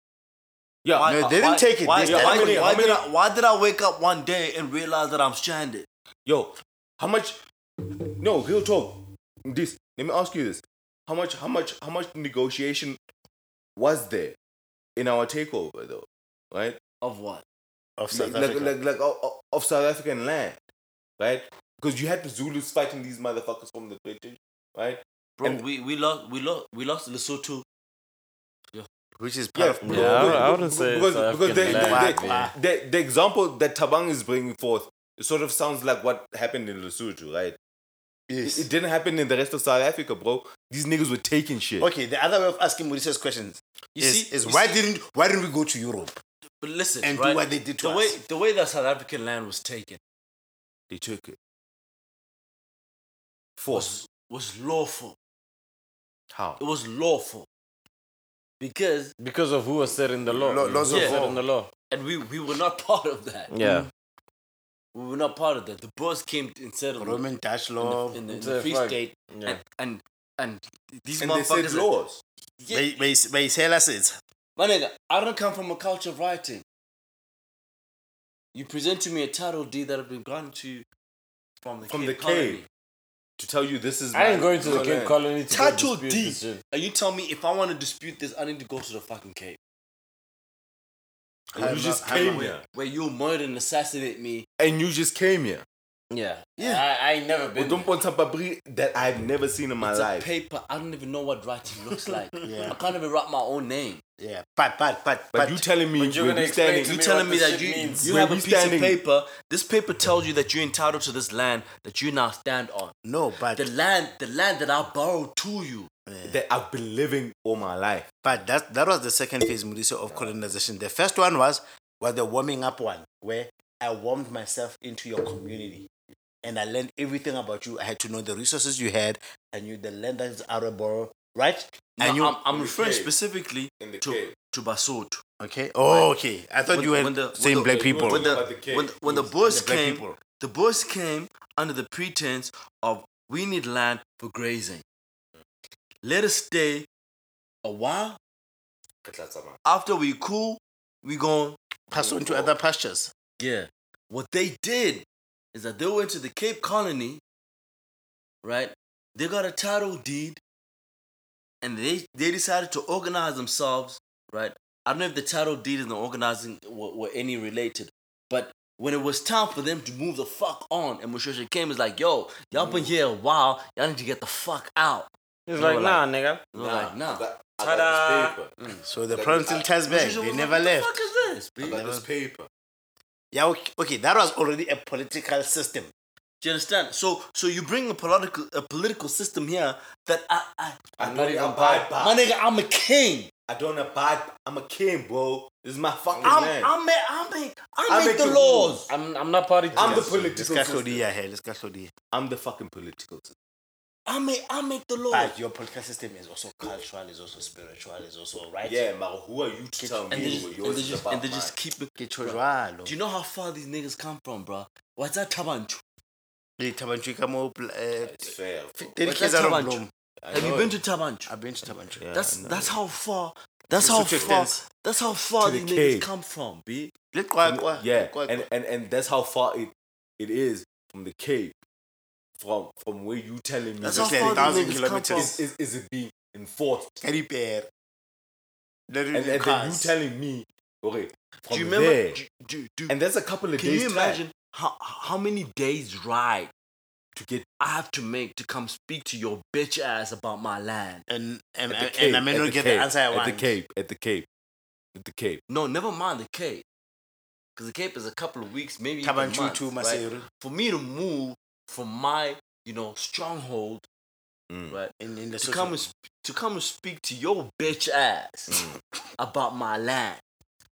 E: Yeah, uh,
B: why,
C: no, they didn't
B: why-
C: take it.
B: Why,
C: They
B: why-
E: started-
B: why-
E: How
B: why
E: many-
B: did I, why did I wake up one day and realize that I'm stranded?
E: Yo, how much? No, real talk. This. Let me ask you this: How much? How much? How much negotiation was there in our takeover, though? Right?
B: Of what?
C: Of
E: Like,
C: South
E: like,
C: Africa.
E: like, like o- o- of South African land, right? Because you had the Zulus fighting these motherfuckers from the British, right?
B: Bro,
E: And-
B: we, we lost we lost we lost Lesotho.
C: which is part
E: bro,
C: of
D: Yeah, I
E: bro,
D: don't- I
E: bro,
D: wouldn't say
E: because
D: South
E: because
D: African
E: the, the,
C: land,
E: the, the, the example that Tabang is bringing forth sort of sounds like what happened in Lesotho, right? It-
C: Yes.
E: It didn't happen in the rest of South Africa, bro. These
B: These niggas were taking shit.
C: Okay, the other way of asking Mauritius questions
B: You
C: is,
B: see-
C: is
B: you
C: why didn't why didn't we go to Europe?
B: But listen,
C: and do
B: right?
C: what they did to
B: the
C: us.
B: way the way that South African land was taken
E: They took it.
B: was, was lawful.
E: How?
B: It was lawful because
D: Because of who was setting the law.
C: Law-
D: Who
C: laws
D: was
B: of
D: setting
B: war.
D: the law.
B: and we we were not *laughs* part of that.
D: Yeah.
B: We were not part of that. The Boers came and settled in
C: Roman Dutch
B: the,
C: law.
B: in the, in
D: It's
B: the
D: a
B: Free
D: fact.
B: State
D: Yeah.
B: and and and these
E: And they said
B: motherfuckers. are-
E: laws.
B: Yeah.
C: They they they sell assets.
B: My nigga, I don't come from a culture of writing. You present to me a title deed that have been granted to you from the
E: From
B: Cape
E: the
B: Colony.
E: Cape. To tell you this is
D: I ain't
E: my-
D: going to the
E: my
D: Cape
E: land.
D: Colony to go
B: Title
D: dispute
B: deed.
D: this shit.
B: And you tell me if I want to dispute this, I need to go to the fucking Cape.
C: I'm
D: You just
C: not- I'm
D: came
C: not-
D: here.
B: Where you'll murder and assassinate me.
E: And you just came here.
B: Yeah. Yeah. I, I ain't never been.
E: With Dumponta Papri that I've never seen in my
B: it's a
E: life.
B: paper. I don't even know what writing looks *laughs* like.
C: Yeah.
B: I can't even write my own name.
C: Yeah, but but but
E: but, you telling me
D: you're
E: when
D: gonna
E: we standing,
D: explain
B: You
D: me
B: telling
D: what
B: me
D: this
B: that you,
D: shit means.
B: you
E: Where
B: have a
E: we
B: piece of
E: standing-
B: paper. This paper tells you that you're entitled to this land that you now stand on.
C: no, but
B: The land, the land that I borrowed to you.
E: that I've been living all my life.
C: But that that was the second phase, Mudiso, of colonization. The first one was was the warming up one, where I warmed myself into your community, and I learned everything about you. I had to know the resources you had. I knew the land that is arable, right? I
B: And
C: knew.
B: I'm, I'm referring
E: Cape.
B: specifically
E: In the
B: to, to Basotho.
C: okay. Oh, okay. I thought you were saying black people.
B: When
E: About the
B: the,
E: Cape.
B: when, the- when the
E: Yes,
B: Boers
C: the black
B: came,
C: people.
B: the Boers came under the pretense of we need land for grazing. Let us stay a while. After we cool, we going
C: Pass on to other pastures.
B: yeah. What they did is that they went to the Cape Colony, right? They got a title deed, and they they decided to organize themselves, right? I don't know if the title deed and the organizing were, were any related, but when it was time for them to move the fuck on, and Mushosha came is like, "Yo, y'all been here a while. Y'all need to get the fuck out."
D: It's like, nah, nigga.
B: And they're like, "Nah."
E: Ta-da!
C: So the Protestant test back.
B: Moshoeshoe
C: They
B: was
C: never
B: like,
C: left.
B: What the fuck is this? B?"
E: About this paper.
C: Yeah. Okay, okay. That was already a political system.
B: Do you understand? So, so you bring a political a political system here that I, I
E: I'm not even
B: abide
E: abide by.
B: My nigga, I'm a king.
E: I don't abide. I'm a king, bro. This is my fucking
B: I'm,
E: land.
B: I'm, a, I'm, a, I
E: I
B: make,
E: make
B: the
E: the
B: laws.
D: I'm, I'm not party to
E: I'm
D: that
E: the
D: shit.
E: political
C: Let's get
E: system.
C: Hlodia here. Let's get Hlodia.
E: I'm the fucking political system.
B: I make, I make the laws.
C: But your political system is also cultural, is also spiritual, is also right.
E: Yeah, but who are you to tell
B: and they
E: me
B: just,
E: what
B: and
E: yours
B: they
E: is
B: just,
E: about
B: and they just
E: mine?
B: keep it.
C: Ke
B: Bruh,
C: tjhojwalo.
B: Do you know how far these niggas come from, bro? What's that tabanchu?
C: Hey, Tabanchu, come up. Uh,
E: It's fair. bro.
C: Daddy
B: What's that
C: Kaiser of
B: Tabanchu?
C: Bloom.
B: Have you
E: know
B: been to tabanchu?
C: I've been to Tabanchu.
B: that's that's how far. That's how far.
C: Restrictions.
B: That's how far
E: the
B: these niggas
E: cave.
B: come from, b.
C: Let Kwa- Kwa-
E: Yeah,
C: Kwa-
E: and,
C: Kwa-
E: and and that's how far it it is from the Cape, from from where you telling me
B: That's
E: this
B: how
C: just like
B: far these
C: 1,000
B: niggas come from.
E: is, is is it being enforced,
C: Teddy bear. Let it
E: and, and then you
C: cast.
E: telling me okay from
B: Do you remember?
E: there,
B: do- do- do-
E: and there's a couple of
B: Can
E: days
B: you
E: time
B: imagine how how many days ride
E: to get
B: I have to make to come speak to your bitch ass about my land?
C: and and,
E: at the
C: and,
E: Cape,
C: I may
E: at
C: not
E: the
C: get
E: Cape,
C: the answer I
E: at
C: want.
E: the Cape, at the Cape, at the Cape.
B: No, never mind the Cape, because the Cape is a couple of weeks, maybe even
C: Tabanchu
B: months,
C: to
B: right?
C: Maseru
B: For me to move from my you know stronghold,
E: Mm.
B: right,
C: in, in the
B: to come and sp- to come and speak to your bitch ass about my land,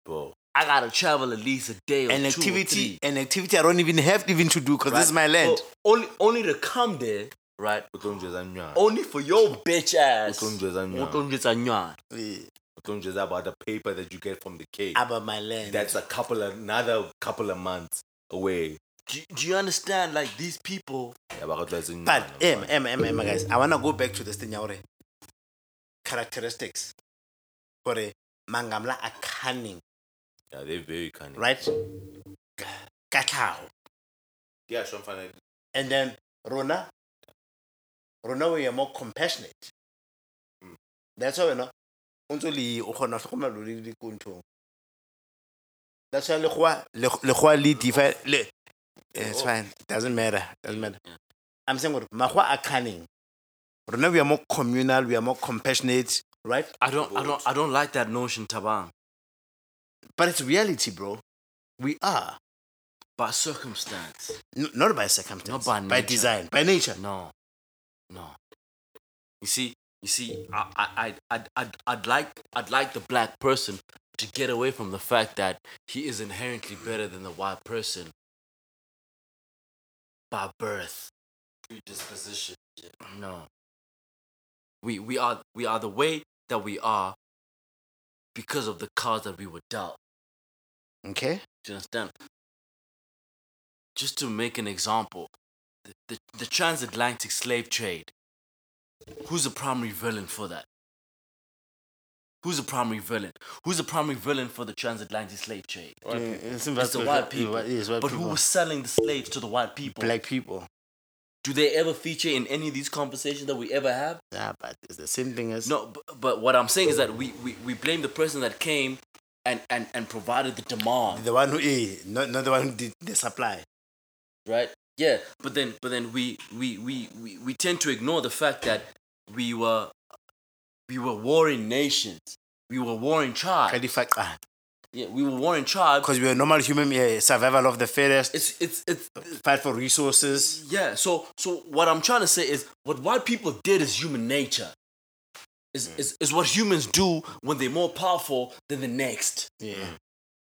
E: Bro,
B: I gotta travel at least a day or
C: an
B: two or
C: activity
B: three,
C: an activity I don't even have even to do because
B: right?
C: this is my land.
B: So only only to come there, right?
E: utonjeza
C: Oh,
E: nyana,
B: Only for your bitch ass.
E: utonjeza nyana,
B: Utonjeza nyana.
C: Yeah.
E: utonjeza about the paper that you get from the Cape.
C: About my land.
E: That's a couple of another couple of months away.
B: do, do you understand? Like these people,
C: but eh, em, em, em, em, guys, I wanna go back to this thing already. Characteristics. For Mangamla are cunning,
E: Yeah, they're very cunning.
C: right? Katlao.
E: Yeah, Sean Fanny.
C: And then Rona, Rona we are more compassionate.
E: Hmm.
C: That's why no. Unzoli ukona fukuma luli di kunto. That's why lechwa lechwa li define le. Eh,
E: Oh.
C: It's fine. Doesn't matter. Doesn't matter. I'm saying what mahwa are cunning. Rona we are more communal. We are more compassionate, right?
B: I don't, I don't, I don't like that notion, Taban.
C: But it's reality, bro. We are
B: By circumstance,
C: N- not by circumstance,
B: by
C: by
B: nature.
C: design, by nature.
B: no, no. You see, You see, I I I I'd, I'd, I'd like I'd like the black person to get away from the fact that he is inherently better than the white person by birth. Predisposition. No. We we are we are the way that we are because of the cards that we were dealt.
C: Okay?
B: Do you understand? Just to make an example, the, the, the transatlantic slave trade. Who's the primary villain for that? Who's the primary villain? Who's the primary villain for the transatlantic slave trade?
C: It's
B: It's the white people.
C: Yes, white
B: but
C: people.
B: who was selling the slaves to the white people?
C: black people?
B: Do they ever feature in any of these conversations that we ever have?
C: Yeah, but it's the same thing as.
B: No, but, but what I'm saying is that we, we, we blame the person that came and, and, and provided the demand.
C: The one who eh, not, not the one who did the supply.
B: right? Yeah, but then but then we we we we, we tend to ignore the fact that we were we were warring nations. We were warring tribes.
C: Because
B: Yeah, we were warring tribes.
C: Ah, we are normal human eh, survival of the fittest,
B: It's it's it's
C: fight for resources.
B: yeah. So so what I'm trying to say is what white people did is human nature. Is, is, is what humans do when they're more powerful than the next.
C: Yeah. Mm.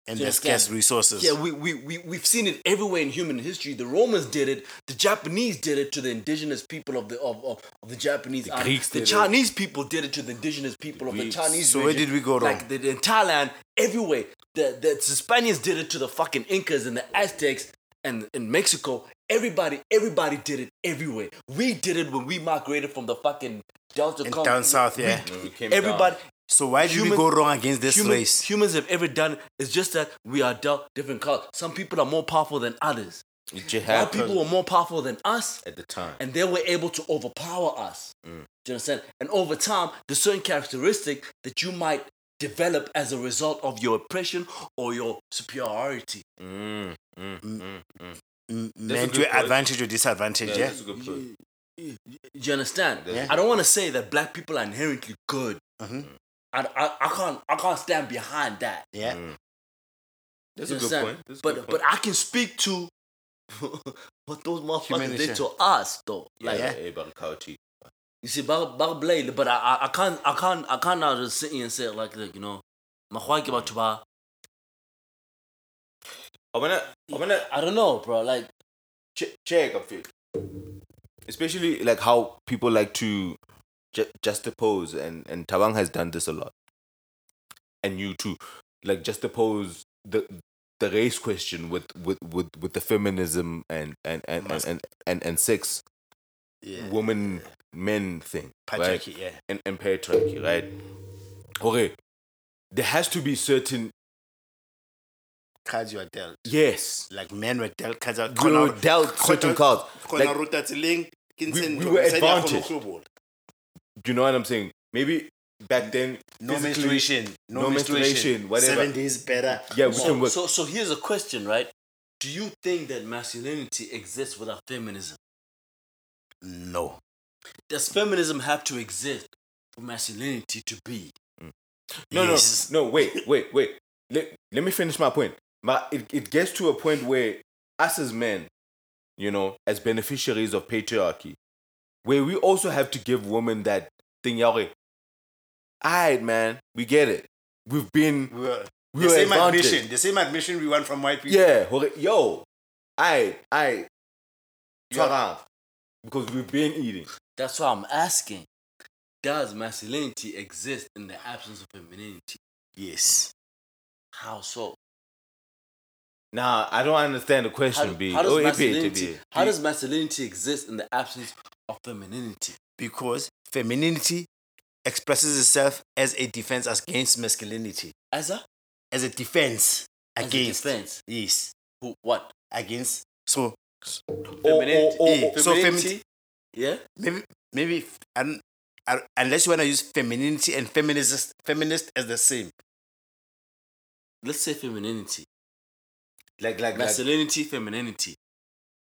C: And
B: So
C: the
B: it's
C: scarce
B: like-
C: resources.
B: Yeah, we, we, we, we've seen it everywhere in human history. The Romans did it, the Japanese did it to the indigenous people of the of, of, of the Japanese the
C: Greeks
B: The
C: did it.
B: Chinese people did it to the indigenous people of the Chinese
C: So where
B: region.
C: did we go wrong?
B: Like the, in Thailand, everywhere. The, the, Spaniards did it to the fucking Incas and the Aztecs and in Mexico. Everybody, everybody did it everywhere. We did it when we migrated from the fucking Delta
C: And
B: Con-
C: down south,
B: we-
C: yeah. Mm.
E: came
B: everybody,
C: So why did we
B: Human-
C: go wrong against this
B: Human-
C: race?
B: Humans have ever done It's just that we are dealt different cards. Some people are more powerful than others. White people were more powerful than us,
E: at the time.
B: and they were able to overpower us. Do
E: Mm.
B: you understand? And over time, there's certain characteristic that you might develop as a result of your oppression or your superiority.
C: M-
E: a
C: Man
E: good
C: to
E: point.
C: advantage or disadvantage, yeah?
E: That's a good point.
B: Do you understand?
E: Yeah.
B: I don't want to say that black people are inherently good.
E: Mm-hmm.
C: Mhm.
B: I, I, I can't I can't stand behind that.
C: Yeah.
E: Mm. That's
B: You
E: a good
B: understand?
E: point. That's a
B: but
E: good
B: but
E: point.
B: I can speak to *laughs* what those motherfuckers
C: Humanity.
B: did to us though. Like
C: Yeah.
E: Hey, eh, about Kauchi.
B: you see, Bag Blade, but I, I I can't I can't I can't now just sit here and say it like that, you know. Mahwai about to buy.
E: I wanna, I wanna
B: I don't know, bro. Like
E: che- check up it. Especially like how people like to ju- juxtapose, and and Tabang has done this a lot, and you too, like juxtapose the the race question with with with with the feminism and and and and and, and, and sex,
C: Yeah.
E: woman men thing, right?
C: Patriarchy, yeah.
E: and, and patriarchy, right? Okay, there has to be certain
C: Cards you are dealt.
E: yes.
C: Like men were dealt cards. out-
E: We were
C: Kona-
E: dealt certain
C: Kona-
E: cards.
C: Kona
E: Like,
C: ruta tseleng, ke
E: We-
C: ntseng
E: we
C: ntlo,
E: were
C: mosadi ha kgone
E: advantaged.
C: ho hlobola.
E: you know what I'm saying? Maybe back then,
C: No
E: physically-
C: menstruation.
E: no menstruation, whatever.
C: Seven days better.
E: Yeah, we can
B: so,
E: work.
B: so so here's a question, right? Do you think that masculinity exists without feminism?
C: No.
B: Does feminism have to exist for masculinity to be?
E: no,
C: Yes.
E: no, no. Wait, wait, wait. Let, let me finish my point. My it, it gets to a point where us as men, you know, as beneficiaries of patriarchy, where we also have to give women that thing. Y'all, all right, man, we get it. We've been
C: We were,
E: we
C: the
E: were
C: same
E: advantaged.
C: admission. The same admission we want from white people.
E: Yeah, hore- yo, I, I, around because we've been eating.
B: That's why I'm asking. Does masculinity exist in the absence of femininity?
C: Yes.
B: How so?
E: Nah, I don't understand the question,
B: How,
E: B.
B: how
E: Oh,
B: does
E: it be, it
B: masculinity,
E: be.
B: how does masculinity exist in the absence of femininity?
C: Because femininity expresses itself as a defense against masculinity.
B: As a,
C: As a defense
B: as a
C: against.
B: defense.
C: Yes.
B: Who, what?
C: Against. So
E: Oh, Femininity.
C: eh, so femi-
B: Yeah?
C: maybe maybe f- un, un, unless you want to use femininity and feminist feminist as the same.
B: Let's say femininity.
E: like, like, like,
B: Masculinity, femininity.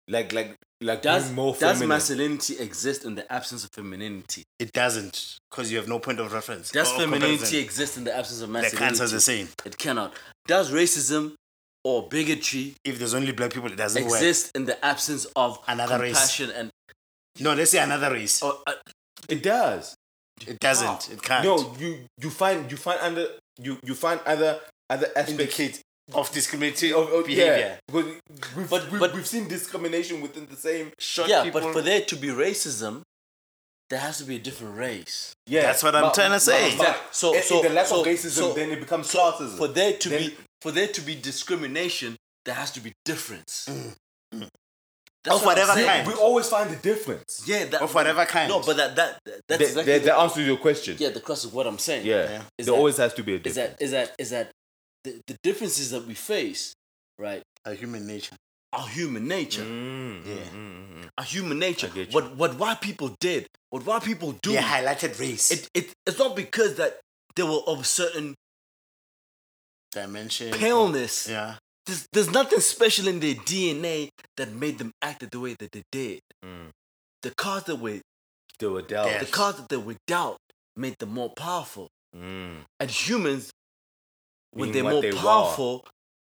E: like like like
B: Does,
E: being more
B: does
E: feminine.
B: masculinity exist in the absence of femininity?
C: It doesn't because you have no point of reference.
B: Does
C: or
B: femininity
C: Oh, comparison.
B: exist in the absence of
C: The
B: masculinity?
C: answer is the same.
B: It cannot. Does racism or bigotry
C: If there's only black people, it doesn't work.
B: exist in the absence of
C: Another race.
B: compassion and Oh, uh,
C: No, let's say another race.
B: or, uh,
E: it does
C: It doesn't. It can't.
E: No, you you find you find under you you find other other aspects
C: Of discriminatory
E: of, of
C: behavior.
E: Yeah, because we've,
B: But-
E: we,
B: but-
E: we've seen discrimination within the same.
C: Short
B: yeah,
C: people-
B: but for there to be racism, there has to be a different race.
E: Yeah,
C: That's what I'm
E: But-
C: trying to say.
E: but-
B: Yeah, so-
E: in- in
B: so-
E: the lack
B: so-
E: of racism,
B: so-
E: then it becomes classism.
B: For there to
E: Then-
B: be for there to be discrimination, there has to be difference. That's
C: Mm, Of
B: what I'm
C: whatever
B: saying.
C: kind.
E: we always find the difference.
B: Yeah, that,
C: Of whatever kind.
B: No, but that that that's
E: That,
B: exactly
E: that, that answers your question.
B: yeah the crux of what I'm saying.
E: Yeah.
C: Yeah.
B: Is
E: there
B: that-
E: always has to be a
B: is
E: difference.
B: that is that is that the, the differences that we face, right?
C: A human nature.
B: Are human nature.
E: Mm.
C: Yeah.
B: Are human nature. What what white people did, what white people do,
C: Yeah, highlighted race.
B: it, it it's not because that they were of certain
C: Dimension.
B: paleness.
C: Yeah.
B: There's, there's nothing special in their DNA that made them act the way that they did.
E: Mm.
B: The cards that were
E: They were dealt.
C: Yeah.
B: the cards that they were dealt made them more powerful. And humans, when
E: Mm. Being
B: they're
E: what
B: more
E: they were.
B: powerful,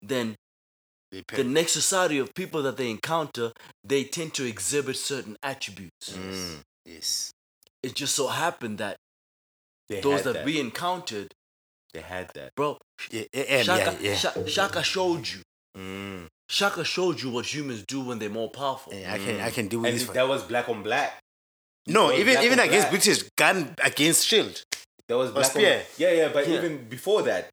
B: then
C: They
B: the
C: pay.
B: next society of people that they encounter, they tend to exhibit certain attributes.
C: Mm.
E: Mm.
C: Yes.
B: It just so happened that
E: They
B: those
E: had
B: that, we encountered,
E: they had that.
B: bro,
C: Yeah, yeah, yeah,
B: Shaka,
C: yeah.
B: Sha- Shaka showed you. Mm. Shaka showed you what humans do when they're more powerful.
C: Yeah, I can I can deal with
E: And
C: this. one.
E: that was black on black.
C: No,
E: was
C: even
E: black
C: even
E: on
C: against
E: black.
C: British gun against shield.
E: That was black on
C: spear.
E: black. Yeah, yeah, but
B: Yeah.
E: even before that,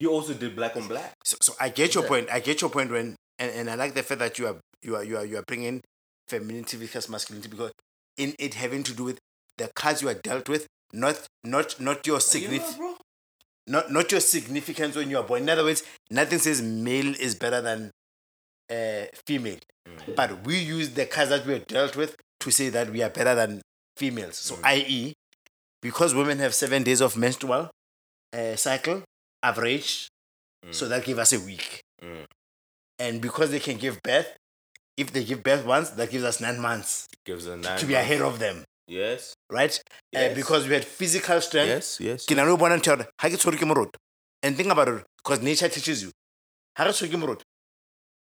E: he also did black on black.
C: So, so I get your point. I get your point when and, and I like the fact that you are you are you are you are bringing femininity versus masculinity because in it having to do with the cards you are dealt with, not not not your significance, not not your significance when you are born. In other words, nothing says male is better than uh, female, but we use the cards that we are dealt with to say that we are better than females. So, i.e., because women have seven days of menstrual uh, cycle average, so that give us a week.
E: Mm.
C: And because they can give birth, if they give birth once, that gives us nine months
E: Gives a nine.
C: to be ahead of them,
E: Yes.
C: right? Uh,
E: Yes.
C: because we had physical strength.
E: yes.
C: Ke na le ho bona ntho ya hore ha ke tshwerwe ke moroto. And think about it, because nature teaches you. Ha re tshwerwe ke moroto,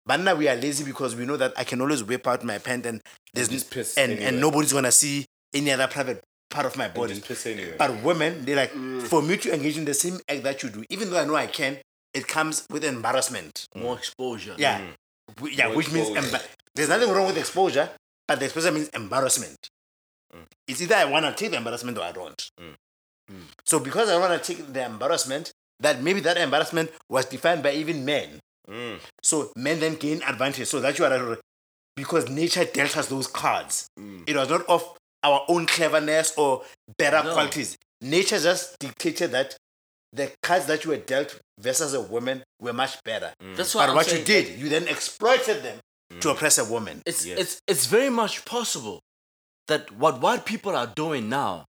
C: banna, we are lazy because we know that I can always whip out my pant and there's
E: just piss
C: and,
E: anywhere.
C: and nobody's gonna see any other private part of my
E: And
C: body.
E: just piss anyway.
C: But women, they like for me to engage in the same act that you do, even though I know I can, it comes with embarrassment.
B: More exposure.
C: Yeah, W- yeah,
E: More
C: which means
E: exposure.
C: emba- there's nothing wrong with exposure, but the exposure means embarrassment. It's either I want to take the embarrassment or I don't. Mm. So because I want to take the embarrassment, that maybe that embarrassment was defined by even men. So men then gain advantage. So that you are because nature dealt us those cards.
B: Mm.
C: It was not of our own cleverness or better qualities. Nature just dictated that the cards that you were dealt versus a woman were much better.
B: That's why
C: But
B: I'm
C: what
B: saying
C: you did, you then exploited them
B: Mm.
C: to oppress a woman.
B: It's it's it's very much possible that what white people are doing now,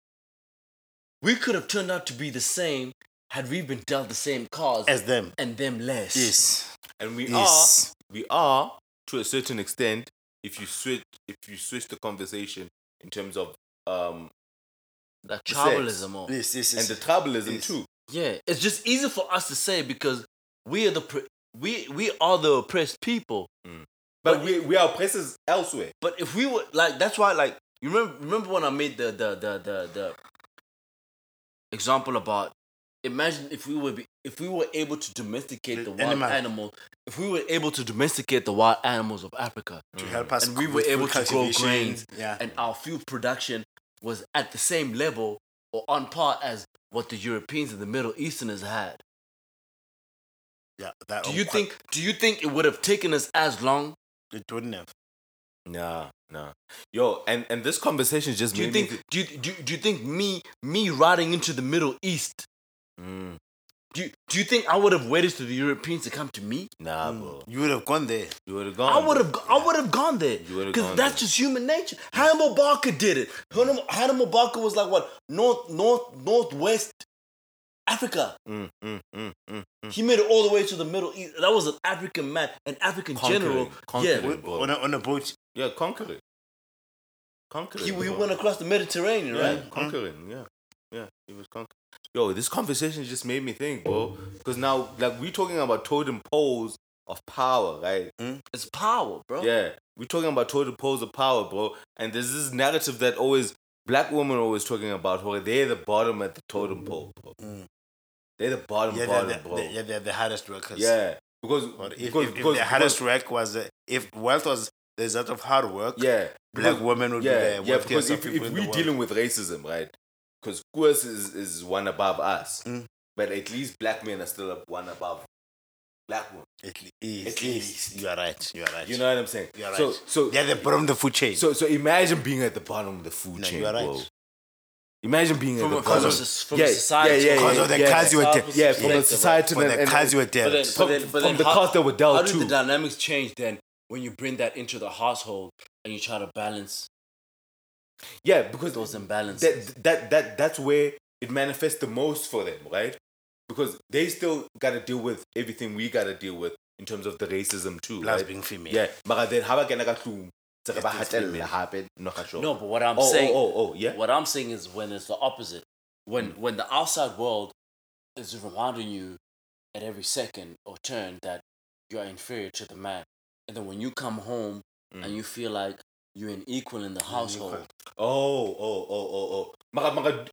B: we could have turned out to be the same had we been dealt the same cards
C: As them.
B: and them less.
C: Yes.
E: and we
C: Yes.
E: are we are to a certain extent if you switch if you switch the conversation in terms of um
B: That tribalism or
C: Yes, yes,
E: and
C: yes.
E: the tribalism
C: Yes.
E: too.
B: yeah, it's just easy for us to say because we are the pre- we we are the oppressed people.
E: But we we are oppressors elsewhere.
B: But if we were like that's why like you remember remember when I made the the the the, the example about imagine if we were be, if we were able to domesticate the wild
C: animal.
B: animal if we were able to domesticate the wild animals of Africa
C: to help us.
B: and we
C: with
B: were
C: food
B: able to grow
C: cultivation.
B: grains
C: Yeah.
B: and our food production was at the same level or on par as what the Europeans and the Middle Easterners had
C: yeah that
B: do you think do you think it would have taken us as long
C: it wouldn't have?
E: Nah, nah. Yo, and and this conversation just
B: do you
E: made me
B: think do you, do, you- do you think me me riding into the Middle East?
E: mm,
B: Do you, do you think I would have waited for the Europeans to come to me?
E: nah, bro.
C: You would have gone there.
E: You would have gone.
B: Mm. I would
E: bro.
B: have go- I would have gone there
E: Oh, You would've
B: because
E: gone
B: that's just human nature. Hannibal Barker did it. Hannibal, Hannibal Barker was like what north north northwest Africa.
E: Mm, mm, mm, mm.
B: He made it all the way to the Middle East. That was an African man, an African general.
E: Conquering,
B: yeah,
E: conquering. Bro.
C: On a, on a boat.
E: Yeah, conquer it. Conquer it.
B: he, he
E: bro.
B: went across the Mediterranean,
E: Yeah,
B: right?
E: conquering. Yeah, yeah, he was conquering. Yo, this conversation just made me think, bro. Because now, like, we're talking about totem poles of power, right?
B: Mm. It's power, bro.
E: Yeah, we're talking about totem poles of power, bro. And there's this narrative that always black women are always talking about how they're the bottom at the totem pole. bro.
B: Mm.
E: They're the bottom,
C: Yeah, they're,
E: bottom,
C: the-
E: bro.
C: they- yeah, they're the hardest workers.
E: yeah, because
C: But if,
E: because,
C: if, if
E: because,
C: the hardest work was, uh, if wealth was the result of hard work,
E: because- yeah,
C: black
E: because-
C: women would
E: yeah,
C: be the
E: yeah,
C: wealthiest
E: because
C: of
E: if,
C: people
E: if
C: in the
E: we're
C: world.
E: dealing with racism, right? Because Kuas is, is one above us,
C: Mm.
E: but at least black men are still up one above black women.
C: at least,
E: At least.
C: you are right. You are right.
E: You know what I'm saying?
C: You are
E: So
C: right.
E: so
C: they're the bottom of the food chain.
E: so so imagine being at the bottom of the food
C: No,
E: chain.
C: you are right.
E: bro. Imagine being at the
C: because
E: bottom
C: of
E: yeah, yeah, yeah,
C: because
E: yeah,
C: of the
E: yeah,
C: cards you were
G: yeah.
C: dealt.
E: yeah, from the
G: perspective,
E: society
C: For
E: and,
C: the
E: and-
C: cards you were
G: But then,
C: dealt.
G: but
E: from,
G: then, but
E: from
G: then
E: the
G: how-
E: cost that were
G: How
E: dealt
G: do
E: too.
G: the dynamics change then when you bring that into the household and you try to balance
E: yeah, because
G: those imbalances?
E: that that that that's where it manifests the most for them, right? Because they still got to deal with everything we got to deal with in terms of the racism too.
C: Plus
E: right?
C: being female.
E: yeah, but then how can I get to? It's
C: Yes, it's female.
G: no, but what I'm
E: oh,
G: saying,
E: oh, oh, oh, yeah.
G: what I'm saying is when it's the opposite, when
E: Mm.
G: when the outside world is reminding you at every second or turn that you are inferior to the man, and then when you come home and
E: Mm.
G: you feel like you're an equal in the household,
E: Oh, oh, oh, oh, oh. Mara, mara,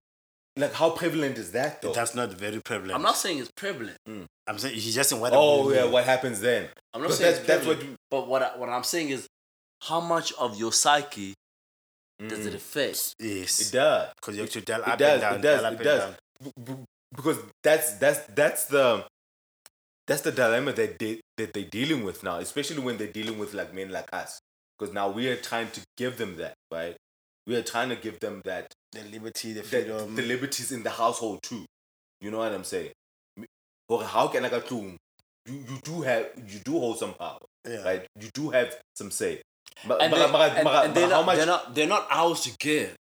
E: like how prevalent is that though?
C: That's not very prevalent.
G: I'm not saying it's prevalent.
C: I'm saying he's just in what.
E: oh yeah, what happens then?
G: I'm not
E: Because
G: saying
E: that's-
G: it's
E: that's what
G: prevalent, but what I, what I'm saying is how much of your psyche does it affect?
E: Mm, It
C: Yes.
E: does.
C: Because you have to dial
E: It
C: up
E: does.
C: and down.
E: it
C: dial
E: does.
C: up
E: It
C: and
E: does.
C: down.
E: B- b- Because that's that's that's the that's the dilemma that they that they're dealing with now, especially when they're dealing with like men like us. Because now we are trying to give them that, right? We are trying to give them that
C: The liberty, the
E: the,
C: freedom.
E: the liberties in the household too. You know what I'm saying? M- Or how can I get to you, you do have you do hold some power,
C: yeah.
E: right? You do have some say. But,
G: And,
E: but-
G: they,
E: but-
G: and,
E: but-
G: and they're,
E: but how
G: not,
E: much?
G: they're not they're not ours to give.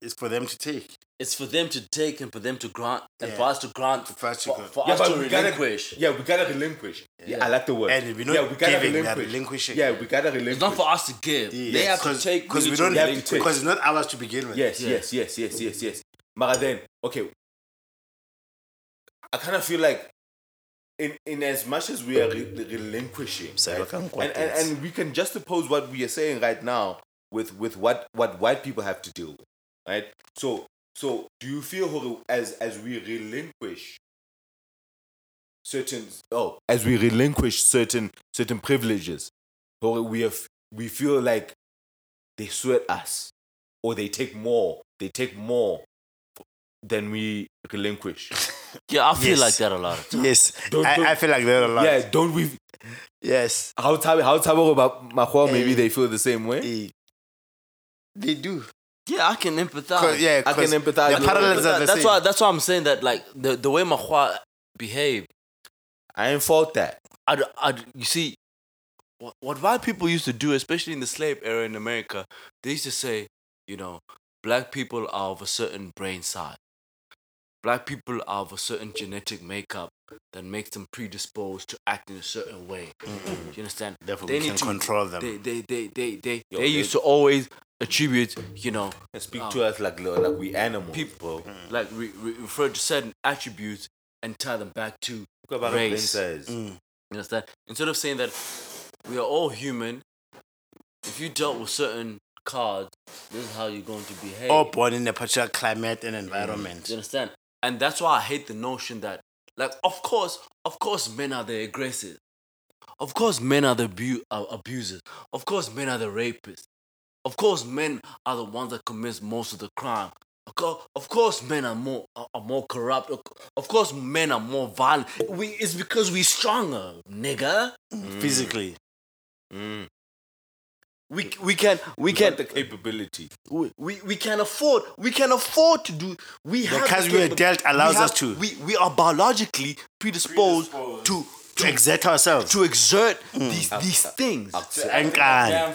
C: It's for them to take.
G: It's for them to take and for them to grant and
C: Yeah.
G: for us to grant
C: For us to
G: for,
C: grant.
G: for
E: yeah,
G: us
E: but
G: to
E: we gotta,
G: relinquish.
E: yeah, we gotta relinquish. Yeah, I like the word.
C: And we're not
E: yeah, we gotta
C: giving, we are
E: relinquish.
C: relinquishing.
E: Yeah, we gotta relinquish.
G: It's not for us to give. They have to take.
C: because
G: need
C: we
G: to
C: don't
E: have
G: relinquish.
E: to take.
C: because it's not ours to begin with.
E: Yes, yes, yes, yes, yes, yes. But then, okay, I kind of feel like, in in as much as we are re- relinquishing,
C: So
E: right?
C: I can't
E: and,
C: quite
E: and and we can juxtapose what we are saying right now with with what what white people have to deal with, right? So so do you feel Horo, as as we relinquish certain oh as we relinquish certain certain privileges, Horo, we have we feel like they sweat us or they take more. They take more than we relinquish.
G: Yeah, I feel
C: Yes.
G: like that a lot. Of times.
C: Yes.
E: Don't- don't-
C: I, I feel like they're a lot.
E: yeah, don't we?
C: Yes.
E: How Tabo, how Tabo about Mahua? Maybe
C: Eh.
E: they feel the same way.
C: Eh, They do.
G: Yeah, I can empathize.
C: 'Cause- yeah,
E: I can
C: 'cause
E: empathize
C: The
E: with
G: But
C: parallels
G: that-
C: are the
G: that's
C: same.
G: why. That's why I'm saying that. Like the the way Mahua behaved.
E: I ain't fault that.
G: I I you see.
B: What, what white people used to do, especially in the slave era in America, they used to say, you know, black people are of a certain brain size. Black people are of a certain genetic makeup that makes them predisposed to act in a certain way. You understand?
C: Therefore,
B: They
C: we can
B: need to-
C: control them.
B: They they they they they,
E: Yo,
B: they
E: they-
B: used to always attribute, you know,
E: And speak to us like like we animals.
B: people like re- re- refer to certain attributes and tie them back to
E: Talk about
B: race.
E: princess.
C: Mm.
B: You understand? Instead of saying that we are all human, if you dealt with certain cards, this is how you're going to behave.
C: All born in a particular climate and environment.
B: You understand? And that's why I hate the notion that, like, of course, of course, men are the aggressors. Of course, men are the abu- uh, abusers. Of course, men are the rapists. Of course, men are the ones that commit most of the crime. Of course, of course men are more are, are more corrupt. Of co- Of course, men are more violent. We it's because we stronger, nigga.
C: Physically.
B: We c- we can we
E: Look at
B: can
E: the capability.
B: we, we we can afford we can afford to do we have the
C: cards we are
B: capa-
C: dealt allows
B: we
C: us to.
B: we we are biologically predisposed, to
C: To exert ourselves.
B: to exert these these things
C: And
B: yeah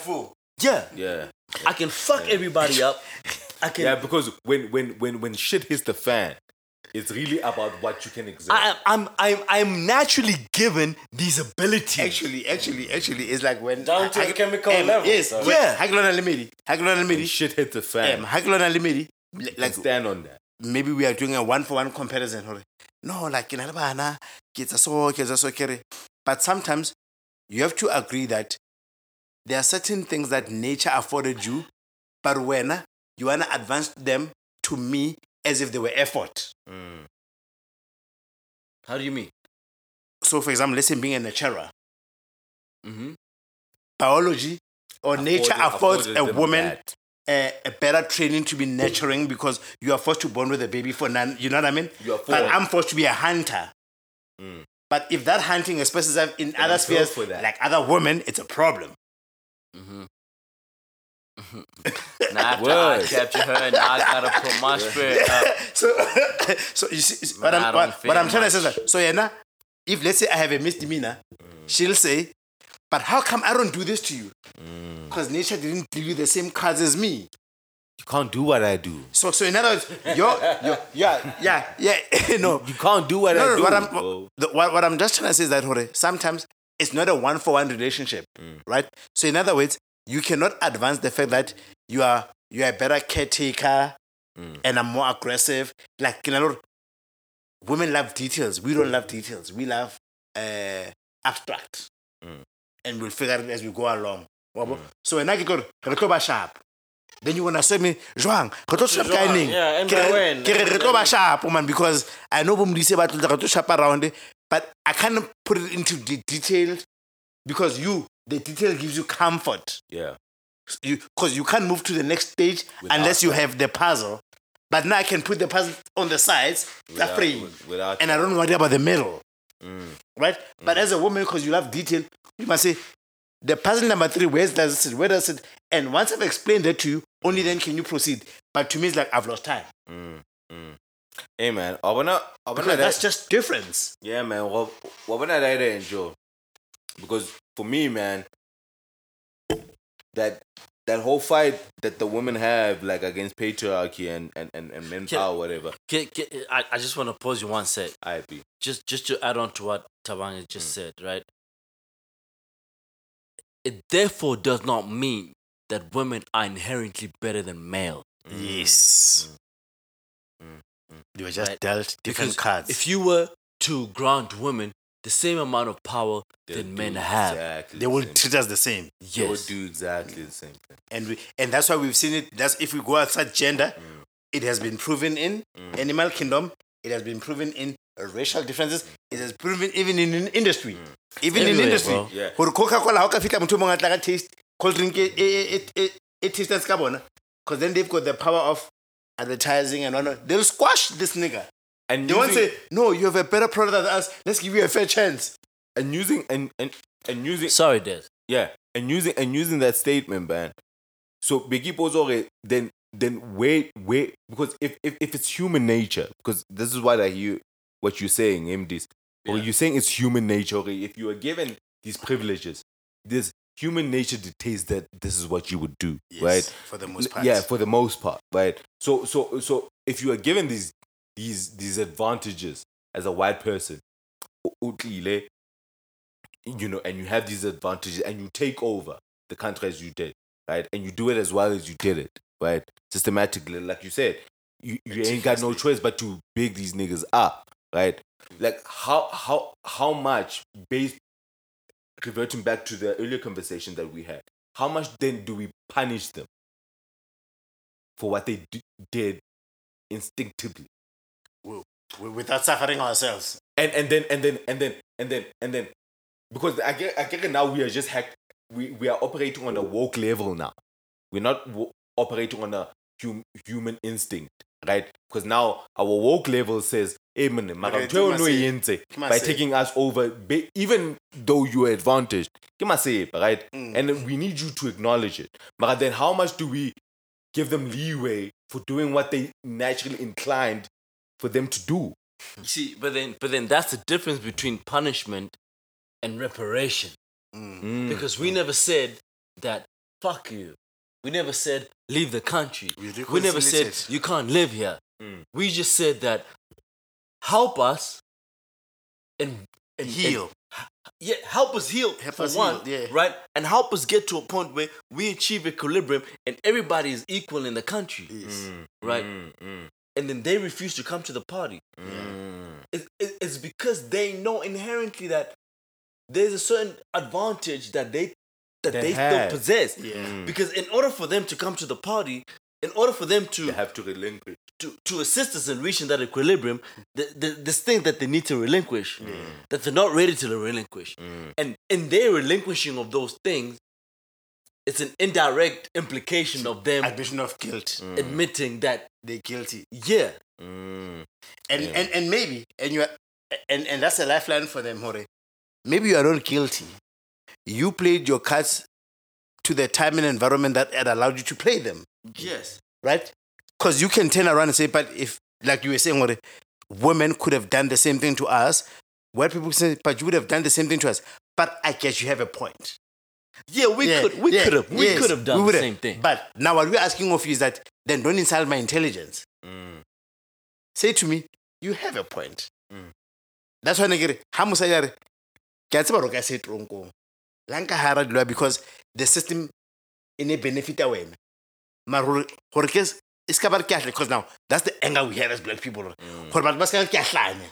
E: Yeah.
B: i can fuck everybody up i can
E: Yeah, because when when when when shit hits the fan, it's really about what you can exert.
B: I, I'm I'm I'm naturally given these abilities.
C: Actually, actually, actually, it's like when
G: Down to
C: Hag-
G: the chemical
C: em,
G: level,
C: Yes,
G: so-
C: yeah. Haglona Limidi, Haglona
E: When
C: Limidi,
E: shit hits the fan.
C: em, Haglona Limidi. li-
E: like
C: Like
E: stand on that.
C: maybe we are doing a one for one comparison. hore. No, like in Alabana, kids are so, kids are so carry. But sometimes you have to agree that there are certain things that nature afforded you, but when uh, you wanna advance them to me as if they were effort.
B: How do you mean?
C: So, for example, let's say being a natural, biology or nature affords
E: afforded
C: a
E: them
C: woman
E: that.
C: a, a better training to be nurturing because you are forced to bond with a baby for none. You know what I mean?
E: You are
C: but
E: forced. Mm.
C: I'm forced to be a hunter. But if that hunting expresses itself in other
E: I'm built
C: spheres,
E: for that.
C: like other women, it's a problem.
B: Now after I
E: Word.
B: capture her, and I *laughs* gotta put my spirit up.
C: So, *coughs* so you see, what
B: Man, I
C: I'm,
B: don't
C: what, what
B: feel
C: I'm trying to say is that, so yeah, now, if let's say I have a misdemeanor,
H: Mm.
C: she'll say, but how come I don't do this to you? Because nature didn't give you the same cards as me.
H: Mm. You can't do what I do.
C: So, so in other words, your, your, yeah, yeah, yeah, *laughs* no.
H: You can't do what I
C: No,
H: do.
C: no, what I'm
H: bro.
C: what, the- what, what I'm just trying to say is that Hore, sometimes it's not a one for one relationship, right? So in other words, you cannot advance the fact that you are you are a better caretaker and I'm more aggressive. Like you know, women love details. We don't love details. We love uh, abstract, and we'll figure it as we go along. Wabo. So when I get good, re tlo ba sharp. Then you wanna say me, Joang, re tlo sharp ka
D: Joang,
C: eng?"
D: yeah, and
C: Ke
D: by
C: re-
D: when?
C: ke re re tlo ba sharp, man, because I know bomdise ba tlo tla re tlo sharp around it, but I can't put it into the detail because you the detail gives you comfort.
E: Yeah.
C: You because you can't move to the next stage unless you have the puzzle. But now I can put the puzzle on the sides, the
E: Without-
C: frame,
E: Without
C: and I don't worry about the middle.
B: Mm.
C: Right? But as a woman, because you love detail, you must say, the puzzle number three, where does it sit? Where does it? And once I've explained that to you, only then can you proceed. But to me, it's like I've lost time.
E: Hey man, I wanna, I wanna.
C: Because that's just difference.
E: Yeah, man. Well, well when I die there, Joe, because for me, man, that that whole fight that the women have, like against patriarchy and and and, and men
B: Yeah.
E: power, whatever,
B: Get, get, I, I just want to pause you one sec.
E: I be.
B: just just to add on to what Tabanga just said, right? It therefore does not mean that women are inherently better than male.
C: Yes.
B: Mm.
C: You Mm. were just
B: Right.
C: dealt different cards.
B: If you were to grant women the same amount of power that men have,
E: Exactly.
C: they
E: the
C: will
E: same.
C: treat us the same.
E: They will
B: yes,
E: do exactly the same thing.
C: and we and that's why we've seen it that's if we go outside gender it has been proven in
E: Mm.
C: animal kingdom it has been proven in racial differences it has proven even in, in industry even in
B: Everywhere,
C: industry
B: bro.
E: Mm. Yeah.
C: gore coca-cola ga o ka fitlha motho o mongwe a tla ka taste cold drink e- e- e- e- e tasters ka bona because then they've got the power of advertising and whatnot they'll squash this nigger
E: And
C: they won't
E: using-
C: say no you have a better product than us let's give you a fair chance
E: and using and and and using
B: sorry, Des.
E: Yeah, and using and using that statement, man. So Biggie Pozore, then then wait, wait, because if, if if it's human nature, because this is what I hear what you're saying, MDs. Or you're saying it's human nature. Or if you are given these privileges, this human nature dictates that this is what you would do, right?
C: for the most
E: N-
C: part
E: Yeah, for the most part, right? So so so if you are given these these these advantages as a white person, o- utlile, you know, and you have these advantages and you take over the country as you did, right? And you do it as well as you did it, right? Systematically, like you said, you, you ain't got no choice but to big these niggas up, right? Like how how how much based reverting back to the earlier conversation that we had, how much then do we punish them for what they d- did instinctively?
C: W- without suffering ourselves
E: and and then and then and then and then and then because I get I get it now we are just hacked. We we are operating on a woke level now. We're not wo- operating on a hum, human instinct, right? Because now our woke level says, "Hey man, makatweo no
C: Mase-
E: yenze,"
C: ke
E: by
C: Mase-
E: taking us over, ba- even though you are advantaged. Ke Mase, right?
B: Mm.
E: And we need you to acknowledge it. But then, how much do we give them leeway for doing what they naturally inclined for them to do?
B: You see, but then but then that's the difference between punishment and reparation.
E: Mm.
B: Mm. Because we never said that fuck you. We never said leave the country.
C: We
B: We never said
C: reconciliated.
B: you can't live here.
C: Mm.
B: We just said that help us and, and
C: heal
B: yeah, help us heal
C: Help
B: for
C: us
B: one,
C: heal, yeah.
B: right? And help us get to a point where we achieve equilibrium and everybody is equal in the country, right? And then they refuse to come to the party. It, it- it's because they know inherently that there's a certain advantage that they that they, still
E: have.
B: possess. Because in order for them to come to the party, in order for them to
E: You have to relinquish.
B: to, to assist us in reaching that equilibrium, the, the, this thing that they need to relinquish, that they're not ready to relinquish. And in their relinquishing of those things, it's an indirect implication of them
C: admission of guilt.
B: admitting that,
C: They're guilty.
B: Mm. yeah,
C: and, and and maybe and you are, and and that's a lifeline for them Hore. maybe you are not guilty you played your cards to the time and environment that had allowed you to play them
B: yes,
C: right because you can turn around and say but if like you were saying Hore, women could have done the same thing to us white people say but you would have done the same thing to us but i guess you have a point
B: yeah, we
C: Yeah,
B: could, we
C: yeah,
B: could have, we
C: yes,
B: could have done
C: would
B: the
C: have.
B: same thing.
C: But now what we're asking of you is that then don't insult my intelligence.
B: Mm.
C: Say to me, you have a point.
B: Mm.
C: That's why I get it. Ha mosadi a re, "Ke a tseba hore o ka se e tronkong. La nka hara dilo ya because the system in a benefit wena. Mara hore- hore ke s- e ska ba re ke a hla- because now that's the anger we have as black people. hore-
B: Mm.
C: hore batho ba ska re ke a hlanya.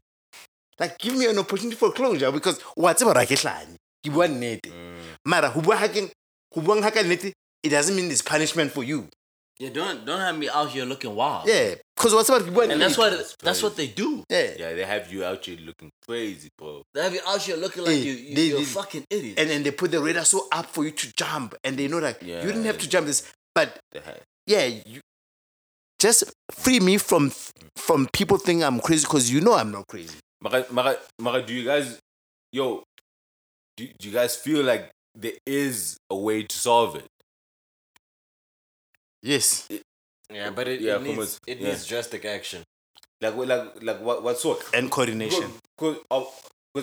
C: Like give me an opportunity for closure because wa tseba hore ha ke hlanye. Ke bua nnete.
B: Mm.
C: Mara ho bua ha ke- ho buang ha ka nnete, it doesn't mean it's punishment for you.
B: Yeah, don't don't have me out here looking wild.
C: Yeah, because what's about people
B: And that's what that's what they do.
C: yeah.
E: Yeah, they have you out here looking crazy, bro.
B: They have you out here looking like
C: Yeah,
B: you, you
C: eh, they-
B: you're a
C: they-
B: fucking idiot.
C: And then they put the radar so up for you to jump, and they know that you didn't have to jump this, but
E: They have.
C: yeah, you just free me from from people think I'm crazy because you know I'm not crazy.
E: Mara, Mara, Mara, do you guys, yo, do, do you guys feel like there is a way to solve it?
C: Yes,
D: Yeah, but it,
E: Yeah,
D: it needs
E: Kumaz,
D: it
E: yeah.
D: needs drastic action.
E: Like, what- like, like what, what sort?
C: and coordination.
E: Because uh,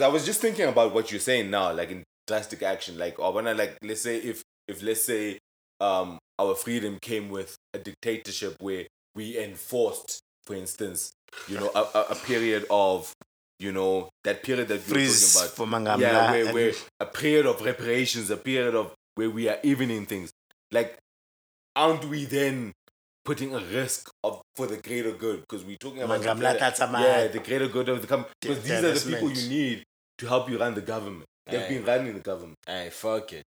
E: I was just thinking about what you're saying now, like in drastic action. Like, or when I like, let's say if if let's say um our freedom came with a dictatorship where we enforced, for instance, you know, a, a, a period of you know that period that you're
C: Freeze
E: talking about
C: for Mangamla
E: yeah, where,
C: and-
E: where a period of reparations, a period of where we are evening things. Like, aren't we then putting a risk of for the greater good? Because we're talking about
C: Mangamla
E: the greater,
C: Tatsama.
E: yeah, the greater good of the company. Because these are the people
C: Divestment.
E: you need to help you run the government. They've
D: Aye.
E: been running the government,
D: Hey, fuck it.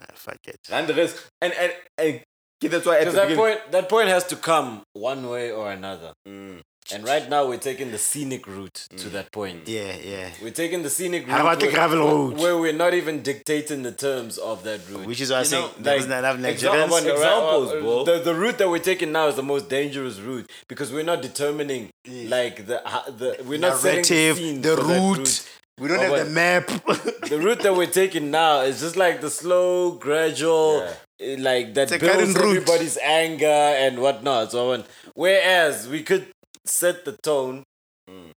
C: Ah, fuck it.
E: run the risk, and and and okay, that's why at the
D: Because that
E: beginning.
D: point that point has to come one way or another.
B: Hmm.
E: Mm.
D: And right now we're taking the scenic route to that point.
C: Yeah, yeah.
D: We're taking the scenic route.
C: How about the
D: where-
C: gravel road?
D: Where we're not even dictating the terms of that route.
C: Which is why I
D: You
C: say
D: know,
C: there
D: like,
C: isn't enough
D: exa-
C: Nigerians.
D: about the-
E: Examples,
D: uh, uh,
E: bro.
D: The, the route that we're taking now is the most dangerous route because we're not determining like the ho- the we're not setting the,
C: Narrative,
D: scene
C: the
D: for that
C: route.
D: route.
C: We don't
D: Oh,
C: have the
D: but-
C: map.
D: *laughs* The route that we're taking now is just like the slow, gradual, eh, like that
C: a
D: builds
C: current route.
D: everybody's anger and whatnot. So, on. whereas we could set the tone,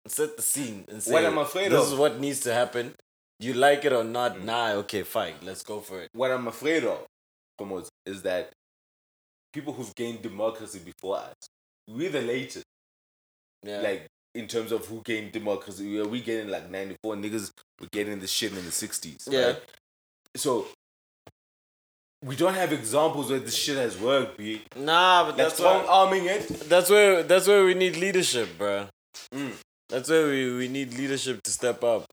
D: set the scene, and say,
E: Hmm. What I'm afraid
D: this
E: of- Hmm.
D: is what needs to happen. You like it or not? Nah, okay, fine. Let's go for it.
E: What I'm afraid of, Komos, is that people who've gained democracy before us, we're the latest.
D: Yeah.
E: like in terms of who gained democracy, we we getting like ninety four niggas were getting this shit in the sixties.
D: Yeah.
E: So we don't have examples where this shit has worked, B.
D: nah, but
E: That's
D: that's
E: strong
D: why.
E: arming it.
D: That's where. That's where we need leadership, bro.
E: Hmm.
D: That's where we, we need leadership to step up.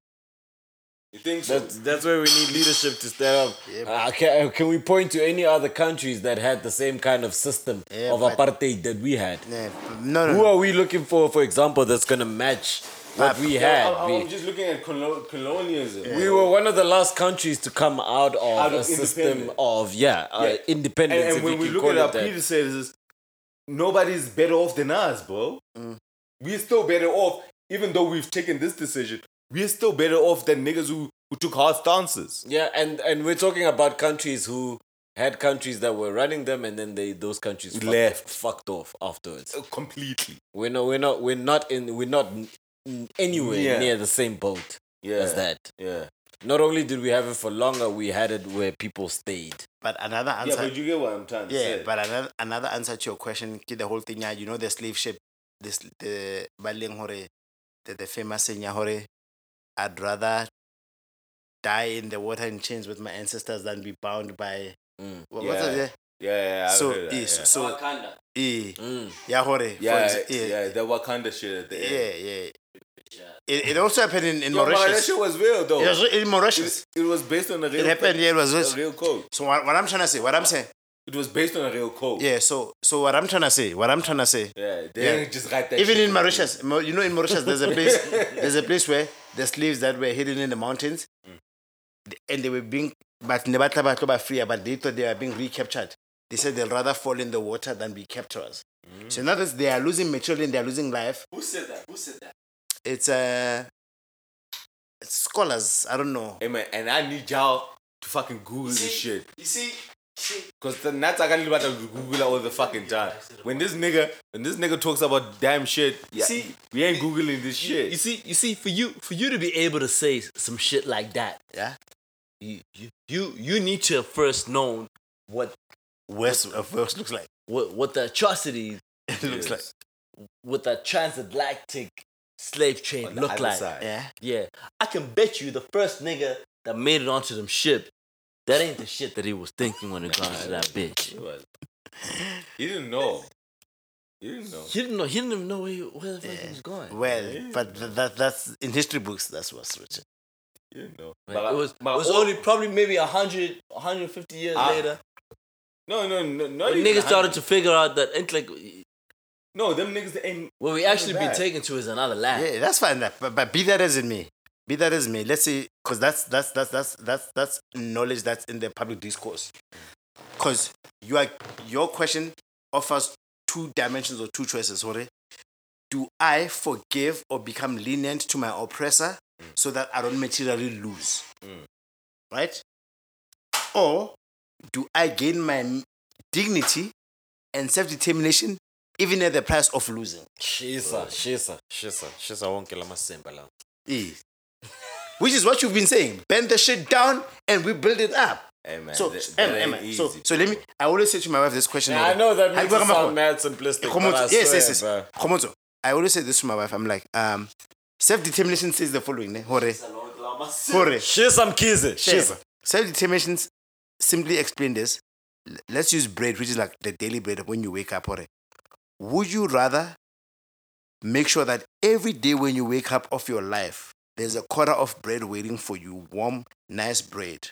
E: You think so?
D: That's that's where we need leadership to stand up. Uh, can, can we point to any other countries that had the same kind of system
C: Yeah,
D: of
C: but-
D: apartheid that we had?
C: yeah. No, no,
D: Who
C: no.
D: are we looking for, for example, that's gonna match what
C: Nah,
D: we
E: No,
D: had?
E: I'm, I'm
D: we,
E: just looking at colo- colonialism.
D: we were one of the last countries to come out of
E: Out of
D: a system
E: independence.
D: of yeah, Uh,
E: Yeah.
D: independence.
E: And, and
D: if
E: when
D: you
E: we
D: can
E: look
D: call
E: at
D: it
E: our
D: that.
E: predecessors, nobody's better off than us, bro. We're still better off, even though we've taken this decision. We're still better off than niggas who, who took hard stances.
D: yeah, and and we're talking about countries who had countries that were running them, and then they those countries fucked-
E: Left.
D: fucked off afterwards.
E: Completely.
D: We're not. We're not. We're not in. We're not n- n- anywhere
E: Yeah.
D: near the same boat
E: Yeah.
D: as that.
E: Yeah.
D: Not only did we have it for longer, we had it where people stayed.
C: But another
E: Yeah,
C: answer.
E: but you get what I'm trying to
C: Yeah,
E: say.
C: but another, another answer to your question, ke the whole thing, yeah, you know, the slave ship, this the baleng hore, the, the famous saying, yeah, hore, I'd rather die in the water in chains with my ancestors than be bound by. Wha- what's
E: Yeah.
C: that, yeah?
E: yeah, yeah, I
C: So,
E: heard that,
C: yeah,
E: yeah.
C: so, eh, yeah, hore, for
E: yeah,
C: exa-
E: yeah,
C: yeah,
E: the Wakanda shit at the
C: yeah,
E: end.
C: yeah. It, it also happened in, in
E: Yo, man, that
C: Mauritius.
E: shit was real though.
C: It was in Mauritius.
E: It, it was based on a real.
C: happened, yeah, it was-
E: a real code.
C: So what, what I'm trying to say, what I'm saying,
E: It was based on a real code.
C: Yeah, so so what I'm trying to say, what I'm trying to say,
E: Yeah, they didn't just write that.
C: even
E: shit
C: in Mauritius, Mau- you know, in Mauritius, there's
E: *laughs*
C: a place, there's a place where the slaves that were hidden in the mountains,
E: Mm.
C: th- and they were being, but never free, but they thought they were being recaptured. They said they'd rather fall in the water than be captors. So in other words, they are losing material and they are losing life.
E: Mm. Who said that? Who said that?
C: It's uh, scholars. I don't know.
E: Hey man, and I need y'all to fucking Google this shit.
F: You see,
E: Cause the nuts I can't about to Google all the fucking time. When this nigga when this nigga talks about damn shit, see, we ain't Googling this shit.
F: you see, you see, for you, for you to be able to say s- some shit like that, yeah, you, you, you, you need to have first known what, uh,
C: West of West looks like.
F: what, what the atrocities,
C: It looks like.
F: what the transatlantic slave trade
E: On the
F: looked
E: other
F: like.
E: side.
C: Yeah.
F: Yeah, I can bet you the first nigga that made it onto them ship, that ain't the shit that he was thinking when it comes to that bitch.
E: He didn't know. He didn't know.
F: He didn't know. He didn't even know where, he, where the fuck he was going.
C: Well,
E: eh.
C: but th- that that's in history books. That's what's written.
E: He didn't know.
F: Like, it was,
E: my
F: it was
E: old-
F: only probably maybe 100, 150 years
E: Ah,
F: later.
E: No, no, no, no.
F: When niggas started to figure out that intellect,
E: No, them niggas ain't.
F: what we actually been
E: that.
F: taken to is another land.
C: Yeah, that's fine. that- But, but be that as it may, be that as it may, let's see, because that's that's that's that's that's that's knowledge that's in the public discourse. Because you are your question offers two dimensions or two choices. Sorry, do I forgive or become lenient to my oppressor so that I don't materially lose, right? Or do I gain my dignity and self determination even at the price of losing?
D: Shisa, shisa, shisa, shisa wonke la masimba la.
C: Eh. Which is what you've been saying. Bend the shit down and we build it up.
E: Hey man,
C: So,
E: that-
C: Em-
E: that ain't
C: Emma, so,
E: easy,
C: so let me. I always say to my wife this question.
D: I know that
C: Hey,
D: makes it
C: Baramakwa.
D: sound mad simplistic, but I
C: Komoto, yes, yes,
D: swear,
C: yes. Komoto. I always say this to my wife. I'm like, um, self determination says the following. ne? Hore. Hore.
D: Shisa mkize, shisa.
C: Self determination simply explained this. L- Let's use bread, which is like the daily bread when you wake up. Hore. Would you rather make sure that every day when you wake up of your life, there's a quarter of bread waiting for you, warm, nice bread,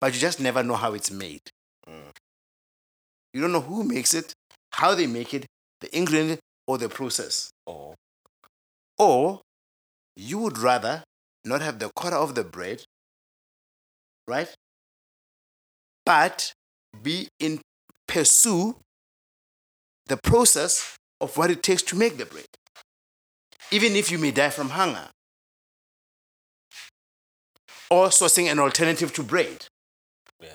C: but you just never know how it's made? You don't know who makes it, how they make it, the ingredient, or the process. Or you would rather not have the quarter of the bread, right? But be in pursue the process of what it takes to make the bread. Even if you may die from hunger. Or sourcing an alternative to bread.
D: Yeah.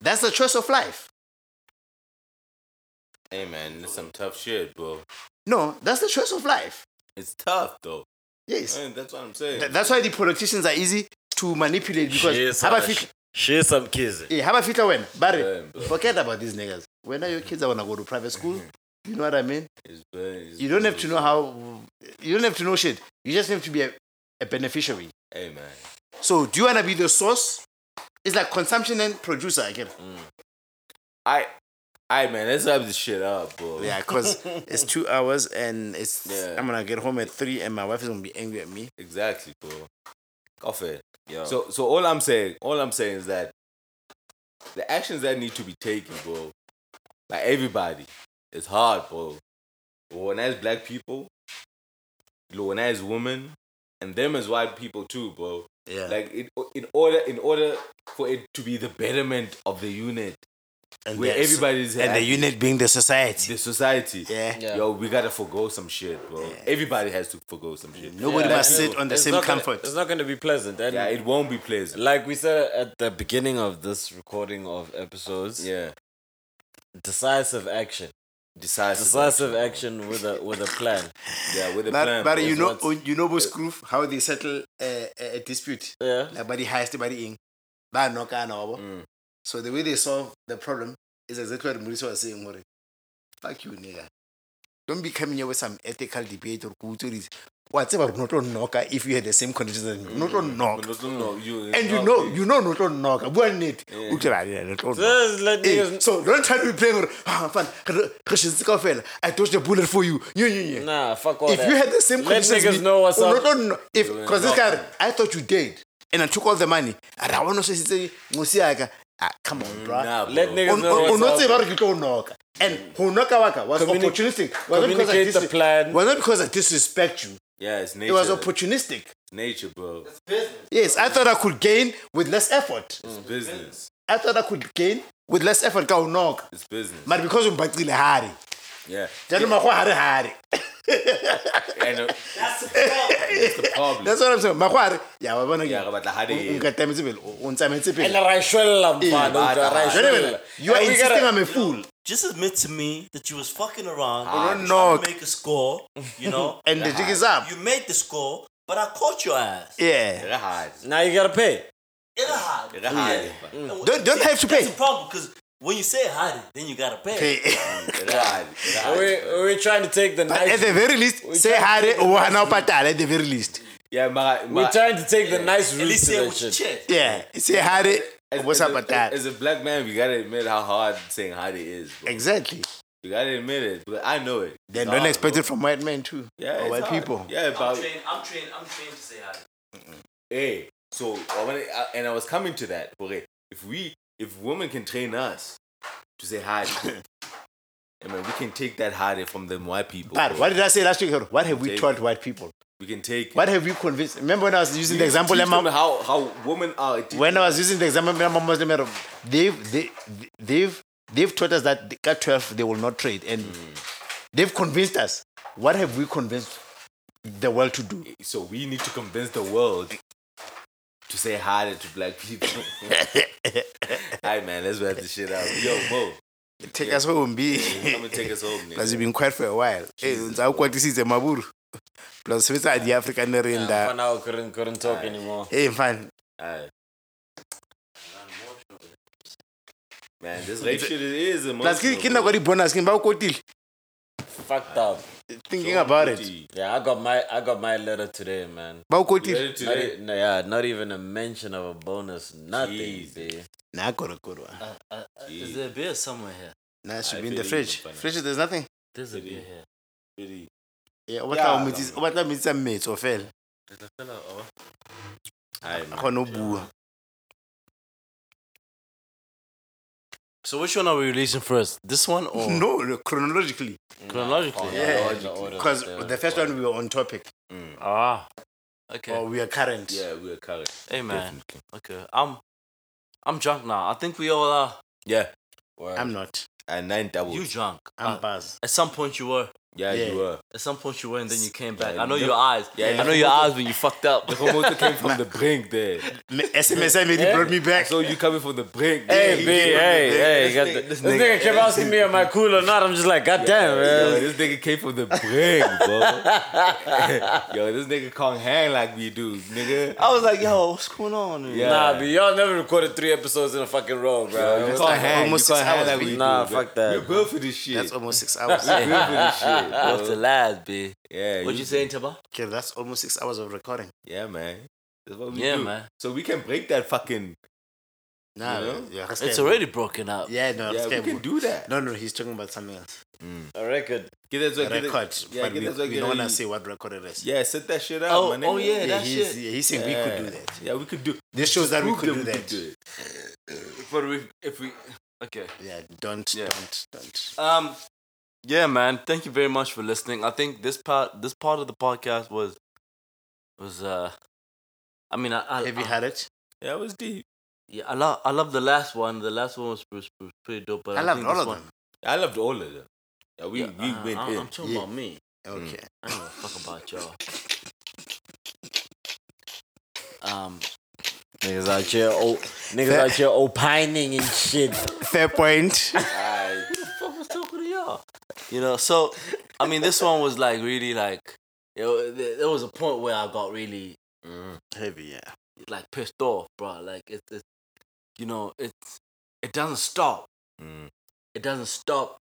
C: That's the choice of life.
E: Hey man, that's some tough shit, bro.
C: No, that's the choice of life.
E: It's tough though.
C: Yes.
E: Man, that's what I'm saying.
C: Th- that's why the politicians are easy to manipulate because
D: Shisa,
C: how about fit,
D: shisa mkize.
C: eh, how about fit when?
E: Yeah,
C: Barry,
E: bro.
C: forget about these niggas. When are your kids are gonna go to private school? You know what I mean?
E: It's very- it's
C: You don't have to know
E: very-
C: how. You don't have to know shit. You just have to be a, a beneficiary.
E: Hey man,
C: So do you wanna be the source? It's like consumption and producer again.
E: I, I man, let's wrap this shit up, bro.
C: Yeah, cause it's two hours and it's.
E: Yeah.
C: I'm gonna get home at three and my wife is gonna be angry at me.
E: Exactly, bro. Coffee. Yeah. So so all I'm saying, all I'm saying is that the actions that need to be taken, bro, by everybody, it's hard, bro. But When as black people, when as women, and them as white people too, bro.
C: Yeah.
E: Like in, in order in order for it to be the betterment of the unit,
C: and
E: where
C: that's-
E: everybody's
C: and the
E: happy.
C: unit being the society.
E: the society.
C: Yeah.
E: Yo, we gotta forgo some shit, bro. Everybody has to forgo some shit.
C: Nobody must sit on the
D: It's
C: same
D: not gonna-
C: comfort.
D: It's not going to be pleasant. And
E: Yeah, it won't be pleasant.
D: like we said at the beginning of this recording of episodes,
E: Yeah.
D: decisive action.
E: Decisive.
D: Decisive action with a with a
C: *laughs*
D: plan.
E: Yeah, with a
C: But,
E: plan.
C: but
E: bro.
C: you know, oh,
D: what's-
C: you know, Bruce Groove, how they settle a, a, a dispute.
D: Yeah.
C: Like, body highest, body in. Ba knock and over. So the way they solve the problem is exactly what Mauricio was saying. Mori. Fuck you, nigga. Don't be coming here with some ethical debate or cultures. What's about not on knocker if you had the same conditions as me? Not on knock.
E: No, no, no, you,
C: And you know, you know, not on knocker. One it. Yeah.
D: Just let
C: Hey,
D: niggas-
C: so don't try to be playing with ah, fun. I dodged the bullet for you. Yeah, yeah, yeah.
D: Nah, fuck all
C: if
D: that.
C: you had the same
D: Let
C: conditions,
D: niggas
C: we-
D: know what's
C: Oh,
D: up.
C: No, no, no. If because this guy, I thought you did, and I took all the money, and I want to say, say, "Ngosi yaka, ah, come on bruh
D: Let niggas know
C: o
D: what's
C: no
D: up.
C: tseba gore ke tlo knock and go knocka waka was
D: Communi-
C: opportunistic was not, because I
D: communicate the
C: dis-
D: plan.
C: was not because i disrespect you
E: Yeah, it's nature.
C: it was opportunistic
E: nature, bro.
C: yes i thought i could gain with less effort
E: It's business.
C: i thought i could gain with less effort ka go knock
E: It's business.
C: but because umbacile hari *laughs*
E: Yeah.
C: jaanong mago ha re hari
E: And,
C: *laughs*
E: uh, That's the problem.
C: that's what i'm saying mago ha re ya wa bona ke-
E: Yeah, but the hari
C: o- o
E: is-
C: nkatametse pele o o ntsamaetse pele
D: And I shwella, man.
E: but
D: I
C: Jwale wena,
D: shwella.
C: you are
D: And we gotta-
C: insisting i'm a fool
B: Just admit to me that you was fucking around,
C: don't
B: trying
C: know.
B: to make a score. You *laughs* know,
C: and the jig is up
B: you made the score, but I caught your ass.
C: *laughs* yeah
E: They're hard.
D: Now you gotta pay.
B: It a hard.
E: They're hard.
C: don't don't have to
B: That's
C: pay
B: the problem because when you say hard, then you gotta pay.
C: Pay.
E: They're hard. They're hard.
D: We we trying to take the
C: But *laughs* at
D: nice.
C: the very least, say hare o hana o patala at the very least.
E: Yeah, my,
D: We
E: my,
D: trying to take the nice
B: At
D: route
B: least
D: to
B: say it
E: oh,
D: that
B: with your
D: shit.
B: chest.
C: Yeah, say hare o
E: as,
C: bo
E: as,
C: sa
E: a,
C: patala.
E: as a black man, we gotta admit how hard saying hard it is. Bro.
C: Exactly.
E: You gotta admit it. But I know it.
C: Then
E: It's
C: don't
E: hard,
C: expect
E: bro.
C: it from white men too.
E: Yeah,
C: or
E: it's
C: white
E: hard.
C: people.
E: Yeah, about
B: I'm trained. I'm trained to say hard.
E: hey. So I wanna, I, and I was coming to that. Okay, if we if women can train us to say
C: *laughs*
E: hard, I mean we can take that hard from them white people.
C: But
E: bro.
C: what did I say last week? What have we
E: Take-
C: taught white people?
E: we can take.
C: What have we convinced? Remember when I was using
E: We
C: the example
E: teach
C: of Mam-
E: them how how women are.
C: when I was using the example of Mama Muslim, Arab, they've they, they've they've taught us that at twelve they will not trade, and they've convinced us. What have we convinced the world to do?
E: so we need to convince the world to say hi to black
C: *laughs*
E: people. Hi man, let's wrap this shit up. Yo, Mo,
C: Take us home, B.
E: I'm gonna take us home.
C: *laughs* plus
E: Nigga.
C: you've been quiet for a while hey nza ukwatisitse maburu plus fetsa adi african
D: For
C: renda
D: now, couldn't couldn't talk anymore.
C: hey mfane
E: Aight. Man, this rape shit is
C: plus
E: emotional.
C: ke ke nako ya di-bonus ke ba o kotile
D: Fucked up.
C: thinking about it
E: it.
D: Yeah, I got my I got my letter today, man.
C: ba o
E: You ready
C: kotile
D: Not
E: today?
D: e- no, yeah, not even a mention of a bonus. Nothing.
E: Jeez.
D: B.
C: na korokorwa
B: Is there a beer somewhere here?
C: na should be
E: I
C: in the
E: feel you,
C: fridge
E: mfana.
C: fridge there's nothing
B: There's a beer here.
E: Really?
C: Yeah, o batla
E: Yeah,
C: ho metsitsa- o batla ho metsitsa metso fela
E: Aight,
C: a
E: man.
C: kgone o bua
B: So which one are we releasing first? This one
F: *laughs*
B: or
C: no no, chronologically
B: chronologically?
C: Yeah,
D: The order.
C: because the first one we were on topic
B: Ah. Okay.
E: Oh,
C: or we are current
E: Yeah, we're current.
B: hey man. Okay. I'm I'm drunk now. I think we all are.
E: Yeah,
C: i'm not
E: and nine double.
B: You drunk.
C: i'm
B: Uh, *laughs*
C: buzz
B: at some point you were.
E: yeah,
C: Yeah.
E: you *laughs* were.
B: At some point you were and then you came back.
E: Yeah,
B: I know
E: you-
B: your eyes.
E: Yeah,
B: I know
E: you-
B: your eyes when you fucked
E: *laughs*
B: up.
E: The promoter came from the brink there.
C: Me- sms i made brought me back
E: So you coming from the brink?
D: Hey,
E: nigga.
D: B, hey, hey, you got
E: nigga-
D: the-
E: this
D: this nigga kept asking me, am I cool or not? I'm just like, God damn,
E: Yo,
D: man.
E: this nigga came from the brink, bro. yo, this nigga can't hang like we do, *laughs* nigga.
B: I was like, yo, what's going on?
E: Yeah.
D: Nah, B, y'all never recorded three episodes in a fucking row,
E: You
D: bro. What's
E: can't
D: up?
E: hang.
C: almost
E: you
C: six
E: can't hang
C: hours,
E: like
C: B.
E: we
D: Nah,
E: do, bro.
D: fuck that.
E: You're built for this shit.
C: that's almost six hours
E: You're built for
B: *laughs*
E: this shit, bro.
B: Off the lads, B.
E: Yeah.
B: What
E: you-
B: you saying, Taba?
C: okay that's almost six hours of recording
E: Yeah, man. That's what we
B: Yeah,
E: do.
B: man.
E: So we can break that fucking.
C: Nah,
E: You know?
C: yeah,
B: It's already broken up.
C: Yeah, no,
E: Yeah, we
C: Skype
E: can
C: would-
E: do that.
C: No, no, he's talking about something else.
D: A record.
E: Get that
C: The record,
E: Yeah,
C: but
E: get
C: we,
E: that
C: we don't want to
E: see.
C: say what record it is.
E: Yeah, set that shit up,
B: Oh,
E: my nigga.
B: oh, yeah, that
C: he's,
B: shit.
C: yeah, he's saying we could do that.
E: Yeah, we could do.
C: This shows that we
E: Prove
C: could
E: them
C: do that.
E: it.
B: But we, if we, okay.
C: Yeah, don't,
B: Yeah.
C: don't, don't.
B: Um, yeah, man. Thank you very much for listening. I think this part, this part of the podcast was, was uh, I mean, I, I,
C: Have you
B: I-
C: had it?
E: Yeah, it was deep.
B: yeah, I love, I love the last one. The last one was, was, was pretty dope. But
C: I loved
B: think
C: all
B: uh, this
C: of
B: one-
C: them.
E: I loved all of them. Yeah, we
B: Yeah,
E: we
B: uh,
E: went
B: I,
E: in.
B: I'm
E: *laughs*
B: talking
C: Yeah.
B: about me.
C: Okay.
B: I don't give a fuck about y'all. *laughs* Um,
D: Niggas out here, oh, niggas out here opining and shit.
C: Fair point.
B: fuck was talking to y'all? You know, so I mean, this one was like really like, you know, there, there was a point where I got really mm,
C: Heavy, yeah.
B: like pissed off, bro. Like it's, it's you know, it's it doesn't stop.
E: Mm.
B: It doesn't stop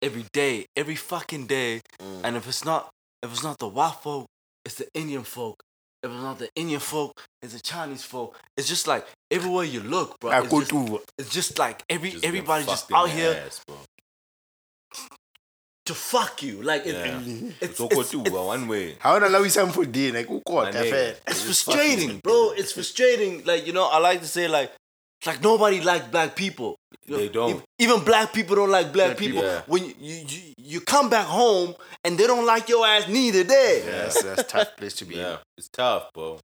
B: every day, every fucking day.
E: Mm.
B: And if it's not if it's not the white folk, it's the Indian folk. If it's not the Indian folk, it's the Chinese folk. It's just like everywhere you look, bro.
C: I
B: it's,
C: go
B: just,
C: to.
B: it's just like every
E: Just been
B: everybody just
E: fucked in
B: out
E: the
B: here
E: ass, bro.
B: to fuck you. Like it,
E: Yeah.
B: it's,
E: So
B: it's,
E: go to uh, one way.
C: How do I allow you some for dinner? Like, who caught
E: My nigga.
C: that?
B: it's frustrating, bro. It's frustrating. Like you know, I like to say like
F: Like nobody likes black people. You
E: They don't.
F: ev- Even black people don't like black people.
E: people. Yeah.
F: When you, you you come back home and they don't like your ass neither there.
C: Yes, that's a tough place to be in.
E: Yeah, it's tough, bro.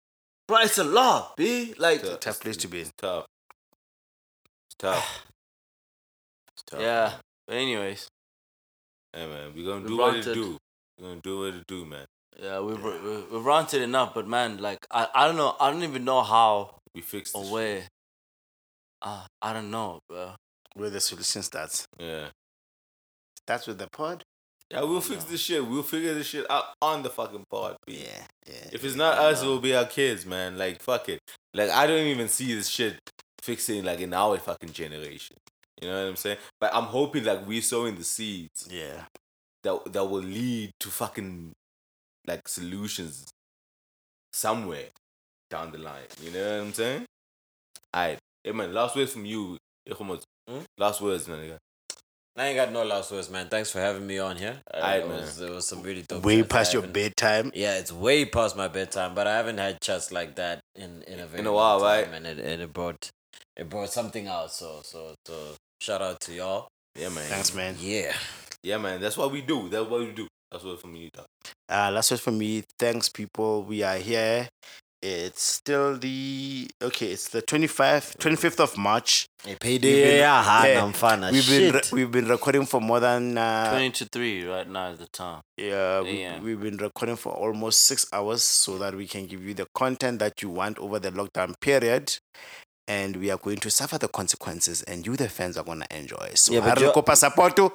F: Bro, it's a lot, B. Like
E: Yeah.
C: Tough place to be in.
E: It's tough.
B: *sighs*
E: It's tough. It's tough.
F: Yeah. But anyways.
E: Hey man, we're gonna
F: We
E: do what it
F: ranted.
E: do. We're gonna do what it do, man.
F: Yeah, we've, we we've ranted enough, but man, like I, I don't know, I don't even know how
E: We fixed
F: or
E: this
F: where. Uh, I don't know, bro.
C: Where the solution starts.
E: shit. Yeah.
C: Starts with the pod.
E: Yeah,
B: Oh,
E: we'll fix this shit. We'll figure this shit out on the fucking pod. B.
C: Yeah, yeah.
E: If it's not us, it'll be our kids, man. Like fuck it. Like I don't even see this shit fixing like in our fucking generation. You know what I'm saying? But I'm hoping like we're sowing the seeds
C: Yeah.
E: that that will lead to fucking like solutions somewhere down the line. You know what I'm saying? Alright. Hey man, last words from you, Ikhomot. Last words, my nigga.
D: I ain't got no last words, man. Thanks for having me on here. Uh,
E: Aight,
D: it,
E: man.
D: was, it was some really dope.
C: Way
D: chats. I
C: past your
D: haven't-
C: bedtime.
D: Yeah, it's way past my bedtime, but I haven't had chats like that in in a very
E: a while,
D: long time,
E: right?
D: And it, and it brought it brought something out. So so so shout out to y'all.
E: Yeah man.
C: Thanks, man.
D: Yeah.
E: Yeah man. That's what we do. That's what we do. That's what
C: *laughs*
E: from you, dog.
C: Uh, last word from me. Thanks, people. We are here. It's still the okay. It's the 25th, 25th of March.
D: Hey,
C: We've
D: payday.
C: been-
D: Yeah, hard.
C: yeah,
D: I'm fine as
C: we've been re-
D: shit.
C: we've been recording for more than uh,
F: Twenty to three right now is the time.
C: yeah, we,
F: yeah.
C: we've been recording for almost six hours so that we can give you the content that you want over the lockdown period. And we are going to suffer the consequences, and you, the fans, are going to enjoy. So,
D: Yeah,
C: yeah,
D: but you're-
C: supporto.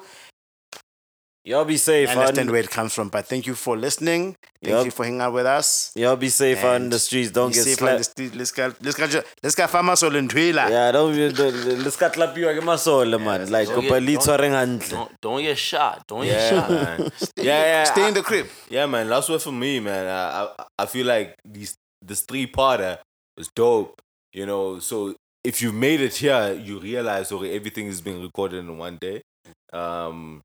D: y'all be safe.
C: I
D: huh?
C: understand where it comes from, but thank you for listening. Thank
D: Yup.
C: you for hanging out with us.
D: Y'all be safe out in
C: And
D: the streets. Don't
C: Be
D: get
C: safe on the
D: slapped.
C: street. Let's go. Let's go. Let's go. Farmers all in Twila.
D: Yeah, don't be- don't- let's cut lapiwa ke masole man. Like
F: don't
D: kopa
F: get-
D: le
F: don't-
D: tshwareng hantle.
F: Don't don't get shot. Don't get
E: Yeah,
F: shot.
E: man. yeah, yeah.
C: Stay
E: I-
C: in the
D: *laughs*
C: crib.
E: Yeah, man. Last word for me, man. I I, I feel like these this three parter was dope. You know, so if you made it here, you realize okay, everything is being recorded in one day. Um,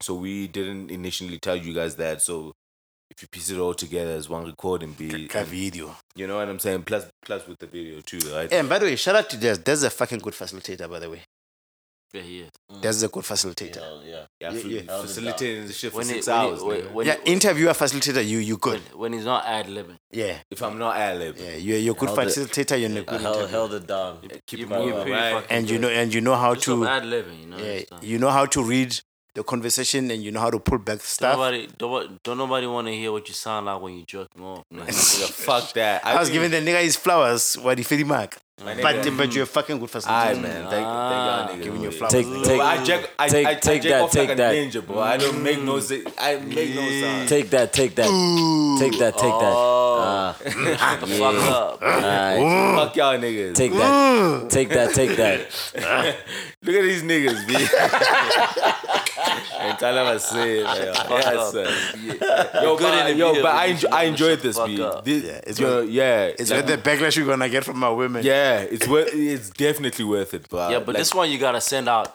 E: so we didn't initially tell you guys that. So if you piece it all together as one recording, be
C: video.
E: you know what I'm saying. Plus, plus with the video too, right?
C: And by the way, shout out to Des. Des is a fucking good facilitator, by the way.
F: Yeah, yeah.
D: Mm.
C: Des is a good facilitator.
D: Yeah.
E: Yeah,
C: yeah,
E: fa-
C: yeah.
E: facilitating the shit for
F: When
E: six
F: it,
E: hours.
F: when, it-
E: nigga.
F: when,
C: Yeah,
F: it-
C: interviewer, facilitator, you you good.
F: when, when he's not ad libbing.
C: Yeah,
E: if I'm not ad lib,
C: yeah, you're you're good
D: Held it.
C: facilitator. You're a good
D: Held,
C: interviewer,
D: held it down.
F: You-
E: keep it
F: you
E: moving,
F: pretty
E: right?
F: fucking
C: and you
F: good.
C: know and you know how
F: Just some
C: to
F: ad libbing, you know.
C: yeah,
F: it's done.
C: you know how to read the conversation and you know how to pull back
F: Don't
C: stuff.
F: nobody don't, wa- don't nobody want to hear what you sound like when you jerking off.
C: *laughs*
F: man.
E: Nigga, fuck that.
C: I was
E: think-
C: giving the nigga his flowers while he fed him mark.
E: My
C: But
E: nigga.
C: but you're a fucking good
E: Aye,
C: facilitator. Ah,
E: man. Thank, thank y'all niggas.
C: Giving you
E: Yeah.
C: flowers.
D: Take
C: nigga.
E: Take,
D: take
E: I jack, I,
D: take-
E: I,
D: take
E: I jack
D: that,
E: off
D: take
E: like
D: that.
E: a ninja, bro. I don't make no, si- I make no sound.
D: Take that, take that. Take that, take that. Ah,
F: Shut the fuck up.
C: *laughs*
D: alright.
E: Fuck y'all niggas.
D: Take that. Take that, take *laughs* that.
E: Look at these niggas, b. and tell them I say it. Yeah,
F: up.
E: sir. Yo, but, yo,
F: video,
E: but I,
F: you
E: enjoy, I
F: shut
E: enjoyed
F: the
E: this,
F: fuck
E: b.
F: up.
E: This,
C: Yeah,
E: yeah,
C: it's
E: it's yo,
C: worth-
E: yeah,
C: It's
E: like,
C: with the backlash you're gonna get from my women.
E: yeah, it's worth. It's definitely worth it, bro.
F: Yeah, but this one you gotta send out.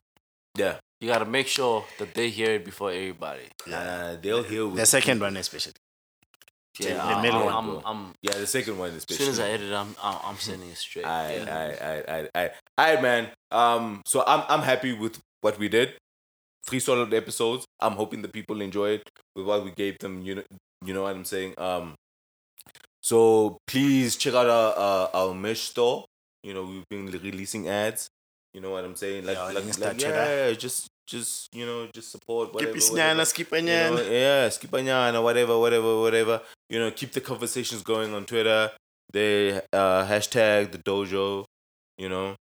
E: yeah,
F: You gotta make sure that they hear it before everybody.
E: nah, they'll heal.
C: The
E: With,
C: second one especially.
F: Yeah,
C: the
F: I'm,
C: middle
F: I'm,
C: one,
F: I'm,
E: bro.
F: I'm-
E: yeah, the second one is
F: as soon as I edit, it, I'm, I'm, I'm sending it straight.
E: Alright,
F: Yeah.
E: alright, alright, alright, alright. Alright, man. Um, so I'm I'm happy with what we did. Three solid episodes. I'm hoping the people enjoy it with what we gave them. You know, you know what I'm saying. Um, so please check out our uh, our merch store. You know, we've been releasing ads. You know what I'm saying? Like,
C: Yeah, on
E: like,
C: Insta,
E: like,
C: Twitter.
E: yeah, just just you know, just support whatever.
C: Keep
E: whatever. You know, yeah, Skipanyana, whatever, whatever, whatever. You know, keep the conversations going on Twitter. They uh, hashtag the dojo. You know,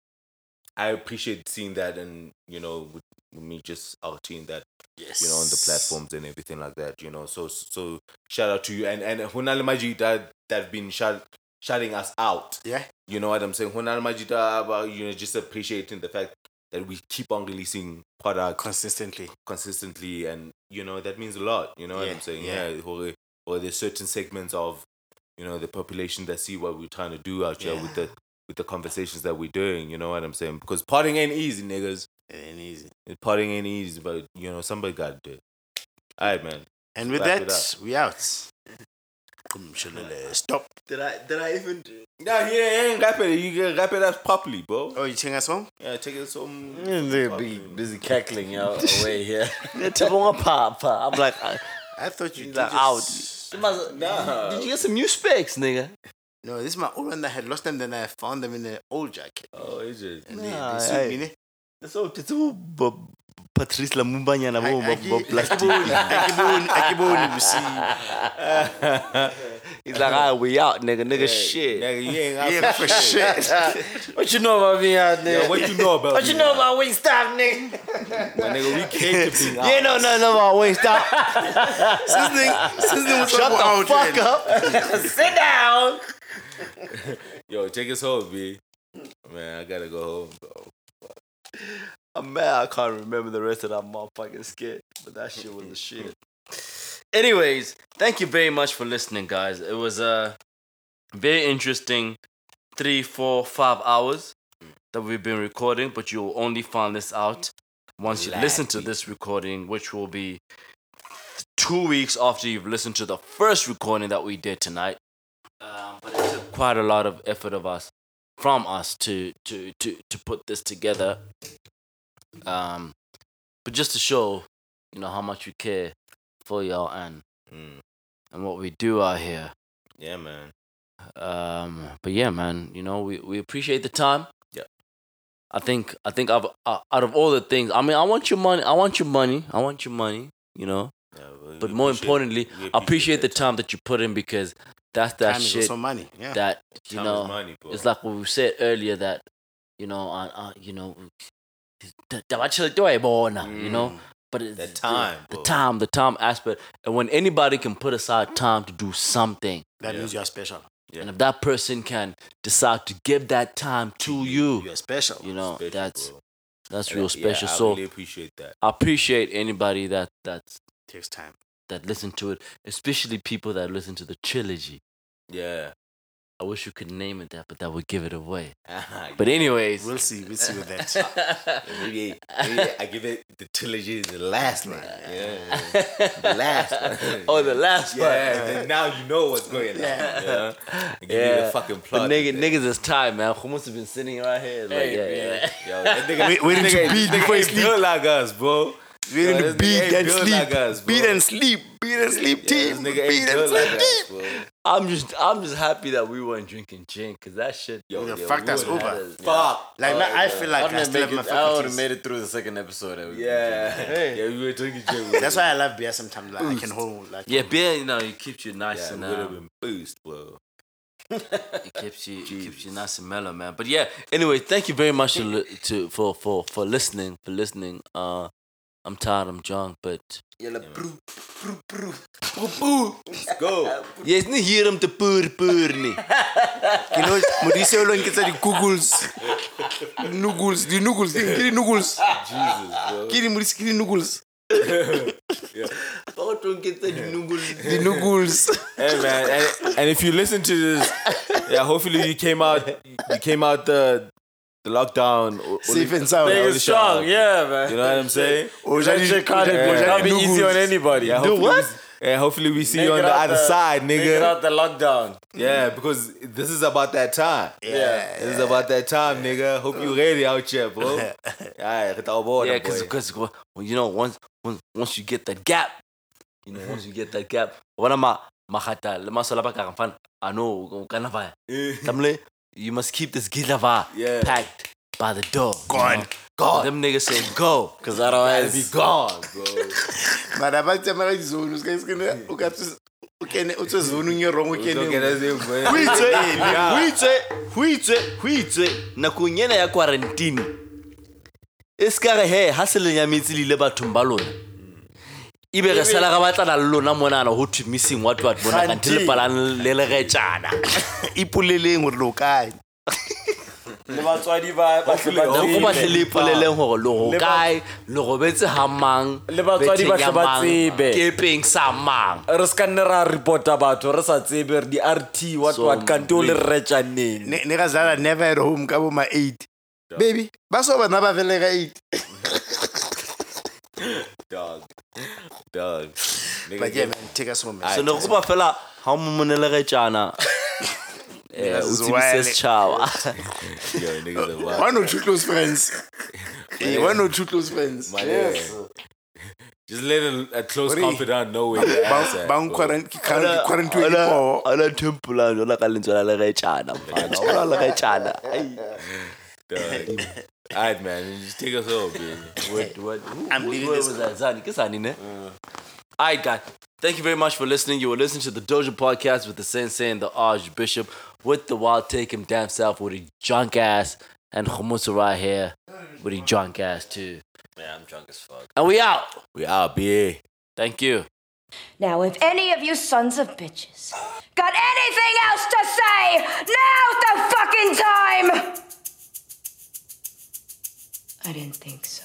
E: I appreciate seeing that, and you know, with me just outing that, you know, on the platforms and everything like that. You know, so so shout out to you and and Hunal Majid that that been shout, shouting us out.
C: Yeah.
E: You know what I'm saying? Hunal Majid, uh, you know, just appreciating the fact that we keep on releasing products
C: Consistently.
E: consistently and you know that means a lot you know what
C: Yeah,
E: i'm saying
C: yeah.
E: yeah, or, or there's certain segments of you know the population that see what we're trying to do out here with the with the conversations that we're doing you know what i'm saying because parting ain't easy niggas
C: And easy.
E: parting ain't easy but you know somebody gotta do it all right man
C: And with
E: Wrap it
C: that, we out. Qumshelele, Stop.
E: Did I did I even No, he ain't rap it. You can rap it up properly, bro.
C: Oh, you sing a song?
E: Yeah, check it some
D: busy cackling
E: *laughs*
D: y'all away here.
B: Papa. I'm like, I-
C: I thought you did
B: Nah,
C: just-
B: you must-
E: Nah.
B: did you get some new specs, nigga?
C: No, this is my old one that I had lost them. Then I found them in an old jacket.
E: Oh, is it?
C: And they,
B: Nah,
C: they suit
B: hey.
C: me. ne?
B: So, it's all bo- Patrice Lamumbanyana
C: I-
B: bo-
C: I
B: bo- bo-
C: keep- I
B: plastic.
C: keep on- I keep on- I keep on, you see.
B: He's like, ah, we out, nigga, nigga, shit.
E: Nigga, you ain't rap.
C: Yeah, for shit.
D: what you know about me out there?
E: Yeah, what you know about
B: What you know about Wingstop, nigga?
E: my nigga? We came to be
B: You ain't know nothing about Wingstop.
C: This thing- this thing was
B: Shut the
C: out
B: fuck
C: and-
B: up. *laughs* Sit down.
E: Yo, take us home, B. Man, I gotta go home, bro.
B: I'm mad I can't remember the rest of that motherfucking skit, but that shit was the shit. Anyways, thank you very much for listening, guys. It was a very interesting three, four, five hours that we've been recording, but you'll only find this out once you listen to this recording, which will be two weeks after you've listened to the first recording that we did tonight. Um, but it took quite a lot of effort of us from us to to to to put this together um, but just to show, you know, how much we care for y'all and and what we do out here.
E: Yeah, man.
B: Um, but yeah, man, you know, we, we appreciate the time.
E: Yeah.
B: I think I think I've, uh, out of all the things, I mean, I want your money. I want your money. I want your money. You know,
E: Yeah, we
B: but more
E: appreciate-
B: importantly,
E: we
B: I appreciate the time that you put in because that's that
C: Time is
B: shit
C: also money. Yeah.
B: that you
E: Time is
B: know
E: money, bro.
B: it's like what we said earlier that you know I, I you know the- the- actually, do I born now, you know but it's
E: Mm. The time,
B: the,
E: bro.
B: time the time aspect and when anybody can put aside time to do something
C: That
E: Yeah.
C: means you are special.
E: Yeah.
B: and if that person can decide to give that time to you
C: You are special.
B: you know
E: Special,
B: that's
E: bro.
B: that's real
E: Yeah, yeah,
B: special
E: I
B: so
E: really appreciate that.
B: I appreciate anybody that that's
C: takes time.
B: that listen to it especially people that listen to the trilogy
E: Yeah. *laughs*
B: I wish you could name it that but that would give it away
E: but
B: but anyways
C: We'll see. We'll see with *laughs* that.
E: maybe,
B: *laughs*
E: maybe I give it the trilogy the last one. Yeah. The last one.
B: oh, the last
E: Yeah,
B: one.
E: then now you know what's going on. Yeah. Give yeah. you the fucking plot.
B: The nigga, niggas is tired, man. Hummus has been sitting right here. Like, yeah, yeah.
E: Yo, that nigga,
C: Wait- waiting to beat before he
E: ain't built like us, bro.
C: We
E: Yo,
C: didn't
E: this nigga
C: beat
E: ain't
C: and
E: built
C: sleep.
E: like us, bro.
C: beat and sleep. Beat and sleep
E: Yeah, this
C: team.
E: nigga
C: beat
E: ain't
C: and
E: built
C: sleep
E: like
C: team.
E: us, bro.
B: I'm just, I'm just happy that we weren't drinking gin, cause that shit.
E: Yo,
C: Would've
E: yeah,
C: fucked
E: we
C: us
E: would've had
C: over.
E: us-
D: Fuck.
C: Like now, I feel like I,
D: Oh, I,
C: still have my
D: would have
C: faculties.
D: made it through the second episode. That we
E: Yeah. Yeah, we were drinking gin. we
C: That's why I love beer sometimes. Like I can hold. Like
B: Yeah, beer, you know, it keeps you nice
E: Yeah,
B: and
E: would have
B: um,
E: been boost, bro.
B: it keeps you, it keeps you nice and mellow, man. But yeah, anyway, thank you very much to, li- to for for for listening, for listening. Uh, I'm tired, I'm drunk, but
E: Let's go.
B: yes, ni hiram te pur pur *laughs* ni.
C: you know, Modise alone gets the googles, noogles, the *laughs* noogles, the kiri noogles,
E: Jesus,
D: *laughs*
E: bro.
C: kiri Modise kiri noogles,
B: Bao tong kita di nungul.
C: the
D: *laughs*
C: noogles.
E: Hey man, and, and if you listen to this, yeah, hopefully you came out, you came out the the lockdown o-
C: Safe
E: only-
C: and sound.
E: only
D: Nigga strong,
E: shout.
D: yeah, man.
E: You know what I'm saying?
C: Oh,
D: that shit can't
E: yeah.
D: not be
C: Nugul's.
D: easy on anybody.
E: Yeah, hopefully We, yeah, hopefully we see you on
D: Nigga
E: the
D: out
E: other
D: the-
E: side,
D: Nigga,
E: nigga.
D: out the lockdown.
E: Yeah, because this is about that time.
C: Yeah.
E: This is about that time, nigga. Hope you ready out here,
D: *laughs*
E: bro. Alright, get our board,
B: Yeah,
E: boy.
B: because because well, you know once once once you get that gap, you know once you get that gap, what am I? Makata, lema solaba karafan. I know kanava. Tamle, you must keep this gilava
E: *laughs* Yeah.
B: packed by the door.
C: Gone.
B: God. Them niggas say go, cause
E: Gotta
B: otherwise
E: be gone, *laughs* bro.
C: But about the marriage zone, you guys can look at this. Okay, it's a zone in your wrong. Okay,
E: Don't get us in, bro.
B: huitse
C: eh, *laughs*
E: Yeah.
B: huitse huitse huitse nakong ena ya quarantine e se ka re he ha se lenyametse le ile bathong ba lona
D: E
B: ebe re sala re batlana le lona monana ho thwe missing what what bona kante lepalang le legetjana
D: *laughs*
C: ipoleleng gore lo kae
D: Le batswadi ba- ba-
E: Hopefully-
D: ba- ba-
B: ho batle le ipoleleng gore le
D: Le
B: go
D: ba-
B: kae le robetse ha mang
D: Le batswadi ba
B: betheng ya
D: hle ba
B: mang,
D: tsebe.
B: kepeng sa mang
D: re se ka nne ra report-a batho re sa tsebe re di-rt what
B: So,
D: what kante o le
B: please.
D: reretsaneng
C: ne ne ka dlala never at home ka bo ma eight baby ba so bana ba fele ka eight
E: Dog. Dog. Nigga,
C: But yeah, man, take us home, man.
B: so ne gopa fela ga
C: *laughs*
B: o momonelegetsana eh, o tsebise
C: Zwale.
B: setšhaba
E: yo, niggas are wild.
C: One or two close
B: *laughs*
C: friends. Eh, One or two close friends.
E: My nigga. Just let a, a close confidant know where you're at.
C: Bound quarantine four.
B: ala thempolane ola ka lentswe la legetšana mfana ola legetšana
E: All right, man. Just take us home, baby.
B: What, what, who, I'm leaving this. Was that? Zani, guess I need it. All right, guys. Thank you very much for listening. You were listening to the Doja Podcast with the Sensei and the Archbishop with the Wild Take Him Damn Self with the junk ass and Khumusa right here with the junk ass too.
I: Yeah, I'm drunk as fuck.
B: And we out.
E: We out, BA.
B: Thank you.
J: Now, if any of you sons of bitches got anything else to say, now's the fucking time! I didn't think so.